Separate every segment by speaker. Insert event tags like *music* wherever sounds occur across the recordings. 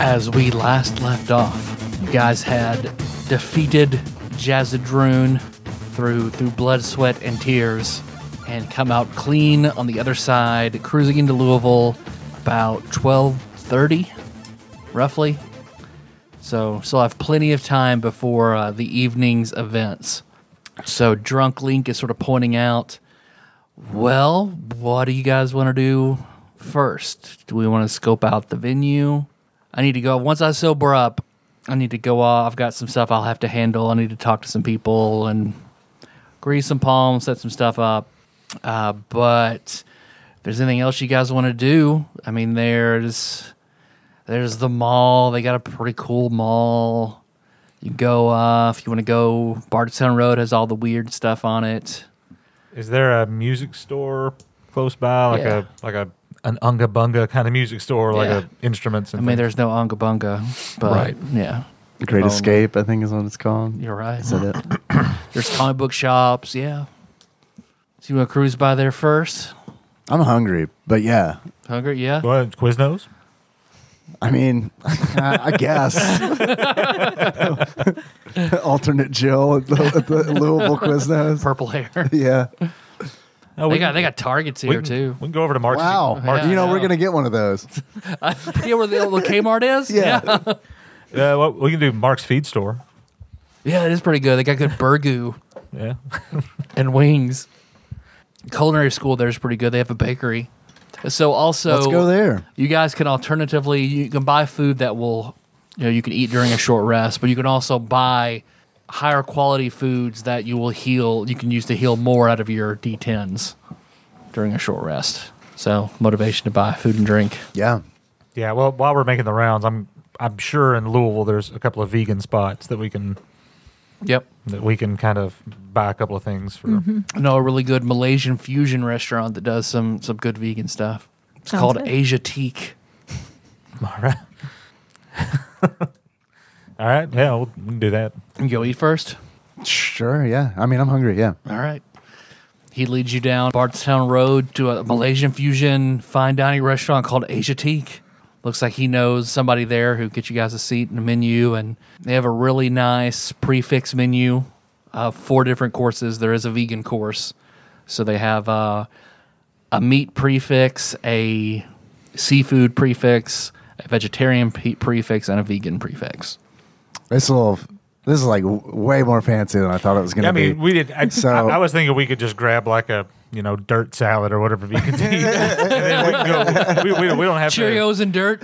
Speaker 1: As we last left off, you guys had defeated Jazzadroon through through blood, sweat, and tears, and come out clean on the other side, cruising into Louisville about twelve thirty, roughly. So still have plenty of time before uh, the evening's events. So drunk Link is sort of pointing out, well, what do you guys want to do first? Do we want to scope out the venue? I need to go. Once I sober up, I need to go off. I've got some stuff I'll have to handle. I need to talk to some people and grease some palms, set some stuff up. Uh, but if there's anything else you guys want to do, I mean, there's there's the mall. They got a pretty cool mall. You go uh, if you want to go. Bardstown Road has all the weird stuff on it.
Speaker 2: Is there a music store close by, like
Speaker 1: Yeah.
Speaker 2: a like a an unga bunga kind of music store, like
Speaker 1: Yeah.
Speaker 2: a instruments?
Speaker 1: I
Speaker 2: And
Speaker 1: mean,
Speaker 2: things?
Speaker 1: there's no Onga Bunga, but
Speaker 2: Right.
Speaker 1: yeah,
Speaker 3: The Great
Speaker 1: Um,
Speaker 3: Escape, I think, is what it's called.
Speaker 1: you're right.
Speaker 3: Is that it?
Speaker 1: There's comic book shops. Yeah. So you want to cruise by there first?
Speaker 3: I'm hungry, but yeah.
Speaker 1: Hungry? Yeah.
Speaker 2: what Quiznos.
Speaker 3: I mean, *laughs* I guess alternate Jill at the, at the Louisville Quiznos.
Speaker 1: Purple hair.
Speaker 3: Yeah.
Speaker 2: No,
Speaker 1: They got they got targets
Speaker 2: *laughs* we
Speaker 1: here
Speaker 2: can- *laughs*
Speaker 1: too. *laughs*
Speaker 2: We can go over to Mark's.
Speaker 3: Wow.
Speaker 1: Mark-
Speaker 3: you know,
Speaker 1: Yeah, I know.
Speaker 3: we're gonna get one of those.
Speaker 1: yeah, where the old Kmart is.
Speaker 3: Yeah.
Speaker 1: yeah.
Speaker 2: Yeah, well, we can do Mark's feed store.
Speaker 1: Yeah, it is pretty good. They got good burgoo
Speaker 2: Yeah,
Speaker 1: and wings. Culinary school there is pretty good. They have a bakery. So also
Speaker 3: Let's go there.
Speaker 1: You guys can alternatively you can buy food that will you know you can eat during a short rest, but you can also buy higher quality foods that you will heal. You can use to heal more out of your D10s during a short rest. So motivation to buy food and drink.
Speaker 3: Yeah.
Speaker 2: yeah. Well, while we're making the rounds, I'm I'm sure in Louisville there's a couple of vegan spots that we can
Speaker 1: Yep.
Speaker 2: that we can kind of buy a couple of things for.
Speaker 1: No, a really good Malaysian fusion restaurant that does some some good vegan stuff. It's
Speaker 4: Sounds
Speaker 1: called
Speaker 4: good.
Speaker 1: Asia Teak.
Speaker 2: *laughs* All right. *laughs* All right. Yeah, we'll, we can do that.
Speaker 1: You go eat first.
Speaker 3: Sure. Yeah. I mean, I'm hungry. Yeah.
Speaker 1: All right. He leads you down Bardstown Road to a Malaysian fusion fine dining restaurant called Asia Teak. Looks like he knows somebody there who gets you guys a seat and a menu, and they have a really nice prefix menu of four different courses. There is a vegan course, so they have uh, a meat prefix, a seafood prefix, a vegetarian pe- prefix, and a vegan prefix.
Speaker 3: This little. This is like w- way more fancy than I thought it was gonna
Speaker 2: Yeah, I mean,
Speaker 3: be.
Speaker 2: we did. I,
Speaker 3: *laughs* So-
Speaker 2: I, I was thinking we could just grab like a you know dirt salad or whatever we could eat. *laughs* and then we, can go, we, we, we don't have to-
Speaker 1: Cheerios and dirt.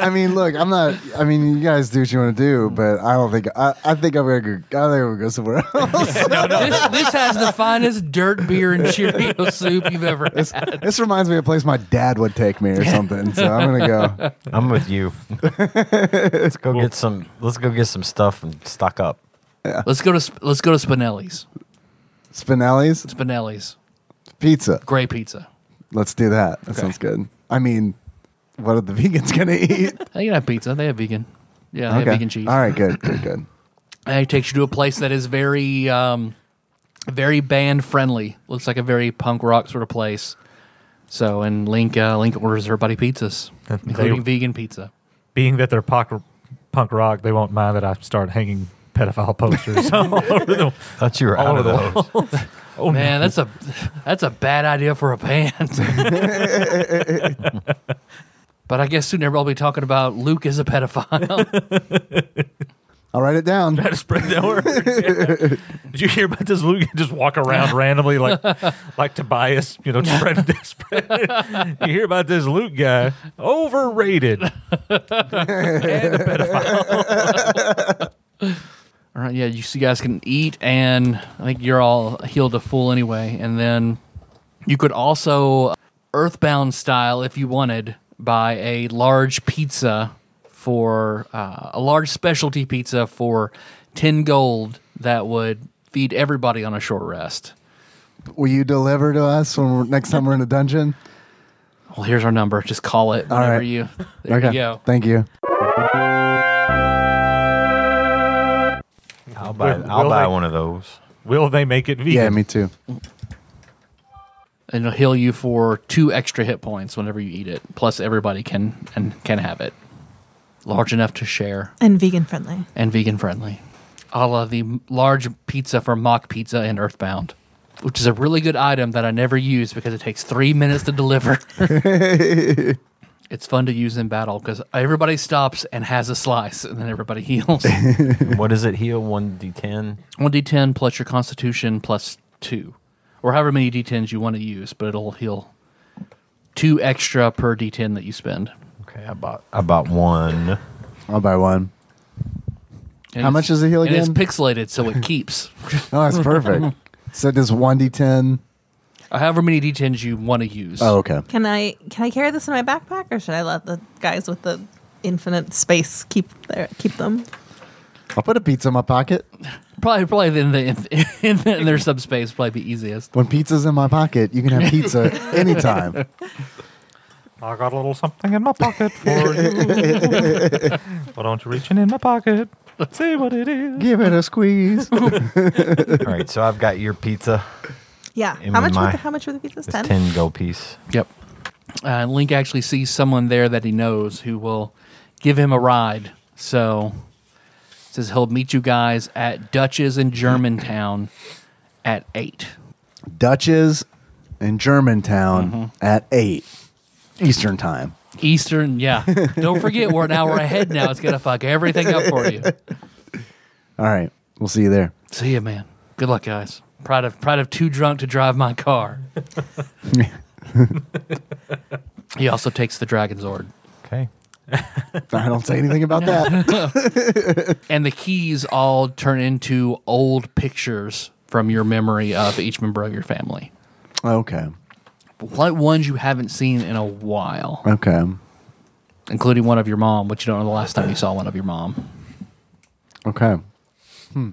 Speaker 3: I mean, look, I'm not. I mean, you guys do what you want to do, but I don't think. I, I think I'm gonna. Go, I think I'm gonna go somewhere *laughs* else.
Speaker 1: this, this has the finest dirt beer and Cheerio soup you've ever had.
Speaker 3: this reminds me of a place my dad would take me or something. So I'm gonna
Speaker 1: *laughs*
Speaker 3: go.
Speaker 5: I'm with you. *laughs* let's go get some. Let's go get some stuff and stock up.
Speaker 1: Let's go to Sp- let's go to Spinelli's.
Speaker 3: Spinelli's
Speaker 1: Spinelli's
Speaker 3: pizza.
Speaker 1: gray pizza.
Speaker 3: Let's do that. That sounds good. I mean, what are the *laughs* vegans gonna eat?
Speaker 1: They can have pizza. They have vegan. Uh, Yeah, they have vegan cheese.
Speaker 3: All right, good, good, good.
Speaker 1: And it takes you to a place that is very um, very band friendly. Looks like a very punk rock sort of place. So and Link uh, Link orders everybody pizzas,
Speaker 2: They-
Speaker 1: including vegan pizza.
Speaker 2: being that they're punk, punk rock, they won't mind that I start hanging pedophile posters *laughs* all over the,
Speaker 5: Thought you were
Speaker 2: all
Speaker 5: out
Speaker 2: over
Speaker 5: of
Speaker 2: the
Speaker 5: those.
Speaker 2: wall. *laughs* oh
Speaker 1: Man, that's a that's a bad idea for a *laughs* band. but I guess soon everybody will be talking about Luke is a pedophile.
Speaker 3: I'll write it down.
Speaker 2: How to spread that word? *laughs* Yeah. Did you hear about this? Luke just walk around randomly like, like Tobias, you know, spread *laughs* this. Spread it. You hear about this Luke guy? Overrated.
Speaker 1: *laughs* all right, yeah, you, you guys can eat, and I think you're all healed to full anyway. And then you could also Earthbound uh, style, if you wanted, by a large pizza for uh, a large specialty pizza for 10 gold that would feed everybody on a short rest.
Speaker 3: Will you deliver to us when we're, next time we're in a dungeon?
Speaker 1: Well, here's our number. Just call it
Speaker 3: All
Speaker 1: whenever
Speaker 3: right. *laughs*
Speaker 1: you. There
Speaker 3: okay.
Speaker 1: you go.
Speaker 3: Thank you.
Speaker 5: I'll *laughs* buy.
Speaker 2: Will-
Speaker 5: I'll
Speaker 2: will
Speaker 5: buy
Speaker 2: they-
Speaker 5: one of those.
Speaker 2: Will they make it vegan?
Speaker 3: Yeah, me too.
Speaker 1: And it'll heal you for two extra hit points whenever you eat it. Plus, everybody can and can have it. Large enough to share
Speaker 6: and vegan friendly.
Speaker 1: and vegan friendly. A la the large pizza from Mock Pizza in Earthbound, which is a really good item that I never use because it takes three minutes to
Speaker 3: *laughs*
Speaker 1: deliver. it's fun to use in battle because everybody stops and has a slice and then everybody *laughs* heals.
Speaker 5: And what does it heal? One d10.
Speaker 1: 1d10 plus your constitution plus two, or however many d10s you want to use, but it'll heal two extra per d10 that you spend.
Speaker 5: Okay, I bought. I bought *laughs* one.
Speaker 3: I'll buy one.
Speaker 1: And
Speaker 3: How
Speaker 1: it's-
Speaker 3: much does it heal
Speaker 1: and
Speaker 3: again?
Speaker 1: it's pixelated, so
Speaker 3: *laughs*
Speaker 1: it keeps.
Speaker 3: Oh,
Speaker 1: *laughs*
Speaker 3: that's perfect. so just one d10.
Speaker 1: Or Uh, however many d10s you want to use.
Speaker 3: Oh, okay.
Speaker 6: Can I can I carry this in my backpack, or should I let the guys with the infinite space keep their keep them?
Speaker 3: I'll put a pizza in my pocket.
Speaker 1: Probably, probably in, the, in, in their subspace, probably the easiest.
Speaker 3: When pizza's in my pocket, you can
Speaker 1: *laughs*
Speaker 3: have pizza anytime.
Speaker 2: I got a little something in my pocket for you. Why don't you reach in in my pocket? Let's see what it is.
Speaker 3: Give it a squeeze.
Speaker 5: All right, so I've got your pizza.
Speaker 6: Yeah.
Speaker 5: In
Speaker 6: how much?
Speaker 5: my-
Speaker 6: were the, how much were the pizzas?
Speaker 5: It's
Speaker 6: Ten.
Speaker 5: ten, gold piece.
Speaker 1: Yep. Uh, Link actually sees someone there that he knows who will give him a ride. So says he'll meet you guys at Dutch's in Germantown at eight.
Speaker 3: Dutch's in Germantown
Speaker 1: Mm-hmm.
Speaker 3: at eight Eastern time.
Speaker 1: Eastern, yeah. Don't forget, we're an hour ahead now. It's gonna fuck everything up for you.
Speaker 3: All right, we'll see you there. *laughs*
Speaker 1: See ya, man. Good luck, guys. Proud of proud of too drunk to drive my car. he also takes the dragon sword
Speaker 5: Okay.
Speaker 3: I don't say anything about
Speaker 1: *laughs*
Speaker 3: that.
Speaker 1: and the keys all turn into old pictures from your memory of each member of your family,
Speaker 3: Okay.
Speaker 1: like ones you haven't seen in a while,
Speaker 3: Okay.
Speaker 1: including one of your mom, which you don't know the last time you saw one of your mom.
Speaker 3: Okay. Hmm.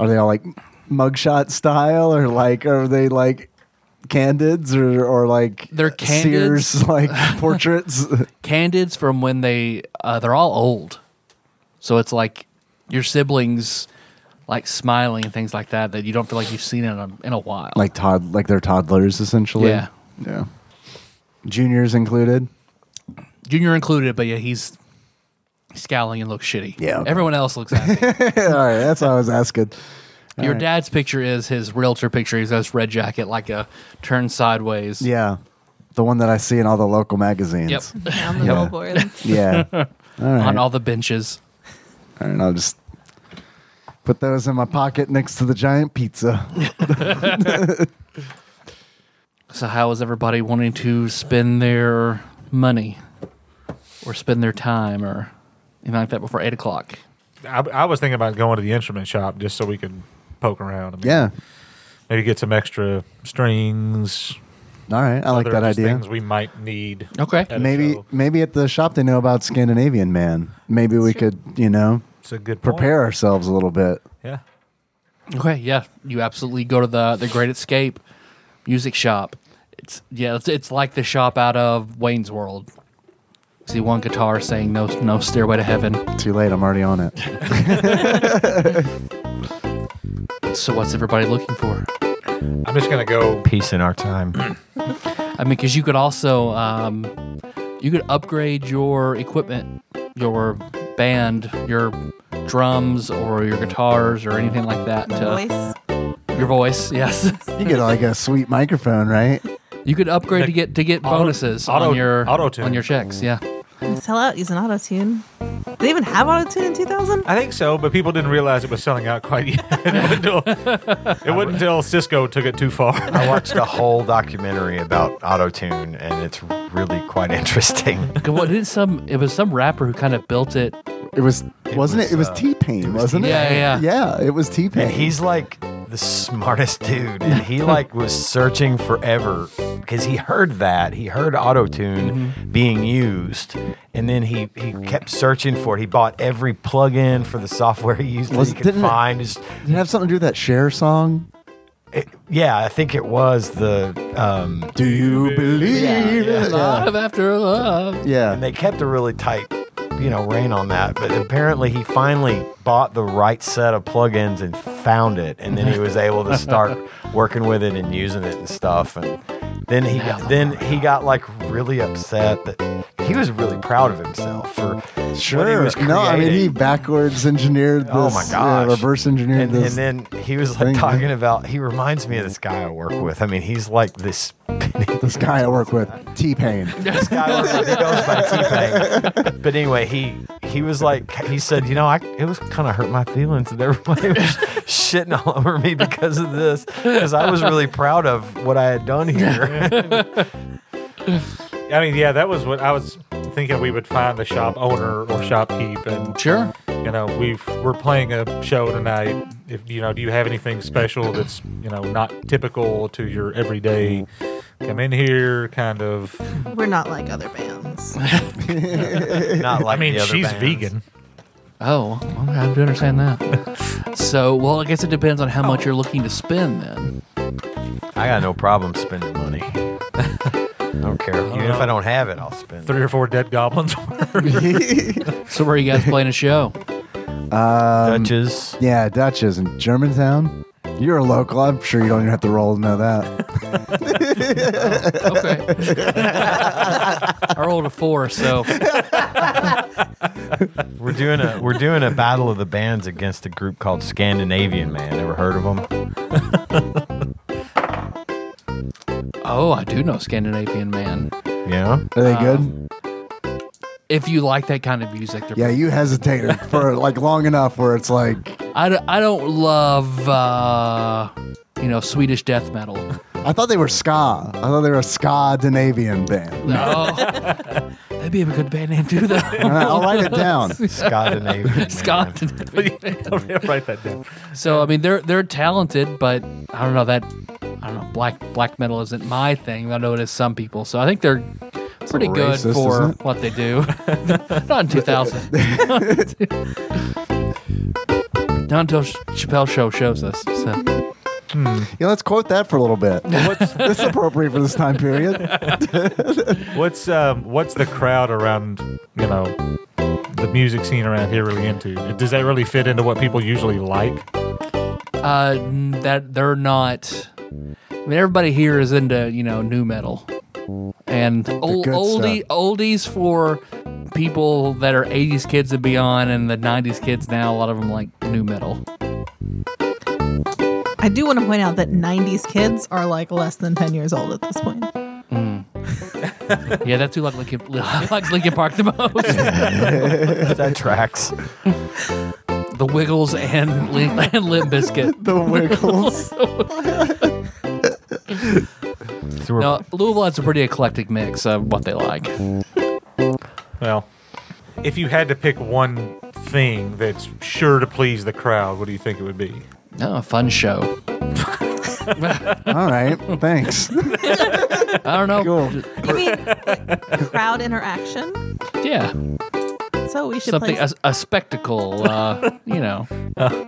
Speaker 3: Are they all like mugshot style or like are they like candids or, or like
Speaker 1: They're
Speaker 3: Sears
Speaker 1: *laughs*
Speaker 3: like portraits? *laughs*
Speaker 1: candids from when they uh, they're all old so it's like your siblings like smiling and things like that that you don't feel like you've seen in a, in a while
Speaker 3: like Todd like they're toddlers essentially.
Speaker 1: Yeah.
Speaker 3: Yeah. Juniors included. *laughs*
Speaker 1: junior included but yeah he's scowling and looks shitty
Speaker 3: Yeah, okay.
Speaker 1: everyone else looks
Speaker 3: *laughs*
Speaker 1: happy
Speaker 3: Yeah, all right, that's what I was asking.
Speaker 1: your
Speaker 3: right.
Speaker 1: dad's picture is his realtor picture he's got his red jacket like a turn sideways
Speaker 3: Yeah. The one that I see in all the local magazines.
Speaker 1: yep
Speaker 6: Yeah, on the
Speaker 3: Yeah.
Speaker 5: *laughs*
Speaker 6: billboard.
Speaker 3: Yeah. *laughs* all right.
Speaker 1: on all the benches
Speaker 3: all right. I'll just put those in my pocket next to the giant
Speaker 1: *laughs*
Speaker 3: pizza.
Speaker 1: so how is everybody wanting to spend their money or spend their time or anything like that before eight o'clock
Speaker 2: I, I was thinking about going to the instrument shop just so we could poke around. I mean,
Speaker 3: Yeah.
Speaker 2: Maybe get some extra strings.
Speaker 3: All right. I like
Speaker 2: other
Speaker 3: that
Speaker 2: just
Speaker 3: idea.
Speaker 2: Things we might need.
Speaker 1: okay
Speaker 2: at a
Speaker 3: Maybe
Speaker 2: show.
Speaker 3: maybe at the shop they know about Scandinavian man. Maybe we could, you know,
Speaker 2: it's a good point.
Speaker 3: prepare ourselves a little bit.
Speaker 2: Yeah.
Speaker 1: Okay, yeah, you absolutely go to the the Great Escape music shop. It's yeah, it's, it's like the shop out of Wayne's World. See one guitar saying no no stairway to heaven.
Speaker 3: Too late, I'm already on it.
Speaker 1: So what's everybody looking for?
Speaker 2: I'm just gonna go.
Speaker 5: Peace in our time. *clears throat*
Speaker 1: I mean, because you could also um, you could upgrade your equipment, your band, your drums or your guitars or anything like that to
Speaker 6: Voice.
Speaker 1: your voice. *laughs* Yes,
Speaker 3: You get like a sweet microphone, right?
Speaker 1: you could upgrade to
Speaker 2: Like
Speaker 1: get to get
Speaker 2: auto-
Speaker 1: bonuses
Speaker 2: auto-
Speaker 1: on your
Speaker 2: auto-tune.
Speaker 1: on your checks. Yeah.
Speaker 6: Sell out using auto tune. Did they even have auto tune in 2000?
Speaker 2: I think so, but people didn't realize it was selling out quite yet. *laughs* it wasn't until, it
Speaker 3: *laughs*
Speaker 2: wasn't until Cisco took it too far. *laughs*
Speaker 5: I watched a whole documentary about auto tune, and it's really quite interesting.
Speaker 1: Good, What did some? It was some rapper who kind of built it.
Speaker 3: It was wasn't it?
Speaker 5: was,
Speaker 3: It was
Speaker 5: uh,
Speaker 3: T Pain, wasn't it?
Speaker 1: T-Pain. Yeah, yeah.
Speaker 3: Yeah, it was T Pain.
Speaker 5: And he's like the smartest dude, and
Speaker 3: *laughs*
Speaker 5: he like was searching forever because he heard that he heard auto tune
Speaker 3: Mm-hmm.
Speaker 5: being used, and then he he kept searching for it. He bought every plugin for the software he used that
Speaker 3: Was-
Speaker 5: he could
Speaker 3: didn't it-
Speaker 5: find. Just-
Speaker 3: Did it have something to do with that share song?
Speaker 5: yeah, I think it was the um,
Speaker 3: Do you believe it?
Speaker 1: Out
Speaker 3: Yeah.
Speaker 1: of after love.
Speaker 5: and
Speaker 3: Yeah.
Speaker 5: they kept a really tight you know rein on that but apparently he finally bought the right set of plugins and found it and then he was able to start working with it and using it and stuff and then he got, then he got like really upset that he was really proud of himself for what he was creating.
Speaker 3: No, I mean he backwards engineered this.
Speaker 5: Oh my
Speaker 3: uh,
Speaker 5: gosh!
Speaker 3: reverse engineered
Speaker 5: and,
Speaker 3: this.
Speaker 5: And then he was like
Speaker 3: thing,
Speaker 5: talking
Speaker 3: yeah.
Speaker 5: about. He reminds me of this guy I work with. I mean, he's like this *laughs*
Speaker 3: this guy I work with, T Pain.
Speaker 1: *laughs*
Speaker 5: this guy was like, he goes by T-Pain. But anyway, he he was like, he said, you know, I it was kind of hurt my feelings that everybody was *laughs* shitting all over me because of this, because I was really proud of what I had done here.
Speaker 2: I mean, yeah, that was what I was thinking. We would find the shop owner or shopkeep, and
Speaker 1: Sure.
Speaker 2: you know, we've we're playing a show tonight. If you know, do you have anything special that's you know not typical to your everyday?
Speaker 5: Mm-hmm.
Speaker 2: Come in here, kind of.
Speaker 6: We're not like other bands.
Speaker 5: *laughs* Not like
Speaker 2: I mean,
Speaker 5: the other
Speaker 2: she's
Speaker 5: bands.
Speaker 2: vegan.
Speaker 1: Oh, okay, I do understand that.
Speaker 3: *laughs*
Speaker 1: so, well, I guess it depends on how much you're looking to spend then.
Speaker 5: I got no problem spending money. I don't care.
Speaker 2: Oh,
Speaker 5: Even if I don't have it, I'll spend.
Speaker 2: Three or four dead goblins. *laughs*
Speaker 1: So, where are you guys playing a show?
Speaker 5: Dutches.
Speaker 3: Uh, Yeah, Dutchess in Germantown. You're a local. I'm sure you don't even have to roll to know that.
Speaker 1: Okay. *laughs* I rolled a four, so
Speaker 5: We're doing a we're doing a battle of the bands against a group called Scandinavian Man. Ever heard of them?
Speaker 1: oh, I do know Scandinavian man.
Speaker 2: *laughs*
Speaker 5: Yeah.
Speaker 3: Are
Speaker 5: *laughs*
Speaker 3: they good?
Speaker 1: If you like that kind of music, they're
Speaker 3: Yeah, you hesitated for like long enough where it's like
Speaker 1: I, d- I don't love uh, you know Swedish death
Speaker 3: *laughs*
Speaker 1: metal.
Speaker 3: I thought they were ska. I thought they were a Scandinavian
Speaker 1: *laughs*
Speaker 3: band.
Speaker 1: No, that'd be a good band name too,
Speaker 3: *laughs*
Speaker 1: though.
Speaker 3: All right, I'll write it down.
Speaker 5: Scandinavian. Man.
Speaker 1: Scandinavian.
Speaker 2: Write that down.
Speaker 1: So I mean, they're they're talented, but I don't know that I don't know black black metal isn't my thing. I know it is some people, so I think they're pretty good
Speaker 3: racist,
Speaker 1: for
Speaker 3: isn't it?
Speaker 1: what they do. *laughs* Not in
Speaker 3: *laughs*
Speaker 1: 2000. *laughs* Not until Ch- Chappelle Show shows us. So.
Speaker 3: Yeah, let's quote that for a little
Speaker 1: *laughs*
Speaker 3: bit.
Speaker 2: What's
Speaker 3: That's appropriate for this time period.
Speaker 2: What's um what's the crowd around you know the music scene around here really into? Does that really fit into what people usually like?
Speaker 1: Uh, n- that they're not. I mean, everybody here is into you know new metal and old,
Speaker 3: good
Speaker 1: oldie oldies for people that are 80s kids and beyond, and the 90s kids now. A lot of them like new
Speaker 3: *laughs*
Speaker 1: metal.
Speaker 6: I do want to point out that 90s kids are like less than 10 years old at this point.
Speaker 1: Yeah, that's who like Lincoln, likes Linkin *laughs* Park the
Speaker 3: *laughs*
Speaker 1: most.
Speaker 5: that tracks.
Speaker 1: the Wiggles and, Lin- *laughs* and Limp Biscuit.
Speaker 3: *laughs* The Wiggles.
Speaker 5: So we're-
Speaker 1: No, Louisville has a pretty eclectic mix of what they like.
Speaker 3: *laughs*
Speaker 1: Oh,
Speaker 2: Well, if you had to pick one thing that's sure to please the crowd, what do you think it would be?
Speaker 1: No, a fun show.
Speaker 3: All right, thanks. *laughs*
Speaker 1: I don't know.
Speaker 3: Cool.
Speaker 1: Just-
Speaker 6: You mean
Speaker 5: *laughs*
Speaker 6: like, crowd interaction?
Speaker 1: Yeah,
Speaker 6: So we should
Speaker 1: something
Speaker 6: play,
Speaker 1: a, a spectacle. Uh, you know.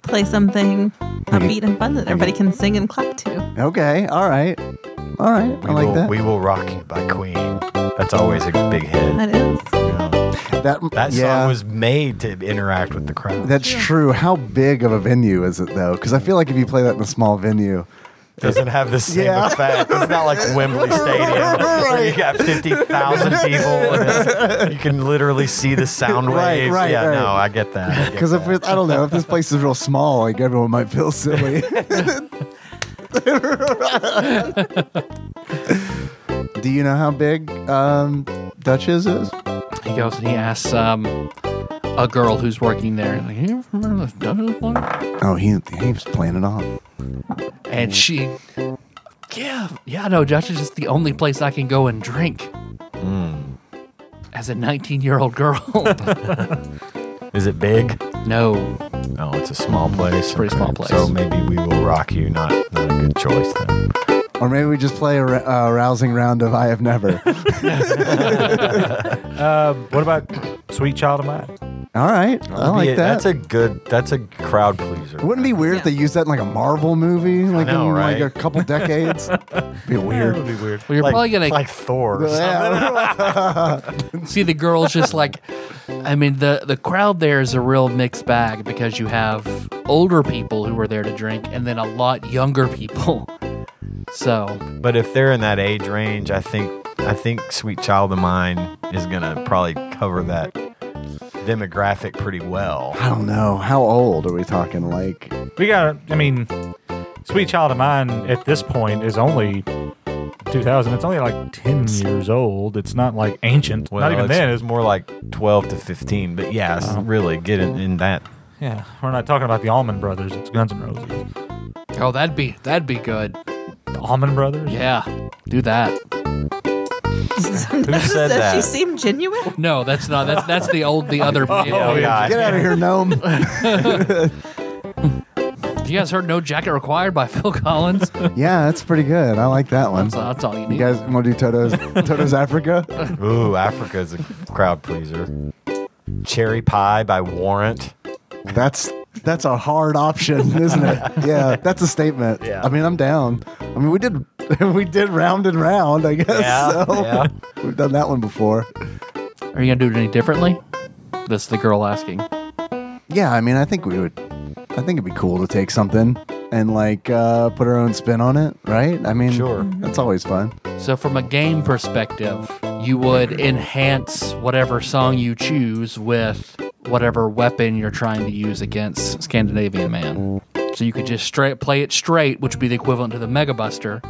Speaker 6: play something upbeat and fun that everybody can sing and clap to.
Speaker 3: Okay, all right, all right.
Speaker 5: We
Speaker 3: I like
Speaker 5: will,
Speaker 3: that.
Speaker 5: We will rock you by Queen. That's always a big hit.
Speaker 6: That is.
Speaker 3: that
Speaker 5: That
Speaker 3: yeah,
Speaker 5: song was made to interact with the crowd.
Speaker 3: that's true. How big of a venue is it though? Because I feel like if you play that in a small venue,
Speaker 5: doesn't have the same
Speaker 3: Yeah.
Speaker 5: effect. It's not like
Speaker 3: *laughs*
Speaker 5: Wembley Stadium where you got fifty thousand people. And it's- you can literally see the sound
Speaker 3: Right,
Speaker 5: waves.
Speaker 3: right,
Speaker 5: yeah,
Speaker 3: right.
Speaker 5: no, I get that. I get
Speaker 3: because if
Speaker 5: that.
Speaker 3: it, I don't know if this place is real small, like everyone might feel
Speaker 5: *laughs*
Speaker 3: silly. Do you know how big um, Dutch's is?
Speaker 1: He goes and he asks um, a girl who's working there, like, you remember this Douglas one?
Speaker 3: Oh, he he was playing it off.
Speaker 5: Mm.
Speaker 1: And she, yeah, yeah, no, Josh is just the only place I can go and
Speaker 5: Mm. *laughs*
Speaker 1: drink. As a 19 year old girl.
Speaker 5: Is it big?
Speaker 1: No.
Speaker 5: No, it's a small place. It's
Speaker 1: a pretty small place.
Speaker 5: So maybe we will rock you. Not not a good choice then.
Speaker 3: Or maybe we just play a ra- uh, rousing round of I Have
Speaker 5: *laughs*
Speaker 3: Never.
Speaker 2: Um, what about Sweet Child of Mine?
Speaker 3: All right. I
Speaker 5: That'd be
Speaker 3: like
Speaker 5: a-
Speaker 3: that.
Speaker 5: That's a good. That's a crowd pleaser.
Speaker 3: Wouldn't it be weird if they used that in like a Marvel movie, like
Speaker 5: know,
Speaker 3: in
Speaker 5: right?
Speaker 3: like a couple decades?
Speaker 5: *laughs*
Speaker 3: be
Speaker 2: That
Speaker 3: weird.
Speaker 2: would be weird.
Speaker 1: Well, you're
Speaker 5: like,
Speaker 1: probably gonna
Speaker 5: like Thor.
Speaker 3: *laughs*
Speaker 5: or
Speaker 3: Yeah.
Speaker 1: see the girls just like i mean the the crowd there is a real mixed bag because you have older people who were there to drink and then a lot younger people so
Speaker 5: But if they're in that age range, I think I think Sweet Child of Mine is gonna probably cover that demographic pretty well.
Speaker 3: I don't know. How old are we talking? Like,
Speaker 2: We got, I mean, Sweet Child of Mine at this point is only 2000. It's only like 10 years old. It's not like ancient.
Speaker 5: Well,
Speaker 2: not even
Speaker 5: it's
Speaker 2: then. It's,
Speaker 5: more like twelve to fifteen. But yeah, it's really get in, in that.
Speaker 2: yeah, we're not talking about the Almond Brothers. It's Guns N' Roses.
Speaker 1: oh that'd be that'd be good
Speaker 2: The Almond Brothers?
Speaker 1: yeah do that
Speaker 6: *laughs*
Speaker 5: Who said
Speaker 6: Does she
Speaker 5: that?
Speaker 6: seem genuine?
Speaker 1: no that's not that's that's the old the other
Speaker 5: *laughs* Oh, yeah.
Speaker 3: get out of here,
Speaker 5: *laughs*
Speaker 3: gnome.
Speaker 1: you guys heard no jacket required by phil
Speaker 5: *laughs*
Speaker 1: collins so
Speaker 3: yeah, that's pretty good. I like that one.
Speaker 1: that's all you
Speaker 3: You
Speaker 1: need
Speaker 3: guys want to do Toto's, Toto's Africa?
Speaker 5: *laughs* Ooh, Africa's a crowd pleaser. Cherry Pie by Warrant.
Speaker 3: That's that's a hard option, isn't it? Yeah, that's a statement.
Speaker 5: Yeah.
Speaker 3: I mean, I'm down. I mean, we did *laughs* we did round and round, I guess. so
Speaker 5: yeah.
Speaker 3: we've done that one before.
Speaker 1: are you gonna do it any differently that's the girl asking
Speaker 3: Yeah, I mean, I think we would. I think it'd be cool to take something and like uh, put our own spin on it, right? I mean,
Speaker 5: Sure.
Speaker 3: that's always fun.
Speaker 1: So, from a game perspective, you would enhance whatever song you choose with whatever weapon you're trying to use against Scandinavian Man. So, you could just straight play it straight, which would be the equivalent to the Mega Buster,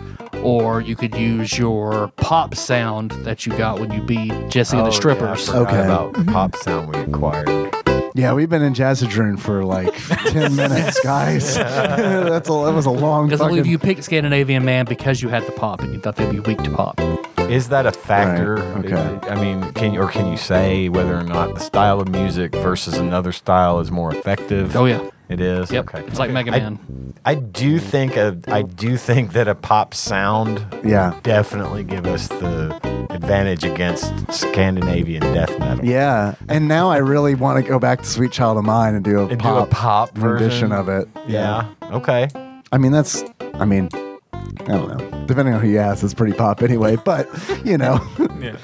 Speaker 1: or you could use your pop sound that you got when you beat Jesse and
Speaker 5: Oh,
Speaker 1: the Strippers.
Speaker 5: Yeah, I forgot
Speaker 3: Okay.
Speaker 5: About the pop sound we acquired.
Speaker 3: Yeah, we've been in Jazzadroon for
Speaker 5: *laughs*
Speaker 3: like ten minutes, guys. *laughs* that's a, that was a long.
Speaker 1: Because I
Speaker 3: Fucking,
Speaker 1: believe you picked Scandinavian Man because you had the pop and you thought they'd be weak to pop.
Speaker 5: Is that a factor?
Speaker 3: Right, okay.
Speaker 5: I mean, can you or can you say whether or not the style of music versus another style is more effective?
Speaker 1: Oh, yeah.
Speaker 5: It is.
Speaker 1: Yep.
Speaker 5: Okay.
Speaker 1: It's like Mega
Speaker 5: I-
Speaker 1: Man.
Speaker 5: I do think a, I do think that a pop sound
Speaker 3: Yeah.
Speaker 5: definitely give us the advantage against Scandinavian death metal.
Speaker 3: Yeah, and now I really want to go back to Sweet Child of Mine and do a
Speaker 5: And do a
Speaker 3: pop
Speaker 5: pop version
Speaker 3: rendition of it.
Speaker 5: Yeah. Okay.
Speaker 3: I mean, that's. I mean, I don't know. Depending on who you ask, it's pretty pop anyway. But you know,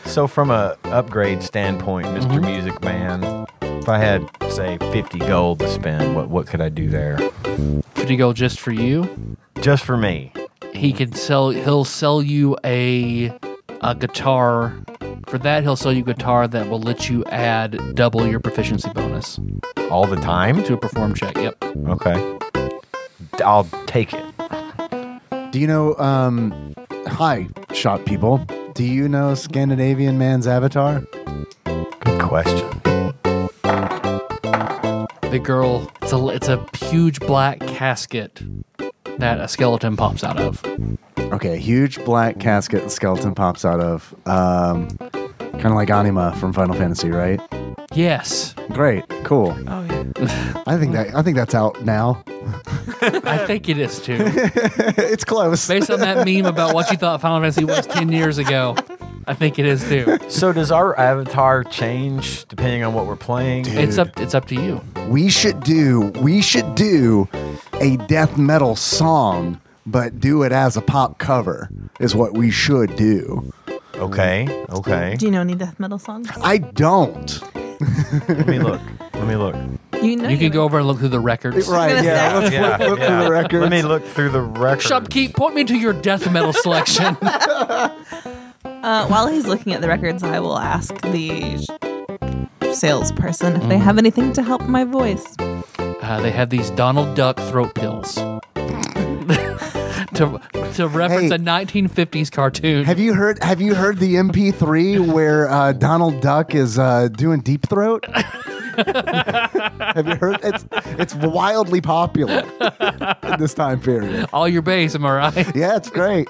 Speaker 5: So from a upgrade standpoint, mister
Speaker 1: Mm-hmm.
Speaker 5: Music Man, if I had say fifty gold to spend, what what could I do there?
Speaker 1: Pretty go just for you.
Speaker 5: Just for me.
Speaker 1: he can sell he'll sell you a a guitar for that he'll sell you a guitar that will let you add double your proficiency bonus
Speaker 5: All the time?
Speaker 1: to a perform check yep
Speaker 5: Okay. I'll take it.
Speaker 3: do you know? um Hi, shop people. Do you know Scandinavian man's avatar?
Speaker 5: Good question.
Speaker 1: the girl it's a it's a huge black casket that a skeleton pops out of
Speaker 3: Okay, a huge black casket the skeleton pops out of. Um, kind of like Anima from Final Fantasy, right?
Speaker 1: yes
Speaker 3: Great, cool. Oh yeah. *laughs* I think that I think that's out now. *laughs*
Speaker 1: i think it is too
Speaker 3: it's close.
Speaker 1: based on that meme about what you thought final fantasy was 10 years ago i think it is too
Speaker 5: So does our avatar change depending on what we're playing?
Speaker 1: it's up it's up to you
Speaker 3: We should do we should do a death metal song, but do it as a pop cover is what we should do.
Speaker 5: Okay. Okay.
Speaker 3: *laughs*
Speaker 6: Do you know any death metal songs?
Speaker 3: I don't.
Speaker 5: Let me look. Let me look.
Speaker 6: You know
Speaker 1: you can
Speaker 6: know.
Speaker 1: go over and look through the records
Speaker 3: Right, yeah. Let's
Speaker 5: Yeah,
Speaker 3: look, look through
Speaker 5: yeah.
Speaker 3: the records.
Speaker 5: Let me look through the record.
Speaker 1: shopkeep point me to your death metal
Speaker 3: *laughs*
Speaker 1: selection
Speaker 6: Uh, while he's looking at the records, I will ask the salesperson if they have anything to help my voice.
Speaker 1: Uh, they have these Donald Duck throat pills. to, to reference
Speaker 3: Hey.
Speaker 1: a 1950s cartoon.
Speaker 3: Have you heard? Have you heard the MP3 where uh, Donald Duck is uh, doing deep throat? have you heard? It's it's wildly popular in this time period.
Speaker 1: All your bass, am I right?
Speaker 3: Yeah, it's great.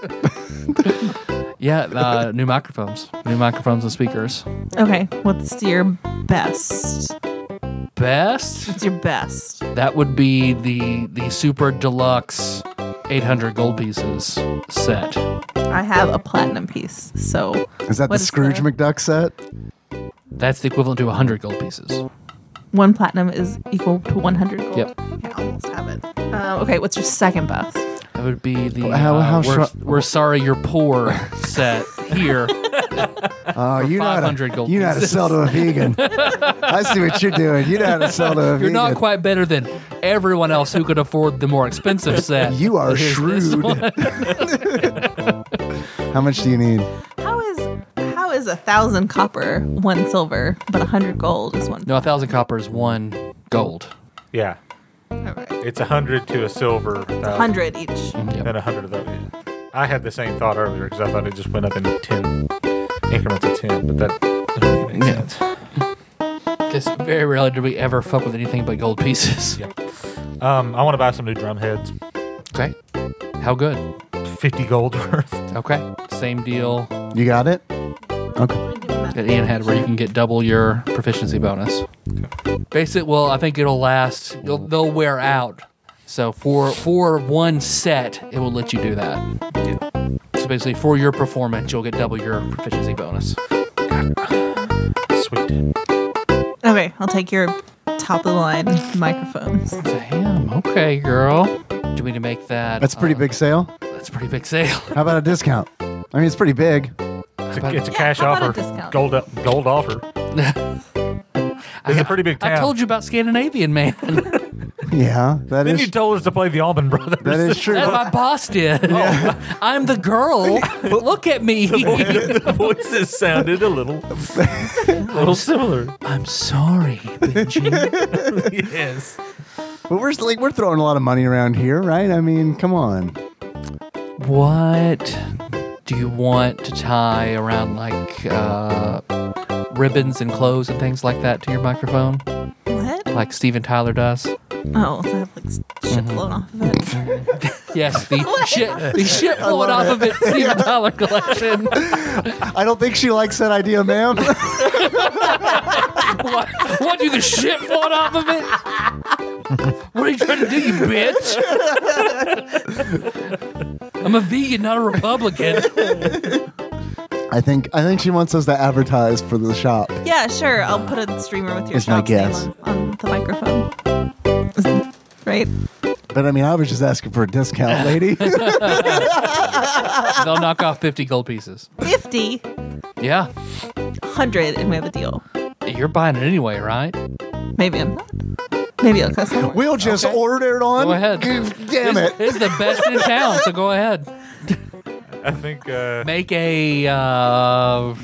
Speaker 1: yeah, uh, new microphones. New microphones and speakers.
Speaker 6: Okay, what's your best
Speaker 1: best.
Speaker 6: It's your best.
Speaker 1: That would be the the super deluxe 800 gold pieces set.
Speaker 6: I have a platinum piece, so
Speaker 3: Is that
Speaker 6: What
Speaker 3: the
Speaker 6: is
Speaker 3: Scrooge
Speaker 6: the-
Speaker 3: McDuck set?
Speaker 1: That's the equivalent to 100 gold pieces.
Speaker 6: one platinum is equal to 100 gold.
Speaker 1: Yep.
Speaker 6: I almost have it. Um, okay, what's your second best?
Speaker 1: That would be the
Speaker 3: How-
Speaker 1: uh,
Speaker 3: how
Speaker 1: we're,
Speaker 3: shru-
Speaker 1: we're sorry you're poor *laughs* set here.
Speaker 3: Oh, you know how
Speaker 1: 500
Speaker 3: to,
Speaker 1: gold
Speaker 3: you know how to
Speaker 1: pieces.
Speaker 3: sell to a vegan. I see what you're doing. You know how to sell to a
Speaker 1: You're
Speaker 3: vegan.
Speaker 1: not quite better than everyone else who could afford the more
Speaker 3: *laughs*
Speaker 1: expensive set.
Speaker 3: You are
Speaker 1: But here's this
Speaker 3: shrewd.
Speaker 1: one.
Speaker 3: How much do you need?
Speaker 6: How is how is a thousand copper one silver, but a hundred gold is one?
Speaker 1: No, a thousand copper is one gold.
Speaker 2: Yeah.
Speaker 6: All right.
Speaker 2: It's a hundred to a silver. It's
Speaker 6: A hundred each.
Speaker 2: And a hundred of those. yeah. I had the same thought earlier because I thought it just went up in ten increments of ten, but that doesn't really make
Speaker 1: Yeah.
Speaker 2: sense.
Speaker 1: Because very rarely do we ever fuck with anything but gold pieces.
Speaker 2: Um, I want to buy some new drum heads.
Speaker 1: Okay. How good?
Speaker 2: Fifty gold worth.
Speaker 1: Okay. Same deal
Speaker 3: You got it? Okay.
Speaker 1: that Ian had where you can get double your proficiency bonus. Basic, well, I think it'll last, you'll, they'll wear out. So for for one set, it will let you do that. So basically, for your performance, you'll get double your proficiency bonus.
Speaker 2: Sweet.
Speaker 6: Okay, I'll take your top of the line microphones.
Speaker 1: Damn. Okay, girl. Do we need to make that?
Speaker 3: That's a pretty
Speaker 1: uh,
Speaker 3: big sale.
Speaker 1: That's a pretty big
Speaker 2: *laughs*
Speaker 1: sale.
Speaker 3: How about a discount? I mean, it's pretty big.
Speaker 2: It's a, it's a cash
Speaker 6: how about a
Speaker 2: offer.
Speaker 6: discount?
Speaker 2: gold up- gold offer. it's a pretty big town.
Speaker 1: I told you about Scandinavian man. *laughs*
Speaker 3: Yeah, that
Speaker 2: Then
Speaker 3: is
Speaker 2: you told us to play the Allman Brothers. *laughs*
Speaker 3: that is true.
Speaker 1: That my boss did.
Speaker 2: Oh.
Speaker 1: I'm the
Speaker 2: *laughs*
Speaker 1: girl. Look at me.
Speaker 2: the voices sounded a little, little similar.
Speaker 1: I'm sorry,
Speaker 2: *laughs*
Speaker 1: Benji.
Speaker 2: yes.
Speaker 3: But we're like we're throwing a lot of money around here, right? I mean, come on.
Speaker 1: What do you want to tie around like uh, ribbons and clothes and things like that to your microphone,
Speaker 6: What?
Speaker 1: like Steven Tyler does?
Speaker 6: Oh, so I have like s- shit
Speaker 3: Mm-hmm.
Speaker 6: flown off of it.
Speaker 1: Yes, the shit, the shit flowing off of it, Steven Tyler collection.
Speaker 3: I don't think she likes that idea, ma'am. *laughs*
Speaker 1: What, what do the shit flowing off of it? What are you trying to do, you bitch? I'm a vegan, not a Republican.
Speaker 3: I think I think she wants us to advertise for the shop.
Speaker 6: Yeah, sure. I'll put a streamer with your
Speaker 3: It's my
Speaker 6: shop's name
Speaker 3: guess.
Speaker 6: on, on the microphone. Is- Right?
Speaker 3: But I mean, I was just asking for a discount,
Speaker 1: *laughs*
Speaker 3: lady. *laughs*
Speaker 1: They'll knock off 50 gold pieces.
Speaker 6: 50,
Speaker 1: Yeah.
Speaker 6: 100, and we have a deal.
Speaker 1: You're buying it anyway, right?
Speaker 6: Maybe I'm not. Maybe I'll cut somewhere.
Speaker 3: we'll just order it on.
Speaker 1: Go ahead.
Speaker 3: Damn
Speaker 1: It's-
Speaker 3: it.
Speaker 1: *laughs* It's the best in town, so go ahead.
Speaker 2: I think uh,
Speaker 1: Make a uh,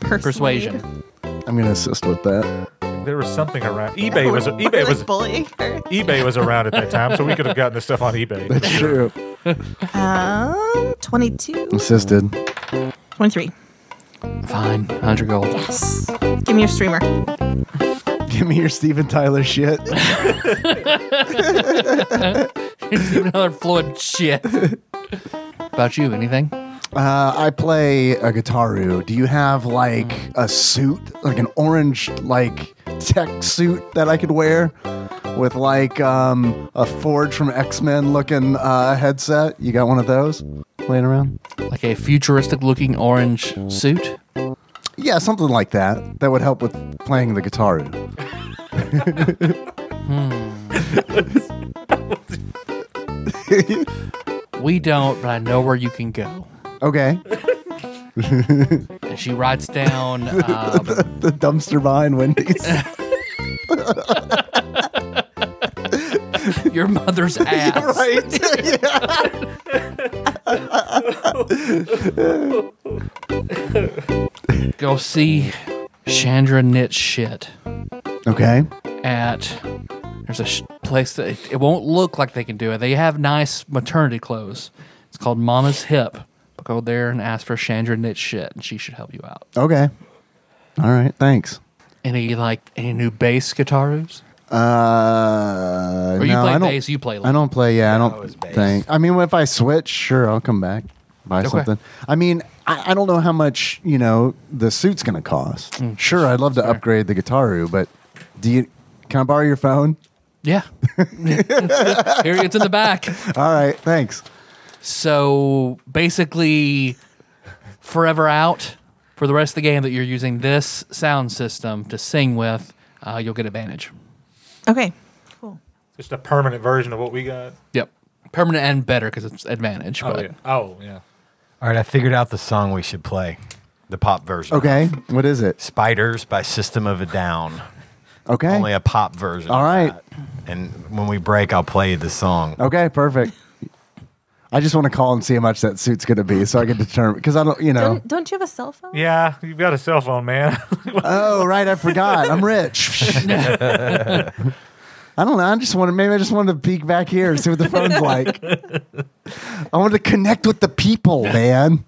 Speaker 6: Persuade.
Speaker 1: persuasion.
Speaker 3: I'm gonna assist with that.
Speaker 2: there was something around. eBay was
Speaker 6: We're, we're,
Speaker 2: eBay was
Speaker 6: like bullying her.
Speaker 2: eBay was around at that time, so we could have gotten the stuff on eBay.
Speaker 3: That's true.
Speaker 6: Um, 22,
Speaker 3: Assisted.
Speaker 6: 23.
Speaker 1: Fine. 100 gold. *laughs*
Speaker 6: Yes. Give me your streamer.
Speaker 3: Give me your Steven Tyler shit.
Speaker 1: Another Floyd shit. About you, anything?
Speaker 3: Uh, I play a guitaru. Do you have like a suit, like an orange like tech suit that I could wear with like um, a Forge from X Men looking uh, headset? You got one of those laying around?
Speaker 1: Like a futuristic looking orange suit?
Speaker 3: Yeah, something like that. That would help with playing the guitaru.
Speaker 1: We don't, but I know where you can go.
Speaker 3: Okay, *laughs*
Speaker 1: And she writes *laughs* down. Um,
Speaker 3: the dumpster behind Wendy's. *laughs*
Speaker 1: your mother's ass.
Speaker 3: right. *laughs*
Speaker 1: Go see Chandra knit shit
Speaker 3: Okay.
Speaker 1: at. There's a sh- place that it, it won't look like they can do it. They have nice maternity clothes. It's called Mama's Hip. Go there and ask for Chandra knit shit, and she should help you out.
Speaker 3: Okay. All right. Thanks.
Speaker 1: Any like any new bass guitars?
Speaker 3: Uh,
Speaker 1: Or you
Speaker 3: no,
Speaker 1: play
Speaker 3: I don't,
Speaker 1: bass, you play
Speaker 3: I don't play. Yeah, I don't
Speaker 5: it's bass.
Speaker 3: think. I mean, if I switch, sure, I'll come back buy something. I mean, I, I
Speaker 1: Mm.
Speaker 3: don't know how much you know the suit's going to cost. Sure, I'd love to upgrade the guitaru, but Do you? Can I borrow your phone?
Speaker 1: Yeah. *laughs* Here it's in the back.
Speaker 3: All right, thanks.
Speaker 1: So basically, forever out for the rest of the game that you're using this sound system to sing with, uh, you'll get advantage.
Speaker 6: Okay. Cool.
Speaker 2: *laughs* Just a permanent version of what we got.
Speaker 1: Yep. Permanent and better because it's advantage.
Speaker 2: Oh
Speaker 1: but
Speaker 2: yeah. Oh yeah.
Speaker 5: All right, I figured out the song we should play, the pop version.
Speaker 3: Okay, what is it?
Speaker 5: Spiders by System of a Down.
Speaker 3: Okay.
Speaker 5: Only a pop version.
Speaker 3: All
Speaker 5: of
Speaker 3: right.
Speaker 5: that. And when we break, I'll play the song.
Speaker 3: Okay, perfect. I just want to call and see how much that suit's going to be so I can determine because I don't, you know.
Speaker 6: Don't, don't you have a cell phone?
Speaker 2: Yeah, you've got a cell phone, man. *laughs*
Speaker 3: Oh, right, I forgot. I'm rich. I don't know. I just wanted maybe I just wanted to peek back here and see what the phone's like. I wanted to connect with the people, man.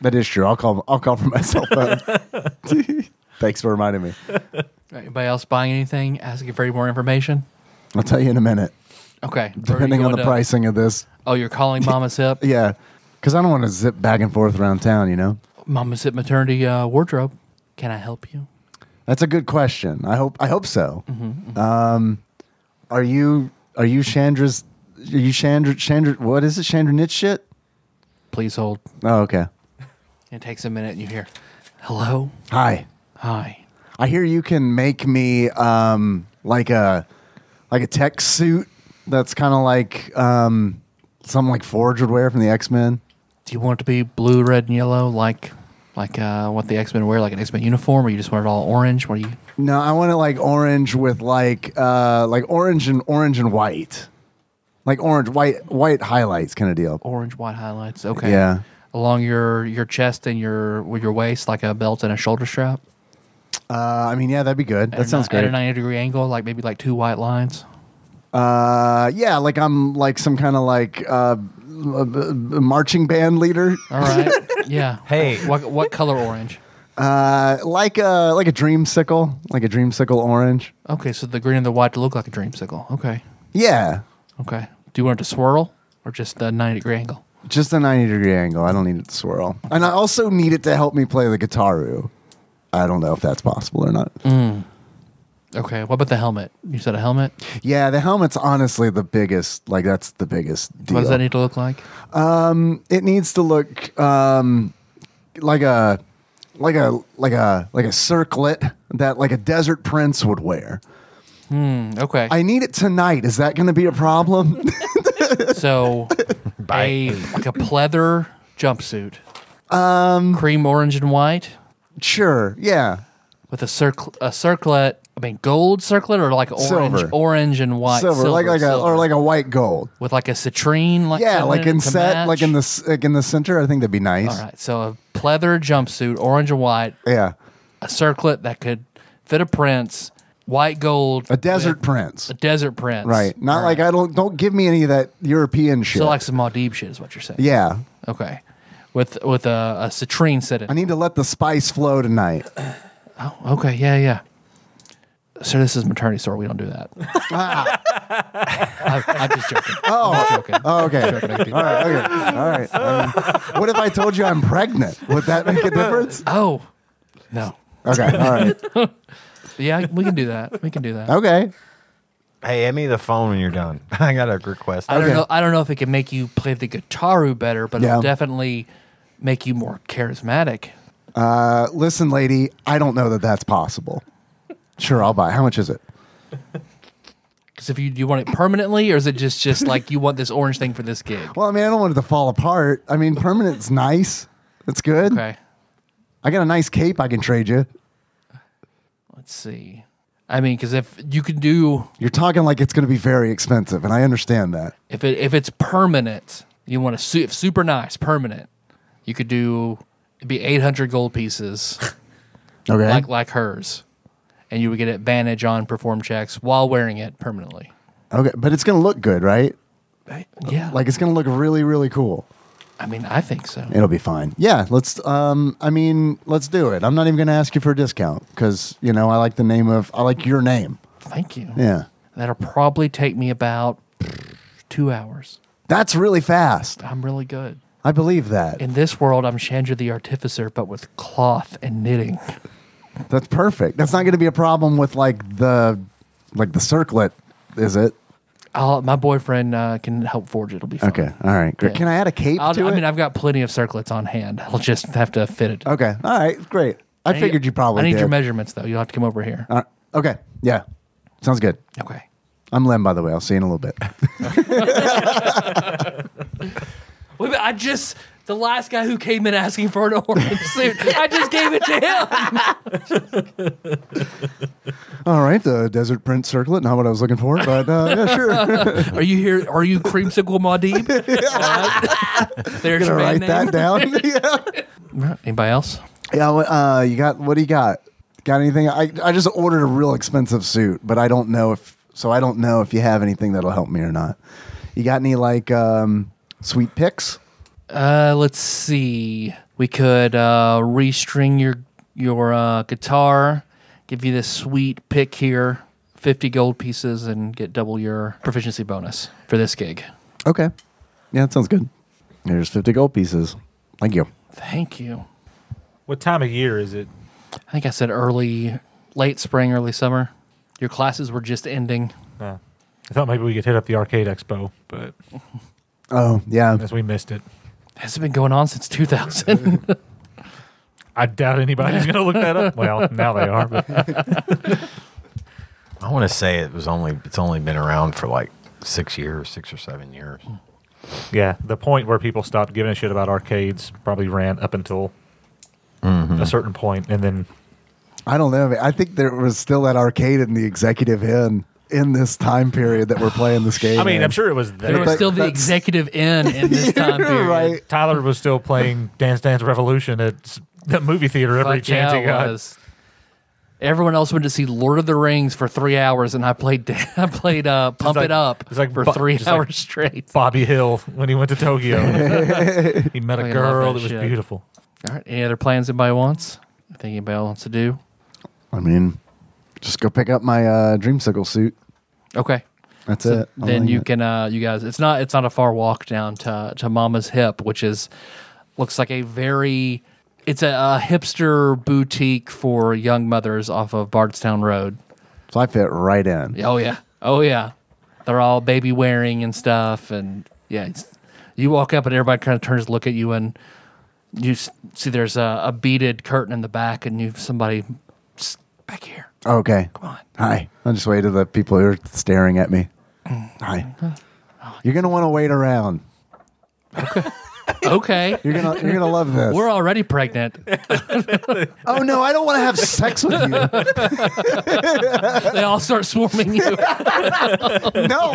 Speaker 3: That is true. I'll call. I'll call from my cell phone. Thanks for reminding me.
Speaker 1: Anybody else buying anything? Asking for any more information?
Speaker 3: I'll tell you in a minute,
Speaker 1: Okay. Or are you
Speaker 3: depending on
Speaker 1: going
Speaker 3: the
Speaker 1: to-
Speaker 3: pricing of this.
Speaker 1: Oh, you're calling
Speaker 3: *laughs*
Speaker 1: Mama Zip?
Speaker 3: Yeah, because I don't want to zip back and forth around town. You know.
Speaker 1: Mama Zip Maternity uh, Wardrobe. Can I help you?
Speaker 3: That's a good question. I hope I hope so. Um, are you are you Chandra's? Are you Chandra Chandra? What is it? Chandra Nitz shit?
Speaker 1: Please hold.
Speaker 3: Oh, okay.
Speaker 1: It takes a minute and you hear, hello?
Speaker 3: Hi.
Speaker 1: Hi.
Speaker 3: I hear you can make me um, like a like a tech suit that's kind of like um, something like Forge would wear from the X Men.
Speaker 1: Do you want it to be blue, red, and yellow like like uh, what the X Men wear, like an X Men uniform, or you just want it all orange? What do you?
Speaker 3: No, I want it like orange with like uh, like orange and orange and white, like orange white white highlights kind of deal.
Speaker 1: orange white highlights. Okay.
Speaker 3: Yeah.
Speaker 1: Along your your chest and your with your waist, like a belt and a shoulder strap.
Speaker 3: Uh, I mean, yeah, that'd be good.
Speaker 1: At
Speaker 3: That
Speaker 1: a
Speaker 3: sounds
Speaker 1: ni- At
Speaker 3: great.
Speaker 1: a ninety degree angle, like maybe like two white lines.
Speaker 3: Uh, yeah, like I'm like some kind of like uh, b- b- marching band leader,
Speaker 1: All right. *laughs* yeah.
Speaker 5: Hey.
Speaker 1: What what color orange?
Speaker 3: uh, like a like a dreamsicle, like a dreamsicle orange.
Speaker 1: Okay, so the green and the white to look like a dreamsicle. Okay.
Speaker 3: Yeah,
Speaker 1: Okay. Do you want it to swirl or just the ninety degree angle?
Speaker 3: just a ninety degree angle. I don't need it to swirl, and I also need it to help me play the guitaru. I don't know if that's possible or not.
Speaker 1: Okay. What about the helmet? You said a helmet.
Speaker 3: Yeah, the helmet's honestly the biggest. Like that's the biggest deal.
Speaker 1: What does that need to look like?
Speaker 3: it needs to look um, like a like a like a like a circlet that like a desert prince would wear.
Speaker 1: Okay.
Speaker 3: I need it tonight. Is that going to be a problem? *laughs*
Speaker 1: so a like a pleather jumpsuit. Um. Cream orange and white.
Speaker 3: sure. Yeah.
Speaker 1: with a circle a circlet i mean gold circlet or like orange
Speaker 3: Silver.
Speaker 1: orange and white
Speaker 3: silver, like like a
Speaker 1: silver.
Speaker 3: or like a white gold.
Speaker 1: with like a citrine like
Speaker 3: Yeah,
Speaker 1: something
Speaker 3: like
Speaker 1: in it
Speaker 3: in
Speaker 1: to
Speaker 3: set, like in the
Speaker 1: match.
Speaker 3: s- like in the center. I think that'd be nice.
Speaker 1: all right so a pleather jumpsuit orange and white
Speaker 3: Yeah,
Speaker 1: a circlet that could fit a prince white gold
Speaker 3: a desert
Speaker 1: with
Speaker 3: prince.
Speaker 1: a desert prince
Speaker 3: Right. Not
Speaker 1: All
Speaker 3: like
Speaker 1: right.
Speaker 3: I don't don't give me any of that European shit.
Speaker 1: so like some Maldive shit is what you're saying
Speaker 3: yeah,
Speaker 1: okay with with a, a citrine set in
Speaker 3: I need to let the spice flow
Speaker 1: *laughs*
Speaker 3: tonight.
Speaker 1: oh, okay yeah yeah so this is maternity store we don't do that
Speaker 3: Ah.
Speaker 1: I, i'm just joking
Speaker 3: *laughs* Oh.
Speaker 1: I'm just joking.
Speaker 3: Oh, okay.
Speaker 1: Joking, I do that.
Speaker 3: All right. Okay. All right. I mean, what if I told you I'm pregnant? Would that make a difference?
Speaker 1: oh no
Speaker 3: Okay. All right.
Speaker 1: Yeah, we can do that. We can do that.
Speaker 3: Okay.
Speaker 5: Hey, hand me the phone when you're done. *laughs* I got a request.
Speaker 1: I don't
Speaker 3: Okay.
Speaker 1: know. I don't know if it can make you play the guitaru better, but it'll
Speaker 3: Yeah.
Speaker 1: definitely make you more charismatic.
Speaker 3: Uh, listen, lady, I don't know that that's possible. Sure, I'll buy. How much is it?
Speaker 1: Because if you do you want it permanently, or is it just just like you want this orange thing for this gig?
Speaker 3: Well, I mean, I don't want it to fall apart. I mean, permanent's nice. That's good.
Speaker 1: Okay,
Speaker 3: I got a nice cape I can trade you.
Speaker 1: let's see. I mean, because if you can do
Speaker 3: You're talking like it's going to be very expensive, and I understand that.
Speaker 1: if it if it's permanent, you want to su- if super nice permanent. You could do it'd be eight hundred gold pieces
Speaker 3: Okay.
Speaker 1: like like hers, and you would get advantage on perform checks while wearing it permanently.
Speaker 3: okay, but it's going to look good, right?
Speaker 1: Yeah,
Speaker 3: Like it's going to look really, really cool.
Speaker 1: I mean, I think so.
Speaker 3: It'll be fine. Yeah, let's. Um, I mean, let's do it. I'm not even going to ask you for a discount because you know I like the name of I like your name.
Speaker 1: Thank you.
Speaker 3: Yeah,
Speaker 1: That'll probably take me about two hours.
Speaker 3: that's really fast.
Speaker 1: I'm really good.
Speaker 3: I believe that.
Speaker 1: In this world, I'm Chandra the Artificer, but with cloth and knitting.
Speaker 3: That's perfect. That's not going to be a problem with like the like the circlet, is it?
Speaker 1: I'll, my boyfriend uh, can help forge. it. It'll be fine.
Speaker 3: Okay. All right. Great.
Speaker 1: Yeah.
Speaker 3: Can I add a cape
Speaker 1: I'll,
Speaker 3: to
Speaker 1: I
Speaker 3: it?
Speaker 1: mean, I've got plenty of circlets on hand. I'll just have to fit it.
Speaker 3: okay. All right. Great. I,
Speaker 1: need-
Speaker 3: figured you probably
Speaker 1: I need
Speaker 3: did. Uh,
Speaker 1: your measurements though. You'll have to come over here.
Speaker 3: All right. Okay. Yeah. Sounds good.
Speaker 1: okay.
Speaker 3: I'm Lem, by the way. I'll see you in a little bit.
Speaker 1: Wait, a minute, I just the last guy who came in asking for an orange *laughs* suit. I just gave it to
Speaker 3: *laughs*
Speaker 1: him.
Speaker 3: *laughs* All right. The desert print circlet. Not what I was looking for, but uh, yeah,
Speaker 1: *laughs*
Speaker 3: sure. *laughs*
Speaker 1: Are you here? Are you creamsicle *laughs* Maudib?
Speaker 3: *laughs*
Speaker 1: Uh, there's
Speaker 3: Gonna
Speaker 1: your
Speaker 3: write
Speaker 1: band
Speaker 3: that
Speaker 1: name.
Speaker 3: down. *laughs* yeah.
Speaker 1: Anybody else?
Speaker 3: Yeah. what, Uh, you got what do you got? Got anything? I I just ordered a real expensive suit, but I don't know if so. I don't know if you have anything that'll help me or not. You got any like um, sweet picks?
Speaker 1: Uh, let's see. We could uh, restring your your uh, guitar, give you this sweet pick here, fifty gold pieces, and get double your proficiency bonus for this gig.
Speaker 3: Okay. Yeah, that sounds good. There's 50 gold pieces. Thank you.
Speaker 1: Thank you.
Speaker 2: What time of year is it?
Speaker 1: I think I said early, late spring, early summer. Your classes were just ending.
Speaker 2: Uh, I thought maybe we could hit up the arcade expo, but
Speaker 3: Oh, yeah.
Speaker 2: as we missed it,
Speaker 1: Has it been going on since
Speaker 3: *laughs*
Speaker 1: 2000?
Speaker 2: I doubt anybody's going to look that up. Well, now they are. But
Speaker 5: I want to say it was only it's only been around for like six years, six or seven years.
Speaker 2: yeah, the point where people stopped giving a shit about arcades probably ran up until a certain point, and then
Speaker 3: I don't know. I think there was still that arcade in the executive inn in this time period that we're playing this game.
Speaker 2: I mean,
Speaker 3: in.
Speaker 2: I'm sure it was there.
Speaker 1: there was
Speaker 3: But
Speaker 1: still the
Speaker 3: that's-
Speaker 1: executive in in
Speaker 3: *laughs*
Speaker 1: this time period.
Speaker 3: right.
Speaker 2: Tyler was still playing Dance Dance Revolution at s- the movie theater every
Speaker 1: Fuck
Speaker 2: chance
Speaker 1: yeah,
Speaker 2: he
Speaker 1: it
Speaker 2: got.
Speaker 1: was. Everyone else went to see Lord of the Rings for three hours, and I played *laughs* I played uh, Pump
Speaker 2: like-
Speaker 1: It Up
Speaker 2: it's like
Speaker 1: for
Speaker 2: bu-
Speaker 1: three
Speaker 2: just like-
Speaker 1: hours straight.
Speaker 2: Bobby Hill when he went to Tokyo. he met a
Speaker 1: Fucking love
Speaker 2: girl
Speaker 1: that
Speaker 2: that was
Speaker 1: shit.
Speaker 2: beautiful.
Speaker 1: All right, any other plans anybody wants? I think anybody wants to do?
Speaker 3: I mean, just go pick up my uh, dreamsicle suit.
Speaker 1: Okay,
Speaker 3: That's it. I'm
Speaker 1: then
Speaker 3: like
Speaker 1: you
Speaker 3: it.
Speaker 1: can uh, you guys. It's not it's not a far walk down to to Mama's Hip, which is looks like a very it's a, a hipster boutique for young mothers off of Bardstown Road.
Speaker 3: So I fit right in.
Speaker 1: Oh yeah. Oh yeah. They're all baby wearing and stuff, and yeah, it's, you walk up and everybody kind of turns to look at you, and you s- see there's a, a beaded curtain in the back, and you somebody "Psst, back here.
Speaker 3: Oh, Okay.
Speaker 1: Come on.
Speaker 3: Hi. I'll just wait to the people who are staring at me.
Speaker 1: Mm.
Speaker 3: Hi. You're going to want to wait around.
Speaker 1: Okay.
Speaker 3: You're going to you're going to love this.
Speaker 1: We're already pregnant.
Speaker 3: oh no, I don't want to have sex
Speaker 1: *laughs*
Speaker 3: with you.
Speaker 1: They all start swarming you.
Speaker 3: No,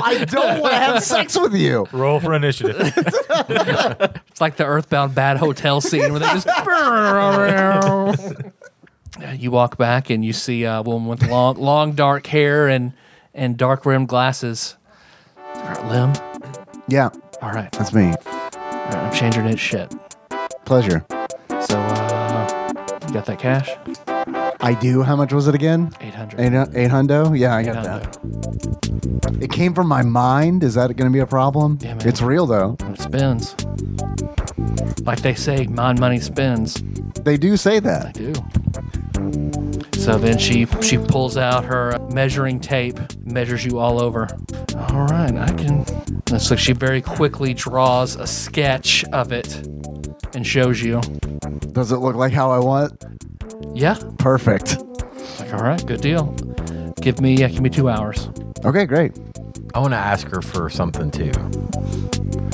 Speaker 3: I don't want to have sex with you.
Speaker 2: Roll for
Speaker 1: *laughs*
Speaker 2: initiative.
Speaker 1: It's like the Earthbound Bad Hotel scene where they just. Yeah, you walk back and you see a woman with long, long dark hair and and dark rimmed glasses. All right, Lim.
Speaker 3: Yeah,
Speaker 1: All right, all
Speaker 3: that's me.
Speaker 1: right, I'm changing it. Shit.
Speaker 3: Pleasure.
Speaker 1: So, uh, you got that cash?
Speaker 3: I do. How much was it again?
Speaker 1: Eight
Speaker 3: Eight,
Speaker 1: hundred.
Speaker 3: eight hundo? Yeah, I got that. It came from my mind. Is that going to be a problem?
Speaker 1: Yeah, man.
Speaker 3: it's real though.
Speaker 1: It spins. Like they say, mine money spins.
Speaker 3: They do say
Speaker 1: I
Speaker 3: that.
Speaker 1: do. So then she she pulls out her measuring tape, measures you all over. All right, I can. And so she very quickly draws a sketch of it and shows you.
Speaker 3: Does it look like how I want?
Speaker 1: Yeah.
Speaker 3: Perfect.
Speaker 1: Like all right, good deal. Give me yeah, give me two hours.
Speaker 3: Okay, great.
Speaker 5: I want to ask her for something too.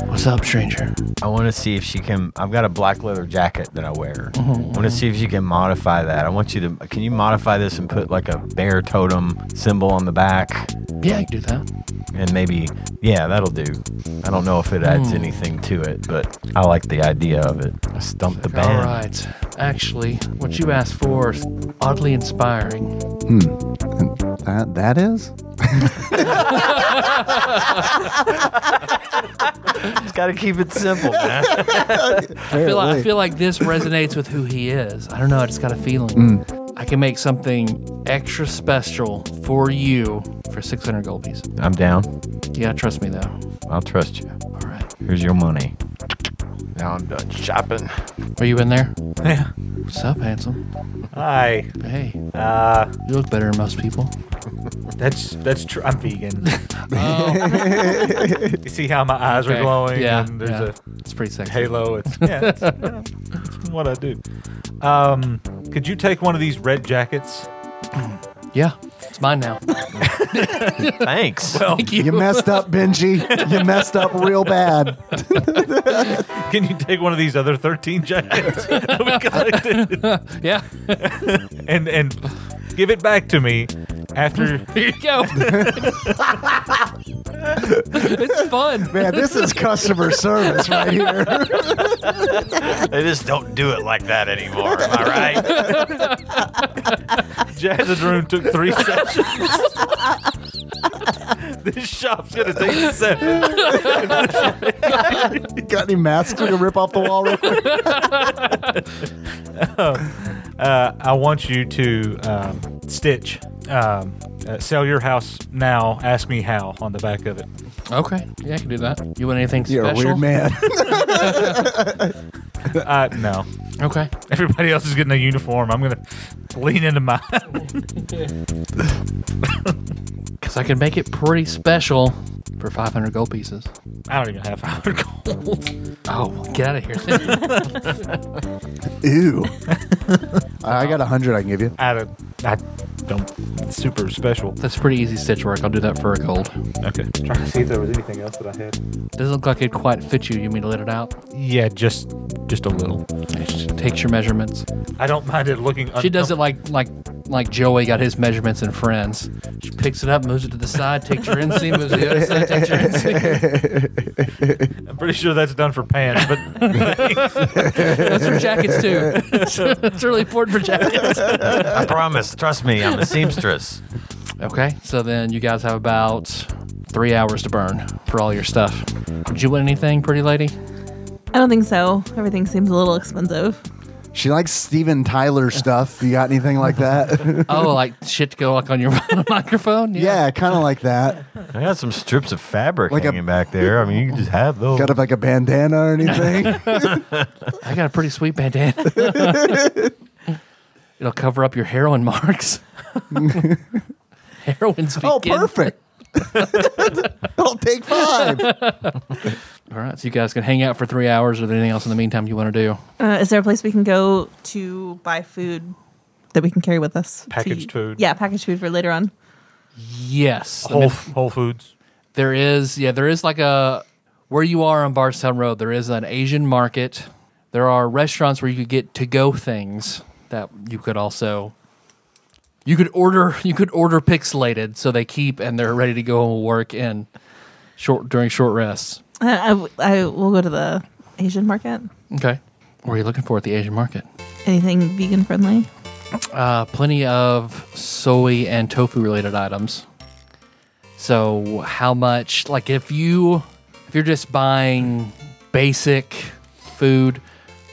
Speaker 1: What's up, stranger?
Speaker 5: I want to see if she can. I've got a black leather jacket that I wear.
Speaker 1: Mm-hmm.
Speaker 5: I want to see if you can modify that. I want you to. Can you modify this and put like a bear totem symbol on the back?
Speaker 1: Yeah, I can do that.
Speaker 5: And maybe, yeah, that'll do. I don't know if it adds
Speaker 1: Hmm.
Speaker 5: anything to it, but I like the idea of it. I stumped the band.
Speaker 1: All right. Actually, what you asked for is oddly inspiring.
Speaker 3: That that is.
Speaker 5: Just got to keep it
Speaker 1: *laughs*
Speaker 5: simple, man.
Speaker 1: I feel, like, I feel like this resonates with who he is. I don't know. I just got a feeling.
Speaker 2: Mm.
Speaker 1: I can make something extra special for you for 600 gold pieces.
Speaker 5: I'm down.
Speaker 1: You gotta trust me, though.
Speaker 5: I'll trust you.
Speaker 1: All right.
Speaker 5: Here's your money. Now I'm done shopping.
Speaker 1: Are you in there?
Speaker 2: yeah.
Speaker 1: What's up, handsome?
Speaker 2: Hi.
Speaker 1: Hey, you
Speaker 2: Uh,
Speaker 1: look better than most
Speaker 2: *laughs*
Speaker 1: people.
Speaker 2: that's that's true. I'm vegan. *laughs* you see how my eyes
Speaker 1: Okay.
Speaker 2: are glowing?
Speaker 1: Yeah,
Speaker 2: And there's
Speaker 1: yeah.
Speaker 2: a
Speaker 1: it's pretty sexy.
Speaker 2: halo. It's, yeah,
Speaker 5: *laughs*
Speaker 2: it's, yeah, it's what I do. Um, could you take one of these red jackets?
Speaker 1: Yeah, it's mine
Speaker 2: *laughs*
Speaker 1: now.
Speaker 5: *laughs* Thanks.
Speaker 2: Well,
Speaker 3: *laughs* You messed up, Benji. You messed up real bad.
Speaker 2: can you take one of these other 13
Speaker 5: *laughs*
Speaker 2: jackets *laughs* that we collected
Speaker 1: yeah, *laughs*
Speaker 2: and, and give it back to me after
Speaker 1: here you
Speaker 2: *laughs*
Speaker 1: go. *laughs* it's fun.
Speaker 3: Man, this is customer service right here. *laughs*
Speaker 5: they just don't do it like that anymore. Am I right?
Speaker 2: *laughs* Jazz's room took three sessions? *laughs* this shop's going to take seven.
Speaker 3: Got any masks we can rip off the wall real quick?
Speaker 2: Uh, I want you to um, stitch. Um, uh, sell your house now. Ask me how on the back of it.
Speaker 1: Okay, yeah, I can do that. You want anything
Speaker 3: *laughs* You're a
Speaker 1: special?
Speaker 3: weird man.
Speaker 2: Uh, no. *laughs*
Speaker 1: Okay,
Speaker 2: Everybody else is getting a uniform. I'm gonna lean into mine.
Speaker 1: because I can make it pretty special for 500 gold pieces.
Speaker 2: *laughs* I don't even have *laughs* 500 gold.
Speaker 1: Oh, get out of here.
Speaker 3: *laughs* Ew. I got a hundred I can give you.
Speaker 2: I don't. I don't. It's super special.
Speaker 1: *laughs* That's pretty easy stitch work. I'll do that for a gold.
Speaker 2: Okay. Trying to see if there was anything else that I had.
Speaker 1: Doesn't look like it quite fit you. You mean to let it out?
Speaker 2: Yeah, just just a little.
Speaker 1: She takes your measurements.
Speaker 2: I don't mind it looking.
Speaker 1: She does it like like like Joey got his measurements in Friends. She picks it up, moves it to the side, takes your inseam, moves it to the other side, takes your inseam.
Speaker 2: I'm pretty sure that's done for
Speaker 1: *laughs*
Speaker 2: pants, but *laughs*
Speaker 1: That's for jackets too. *laughs* it's really important for jackets.
Speaker 5: I promise. Trust me. I'm a seamstress.
Speaker 1: Okay, so then you guys have about three hours to burn for all your stuff. Did you win anything, pretty
Speaker 3: *laughs*
Speaker 1: lady?
Speaker 6: I don't think so. Everything seems a little expensive.
Speaker 3: *laughs* She likes Steven Tyler stuff. You got anything like *laughs* that?
Speaker 1: Oh, like shit to go like on your *laughs* microphone?
Speaker 3: yeah, kind of like that.
Speaker 5: I got some strips of fabric
Speaker 3: Like a-
Speaker 5: hanging back there. I mean, you can just have those.
Speaker 3: Got up like a bandana or *laughs* anything?
Speaker 1: I got a pretty sweet
Speaker 3: *laughs*
Speaker 1: bandana. It'll cover up your heroin
Speaker 3: *laughs*
Speaker 1: marks. Heroin's
Speaker 3: oh,
Speaker 1: begin-
Speaker 3: perfect. *laughs* I'll take five.
Speaker 1: All right, so you guys can hang out for three hours. Or anything else in the meantime you want to do?
Speaker 6: Uh, is there a place we can go to buy food that we can carry with us? to
Speaker 2: Packaged
Speaker 6: eat?
Speaker 2: food.
Speaker 6: Yeah, packaged food for later on.
Speaker 1: Yes, I
Speaker 2: Whole
Speaker 1: mean,
Speaker 2: Whole Foods.
Speaker 1: there is. Yeah, there is like a where you are on Barstown Road. There is an Asian market. There are restaurants where you could get to go things that you could also you could order. *laughs* You could order pixelated, so they keep and they're ready to go and work in short during short rests.
Speaker 6: Uh, I, w- I will go to the Asian market.
Speaker 1: Okay, what are you looking for at the Asian market?
Speaker 6: Anything vegan friendly?
Speaker 1: uh, plenty of soy and tofu related items. So how much? Like if you if you're just buying basic food,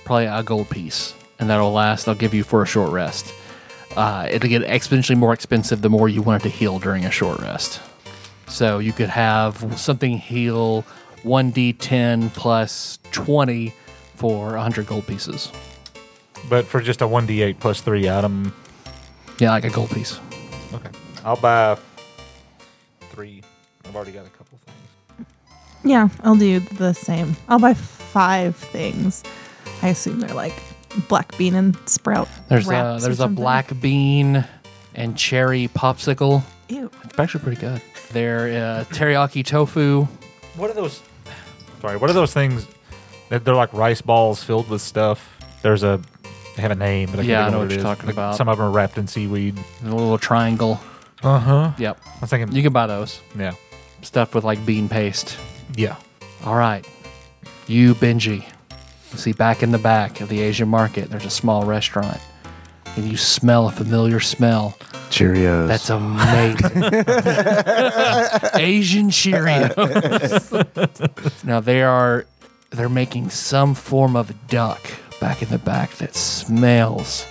Speaker 1: probably a gold piece, and that'll last. They'll give you for a short rest. Uh, it'll get exponentially more expensive the more you want it to heal during a short rest. So you could have something heal 1d10 plus 20 for 100 gold pieces.
Speaker 2: But for just a 1d8 plus three item,
Speaker 1: Yeah, like a gold piece.
Speaker 2: okay, I'll buy three. I've already got a couple things.
Speaker 6: Yeah, I'll do the same. I'll buy five things. I assume they're like black bean and sprout.
Speaker 1: There's a
Speaker 6: wraps or
Speaker 1: there's a
Speaker 6: something.
Speaker 1: black bean and cherry popsicle.
Speaker 6: Ew.
Speaker 1: It's actually pretty good. There uh, teriyaki tofu.
Speaker 2: What are those? Sorry, what are those things that they're like rice balls filled with stuff? There's a they have a name, but I can't
Speaker 1: Yeah, I
Speaker 2: think of
Speaker 1: know
Speaker 2: what
Speaker 1: what
Speaker 2: it
Speaker 1: you're
Speaker 2: is.
Speaker 1: talking
Speaker 2: Like,
Speaker 1: about.
Speaker 2: Some of them are wrapped in seaweed.
Speaker 1: and A little triangle.
Speaker 2: Uh huh.
Speaker 1: Yep.
Speaker 2: I'm thinking.
Speaker 1: You can buy those
Speaker 2: yeah.
Speaker 1: stuffed with like bean paste.
Speaker 2: Yeah.
Speaker 1: All right. You Benji. You see back in the back of the Asian market, there's a small restaurant, and you smell a familiar smell.
Speaker 3: Cheerios.
Speaker 1: That's amazing. Asian Cheerios. now they are they're making some form of duck back in the back that smells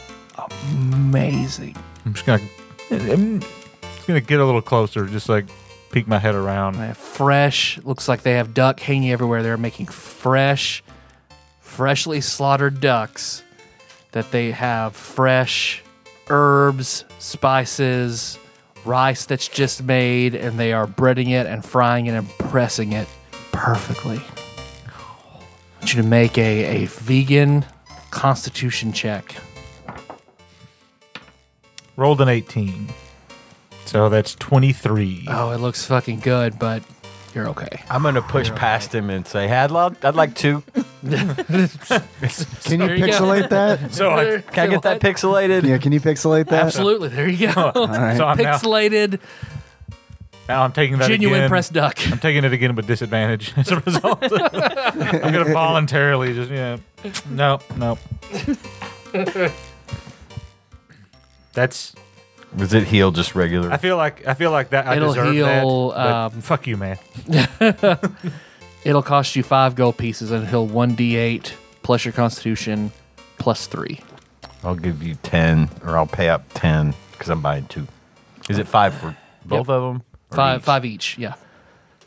Speaker 1: amazing.
Speaker 2: I'm just gonna. I'm just gonna get a little closer, just like peek my head around.
Speaker 1: They have fresh. Looks like they have duck hanging everywhere. They're making fresh, freshly slaughtered ducks that they have fresh herbs, spices, rice that's just made, and they are breading it and frying it and pressing it perfectly. I want you to make a, a vegan constitution check.
Speaker 2: Rolled an 18. So that's 23.
Speaker 1: Oh, it looks fucking good, but you're okay.
Speaker 5: I'm gonna push past him and say, "Hadlock, I'd like two.
Speaker 3: Can you
Speaker 1: There you go.
Speaker 3: pixelate that?
Speaker 2: So
Speaker 1: *laughs*
Speaker 2: I,
Speaker 5: Can I get that pixelated?"
Speaker 3: Yeah, can you pixelate that?
Speaker 1: Absolutely. There you go.
Speaker 3: All right.
Speaker 2: so Oh, I'm now,
Speaker 1: Pixelated,
Speaker 2: now I'm taking that
Speaker 1: genuine
Speaker 2: again.
Speaker 1: pressed duck.
Speaker 2: I'm taking it again with disadvantage *laughs* as a result. I'm gonna voluntarily just yeah. Nope, nope. That's.
Speaker 5: Was it heal just regular?
Speaker 2: I feel like I feel like that. I
Speaker 1: It'll
Speaker 2: deserve
Speaker 1: heal,
Speaker 2: that. but
Speaker 1: um,
Speaker 2: fuck you, man.
Speaker 1: It'll cost you five gold pieces until 1d8 plus your constitution plus three.
Speaker 5: I'll give you ten, or I'll pay up ten because I'm buying two. Is it five for both of them?
Speaker 1: Five, five each. Yeah.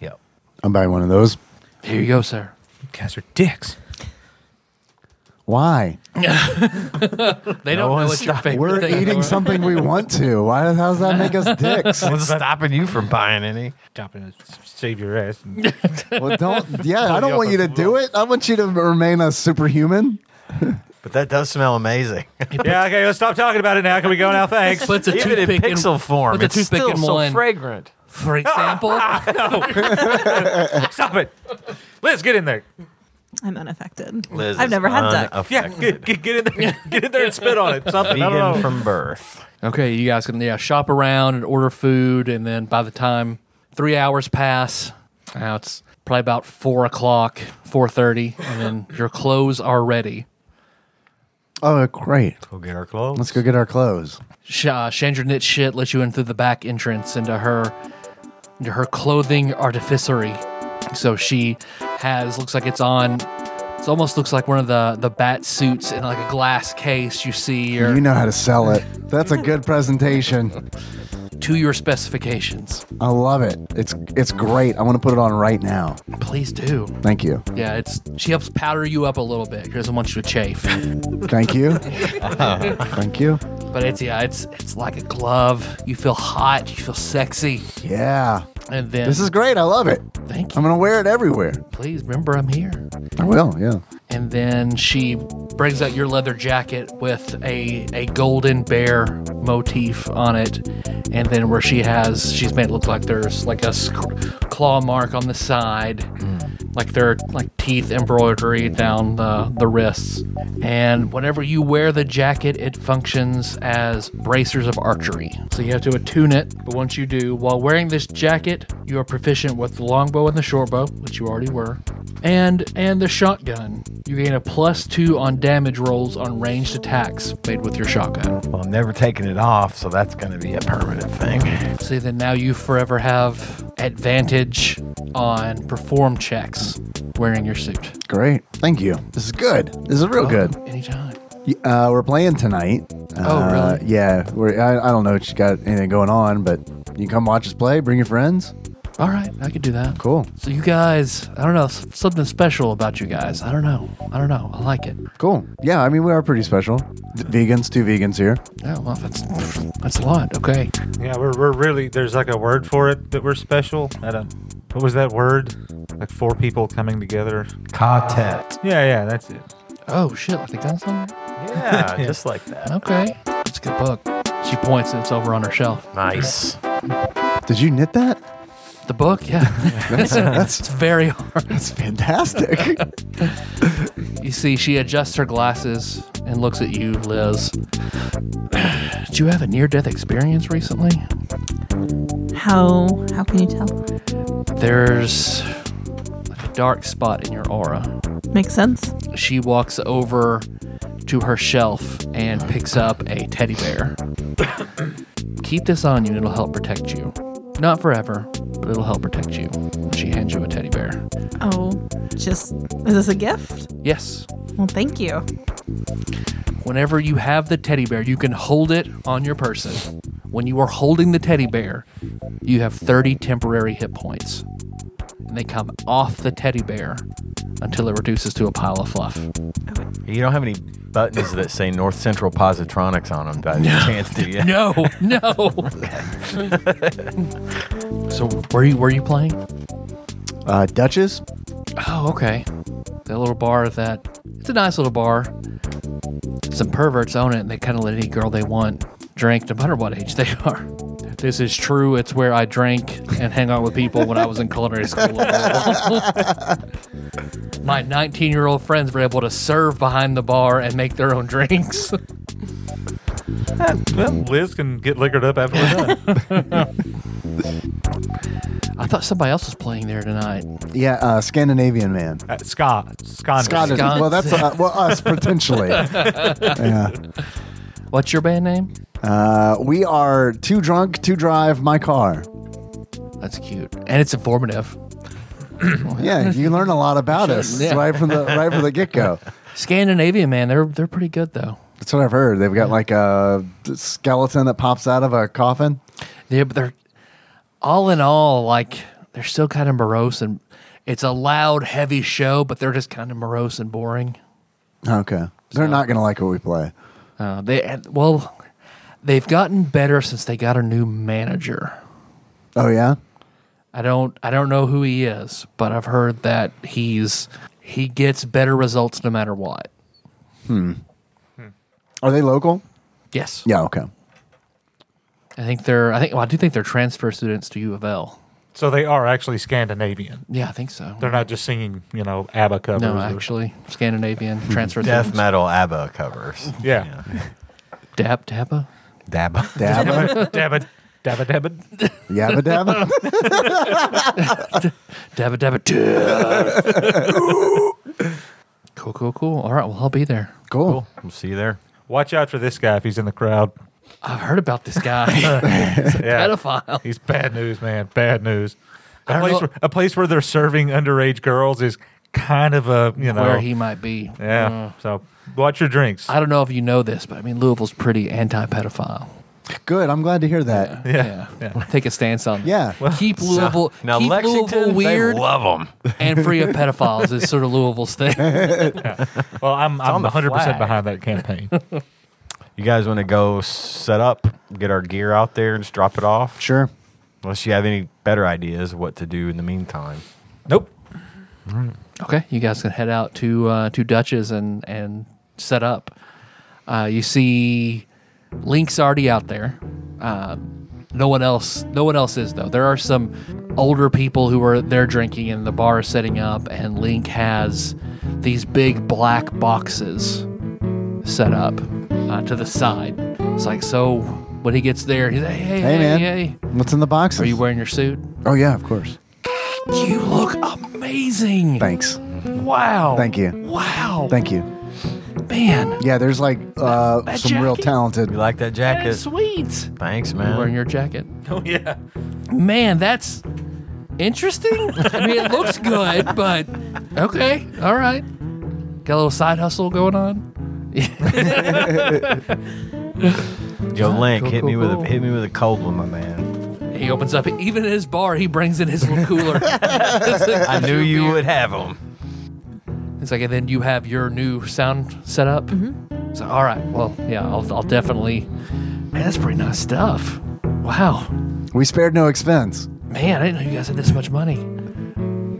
Speaker 5: Yeah.
Speaker 3: I'm buying one of those.
Speaker 1: Here you go, sir.
Speaker 2: You guys are dicks.
Speaker 3: Why?
Speaker 1: They don't know
Speaker 5: one's
Speaker 1: what your
Speaker 5: stopping.
Speaker 1: favorite
Speaker 3: We're
Speaker 1: thing is.
Speaker 3: eating something we want to. Why? How does that make us *laughs* dicks?
Speaker 5: What's stopping you from buying any?
Speaker 2: Stop and save your ass.
Speaker 1: *laughs*
Speaker 3: Well, don't. Yeah, I don't want you to do it. I want you to remain a superhuman.
Speaker 5: But that does smell amazing. *laughs*
Speaker 2: yeah, okay. Let's stop talking about it now. Can we go now? Thanks.
Speaker 1: Puts a
Speaker 5: Even in
Speaker 1: toothpick in-
Speaker 5: pixel form,
Speaker 1: Put the
Speaker 5: it's
Speaker 1: toothpick
Speaker 5: still
Speaker 1: in
Speaker 5: so
Speaker 1: one.
Speaker 5: fragrant.
Speaker 1: For
Speaker 5: *laughs*
Speaker 1: example,
Speaker 2: Stop it. Liz, get in there.
Speaker 6: I'm unaffected.
Speaker 5: Liz
Speaker 6: I've
Speaker 5: is
Speaker 6: never had duck.
Speaker 2: Yeah,
Speaker 1: *laughs*
Speaker 5: unaffected.
Speaker 2: get, get, get in there. Get in there and spit on it. Something. I don't know.
Speaker 5: Vegan from birth.
Speaker 1: okay, you guys can yeah shop around and order food, and then by the time three hours pass, now it's probably about four o'clock, four thirty, and then your clothes are ready.
Speaker 3: Oh, great.
Speaker 5: Go get our clothes.
Speaker 3: Let's go get our clothes.
Speaker 1: Sh- uh, Chandra knit shit lets you in through the back entrance into her into her clothing artificery. So she has looks like it's on. It almost looks like one of the the bat suits in like a glass case. You see, or
Speaker 3: You know how to sell it. That's a good presentation.
Speaker 1: to your specifications.
Speaker 3: I love it. It's it's great. I want to put it on right now.
Speaker 1: Please do.
Speaker 3: Thank you.
Speaker 1: Yeah, it's she helps powder you up a little bit. She doesn't want you to chafe.
Speaker 3: Thank *laughs* you. Thank you.
Speaker 1: But it's yeah, it's it's like a glove. You feel hot. You feel sexy.
Speaker 3: Yeah.
Speaker 1: And then
Speaker 3: This is great. I love it.
Speaker 1: thank you.
Speaker 3: I'm gonna wear it everywhere.
Speaker 1: Please remember I'm here.
Speaker 3: I will. Yeah.
Speaker 1: and then she brings out your leather jacket with a a golden bear motif on it and then where she has she's made it look like there's like a sc- claw mark on the side like there are like teeth embroidery down the, the wrists and whenever you wear the jacket it functions as bracers of archery so you have to attune it but once you do while wearing this jacket you are proficient with the longbow and the shortbow which you already were and and the shotgun you gain a plus two on damage rolls on ranged attacks made with your shotgun
Speaker 5: Well, I'm never taking it off, so that's going to be a permanent thing.
Speaker 1: See, then now you forever have advantage on perform checks wearing your suit.
Speaker 3: Great. Thank you. This is good. This is real good.
Speaker 1: Anytime.
Speaker 3: Y- Uh, we're playing tonight.
Speaker 1: Oh,
Speaker 3: Uh,
Speaker 1: really?
Speaker 3: Yeah. We're, I, I don't know if you got anything going on, but you can come watch us play. Bring your friends.
Speaker 1: All right, I could do that.
Speaker 3: Cool.
Speaker 1: So you guys, I don't know, s- something special about you guys. I don't know. I don't know. I like it.
Speaker 3: Cool. Yeah. I mean, we are pretty special. D- vegans, two vegans here.
Speaker 1: Yeah, Oh, well, that's that's a lot. Okay.
Speaker 2: Yeah, we're, we're really there's like a word for it that we're special. I don't. What was that word? Like four people coming together.
Speaker 5: Quartet.
Speaker 2: Yeah, yeah, that's it.
Speaker 1: Oh shit, I think that's on there.
Speaker 5: *laughs* Yeah, just like that.
Speaker 1: Okay. It's a good book. She points and it's over on her shelf.
Speaker 5: Nice.
Speaker 3: Did you knit that?
Speaker 1: The book, yeah. *laughs* it's
Speaker 3: That's that's,
Speaker 1: very hard.
Speaker 3: that's fantastic.
Speaker 1: You see, she adjusts her glasses and looks at you, Liz. Did you have a near death experience recently?
Speaker 6: How how can you tell?
Speaker 1: There's like a dark spot in your aura.
Speaker 6: Makes sense.
Speaker 1: She walks over to her shelf and picks up a teddy bear. *coughs* Keep this on you, it'll help protect you. Not forever, but it'll help protect you. She hands you a teddy bear.
Speaker 6: Oh, just is this a gift?
Speaker 1: Yes,
Speaker 6: Well, thank you.
Speaker 1: Whenever you have the teddy bear, you can hold it on your person. When you are holding the teddy bear, you have 30 temporary hit points. And they come off the teddy bear until it reduces to a pile of fluff.
Speaker 6: Oh,
Speaker 5: You don't have any buttons that say North Central Positronics on them by any chance, do you?
Speaker 1: *laughs* No, no. so were you were you playing?
Speaker 3: *laughs* Uh, Duchess,
Speaker 1: Oh, okay. That little bar that it's a nice little bar. Some perverts own it and they kind of let any girl they want drink no matter what age they *laughs* are. This is true. It's where I drank and hang out with people when I was in culinary *laughs* school. My 19 year old friends were able to serve behind the bar and make their own drinks.
Speaker 2: Well, Liz can get liquored up after we're done. *laughs*
Speaker 1: I thought somebody else was playing there tonight.
Speaker 3: yeah, uh, Scandinavian man.
Speaker 2: Uh, Scott. Scott.
Speaker 3: Scottish.
Speaker 1: Scots.
Speaker 3: Well, that's uh, well us *laughs* potentially. yeah.
Speaker 1: What's your band name?
Speaker 3: Uh, we are too drunk to drive my car.
Speaker 1: That's cute. And it's informative.
Speaker 3: *laughs* Yeah, you learn a lot about us
Speaker 1: Yeah.
Speaker 3: right from the right from the get go.
Speaker 1: Scandinavian man, they're they're pretty good though.
Speaker 3: That's what I've heard. They've got like a skeleton that pops out of a coffin.
Speaker 1: Yeah, but they're all in all like they're still kind of morose and it's a loud, heavy show, but they're just kind of morose and boring.
Speaker 3: Okay, they're not gonna like what we play.
Speaker 1: Uh, they and- well, they've gotten better since they got a new manager.
Speaker 3: Oh yeah,
Speaker 1: I don't I don't know who he is, but I've heard that he's he gets better results no matter what.
Speaker 3: are they local?
Speaker 1: Yes,
Speaker 3: Yeah. Okay.
Speaker 1: I think they're I think well, I do think they're transfer students to U of L.
Speaker 2: So they are actually Scandinavian.
Speaker 1: Yeah, I think so.
Speaker 2: They're not just singing, you know, ABBA covers.
Speaker 1: no,
Speaker 2: or-
Speaker 1: actually, Scandinavian transfer
Speaker 5: Death
Speaker 1: students.
Speaker 5: metal ABBA
Speaker 1: *laughs*
Speaker 5: covers.
Speaker 2: Yeah.
Speaker 1: Dap Dappa.
Speaker 5: *laughs* Dabba.
Speaker 3: Dabba,
Speaker 1: *laughs*
Speaker 2: Dabba, dabba, dabba.
Speaker 3: yabba dabba.
Speaker 1: Dabba dabba dab. *laughs* cool, cool, cool. All right, well, I'll be there.
Speaker 3: *laughs* Cool.
Speaker 5: We'll see you there.
Speaker 2: Watch out for this guy if he's in the crowd.
Speaker 1: I've heard about this *laughs* guy,
Speaker 2: Yeah.
Speaker 1: pedophile.
Speaker 2: He's bad news, man. Bad news.
Speaker 1: I
Speaker 2: A
Speaker 1: don't
Speaker 2: place,
Speaker 1: know-
Speaker 2: where, a place where they're serving underage girls is kind of a, you know.
Speaker 1: Where he might be. Mm.
Speaker 2: yeah. so watch your drinks.
Speaker 1: I don't know if you know this, but I mean, Louisville's pretty anti-pedophile.
Speaker 3: Good. I'm glad to hear that.
Speaker 2: yeah.
Speaker 1: *laughs* Take a stance on.
Speaker 3: Yeah.
Speaker 1: keep Louisville.
Speaker 5: *laughs* Now
Speaker 1: keep Louisville *laughs*
Speaker 5: Lexington,
Speaker 1: weird
Speaker 5: they love them.
Speaker 1: and free of pedophiles is sort of Louisville's thing.
Speaker 2: Well, I'm,
Speaker 5: on
Speaker 2: I'm
Speaker 5: the
Speaker 2: 100%
Speaker 5: flag.
Speaker 2: behind that campaign.
Speaker 5: You guys want to go set up, get our gear out there, and just drop it off?
Speaker 3: Sure.
Speaker 5: Unless you have any better ideas what to do in the meantime.
Speaker 2: nope.
Speaker 1: Okay, you guys can head out to uh, to Dutch's and and set up. Uh, you see, Link's already out there. Uh, no one else, no one else is though. There are some older people who are there drinking, and the bar is setting up. And Link has these big black boxes set up uh, to the side. It's like so when he gets there, he's like, hey,
Speaker 3: Hey,
Speaker 1: hey,
Speaker 3: man.
Speaker 1: hey,
Speaker 3: What's in the box?
Speaker 1: are you wearing your suit?
Speaker 3: Oh yeah, of course.
Speaker 1: You look amazing.
Speaker 3: Thanks.
Speaker 1: Wow.
Speaker 3: Thank you.
Speaker 1: Wow.
Speaker 3: Thank you.
Speaker 1: Man,
Speaker 3: Yeah, there's like uh,
Speaker 1: That
Speaker 3: some real
Speaker 1: jacket?
Speaker 3: talented.
Speaker 5: You like that
Speaker 1: that
Speaker 5: jacket?
Speaker 1: is sweet.
Speaker 5: Thanks,
Speaker 1: You're wearing
Speaker 5: man.
Speaker 1: your jacket.
Speaker 2: Oh, yeah.
Speaker 1: Man, that's interesting. I mean, it looks good, but okay, all right. Got a little side hustle going on.
Speaker 5: Yo, Link,
Speaker 1: Cool,
Speaker 5: hit me
Speaker 1: cool,
Speaker 5: with
Speaker 1: cool.
Speaker 5: a hit me with a cold one, my man.
Speaker 1: He opens up, even in his bar, he brings in his little cooler. *laughs* I
Speaker 5: *laughs* I knew you would have them.
Speaker 1: It's like, and then you have your new sound set up.
Speaker 5: Mm-hmm.
Speaker 1: So, all right, well, yeah, I'll, I'll definitely. Man, that's pretty nice stuff. Wow.
Speaker 3: We spared no expense.
Speaker 1: Man, I didn't know you guys had this much money.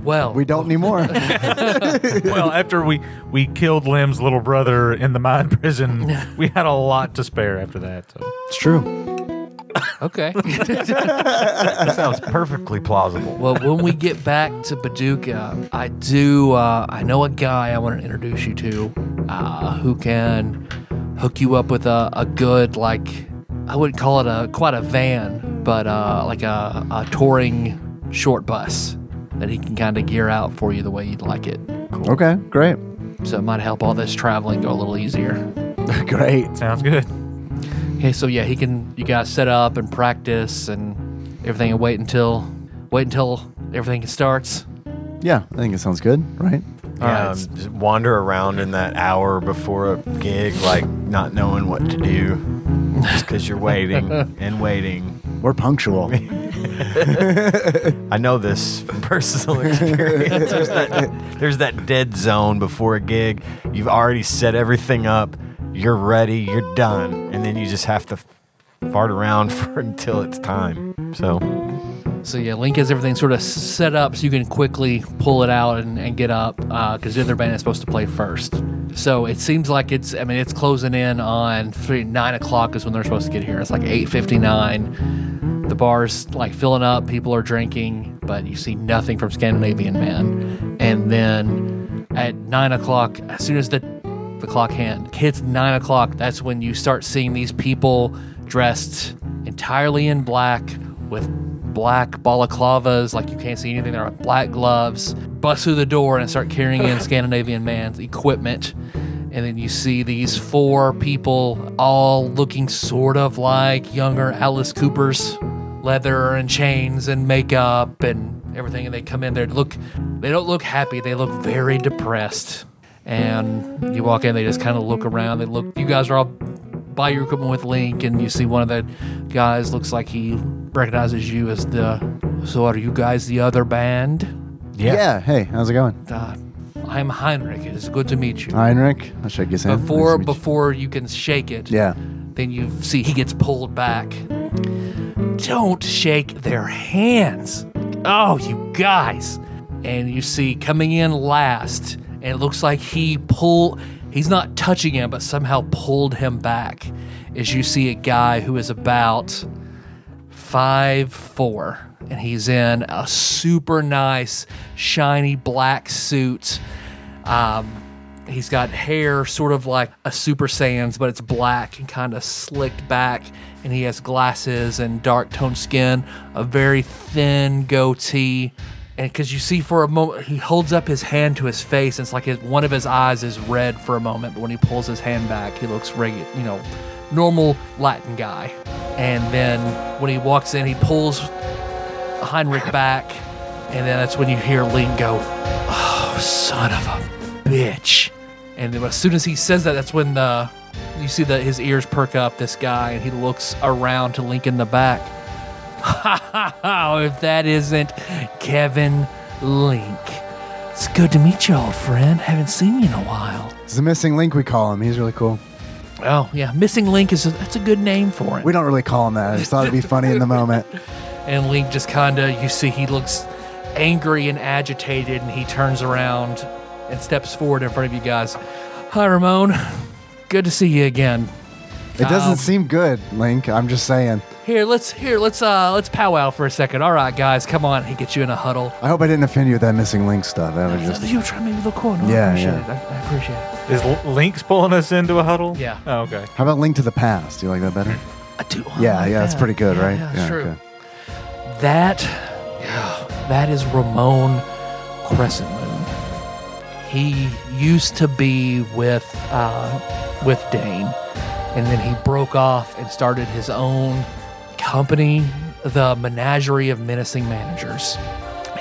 Speaker 1: Well,
Speaker 3: We don't need *laughs* more.
Speaker 2: *laughs* well, after we, we killed Lim's little brother in the mine *laughs* prison, we had a lot to spare after that. So.
Speaker 3: it's true.
Speaker 5: *laughs*
Speaker 1: okay.
Speaker 5: That sounds perfectly plausible.
Speaker 1: Well, when we get back to Paducah, I do. Uh, I know a guy I want to introduce you to, uh, who can hook you up with a, a good like. I wouldn't call it a quite a van, but uh, like a, a touring short bus that he can kind of gear out for you the way you'd like it.
Speaker 3: Okay, great.
Speaker 1: So it might help all this traveling go a little easier.
Speaker 3: *laughs* great.
Speaker 2: Sounds good.
Speaker 1: Okay, so yeah, he can. You guys set up and practice and everything, and wait until wait until everything starts.
Speaker 3: Yeah, I think it sounds good, right?
Speaker 5: Yeah, um,
Speaker 1: Alright.
Speaker 5: just wander around in that hour before a gig, like
Speaker 1: *laughs*
Speaker 5: not knowing what to do, just because you're waiting and waiting.
Speaker 3: *laughs* We're punctual.
Speaker 5: I know this *laughs*
Speaker 3: *laughs*
Speaker 5: from personal experience. There's that, there's that dead zone before a gig. You've already set everything up. You're ready. You're done, and then you just have to fart around *laughs* for until it's time. So
Speaker 1: So yeah, Link has everything sort of set up so you can quickly pull it out and, and get up because the other band is supposed to play first. So it seems like it's I mean it's closing in on three nine o'clock is when they're supposed to get here. It's like eight fifty nine. The bar's like filling up, people are drinking, but you see nothing from Scandinavian Man. And then at nine o'clock, as soon as the the clock hand hits nine o'clock, that's when you start seeing these people dressed entirely in black with black balaclavas, like you can't see anything. They're with black gloves. Bust through the door and start carrying in Scandinavian man's equipment. And then you see these four people, all looking sort of like younger Alice Cooper's leather and chains and makeup and everything. And they come in there to look, they don't look happy, they look very depressed. And you walk in, they just kind of look around. They look, you guys are all buy your equipment with Link, and you see one of the guys looks like he recognizes you as the. So are you guys the other band?
Speaker 3: Yeah. Hey, how's it going,
Speaker 1: Uh, I'm Heinrich. It is good to meet you.
Speaker 3: Heinrich? I'll shake his hand.
Speaker 1: Before
Speaker 3: Nice to meet you.
Speaker 1: before you can shake it,
Speaker 3: Yeah.
Speaker 1: Then you see he gets pulled back. Don't shake their hands. Oh, you guys. And you see coming in last, and it looks like he pull he's not touching him, but somehow pulled him back. Is you see a guy who is about five four, and he's in a super nice, shiny black suit. Um, he's got hair sort of like a Super Saiyan's, but it's black and kind of slicked back, and he has glasses and dark toned skin, a very thin goatee. And because you see for a moment, he holds up his hand to his face, and it's like his, one of his eyes is red for a moment. But when he pulls his hand back, he looks regular, you know, normal Latin guy. And then when he walks in, he pulls Heinrich back, and then that's when you hear Ling go, "Oh, son of a bitch!" And then as soon as he says that, that's when the you see that his ears perk up. This guy, and he looks around to Link in the back. *laughs* if that isn't Kevin Link. It's good to meet you, old friend. Haven't seen you in a while.
Speaker 3: It's the missing link we call him. He's really cool.
Speaker 1: Oh yeah, missing Link is a, that's a good name for him.
Speaker 3: We don't really call him that. I just thought it'd be funny in the moment.
Speaker 1: and Link just kinda you see he looks angry and agitated and he turns around and steps forward in front of you guys. Hi Ramon. *laughs* Good to see you again. *laughs*
Speaker 3: It
Speaker 1: Um,
Speaker 3: doesn't seem good, Link. I'm just saying.
Speaker 1: Here, let's here, let's uh let's powwow for a second. All right, guys, come on. He gets you in a huddle.
Speaker 3: I hope I didn't offend you with that missing link stuff. That was just.
Speaker 1: you try me with a corner. I
Speaker 3: Yeah,
Speaker 1: appreciate
Speaker 3: yeah.
Speaker 1: it. I, I appreciate it.
Speaker 2: Is L- Link's pulling us into a huddle?
Speaker 1: Yeah.
Speaker 2: Oh, okay.
Speaker 3: How about link to the past? Do you like that better?
Speaker 1: I do. I
Speaker 3: Yeah,
Speaker 1: like
Speaker 3: yeah, that's
Speaker 1: that.
Speaker 3: pretty good,
Speaker 1: Yeah,
Speaker 3: right?
Speaker 1: Yeah, it's true.
Speaker 3: okay.
Speaker 1: That, that is Ramon Crescent Moon. He used to be with uh, with Dane, and then he broke off and started his own company, the Menagerie of Menacing Managers.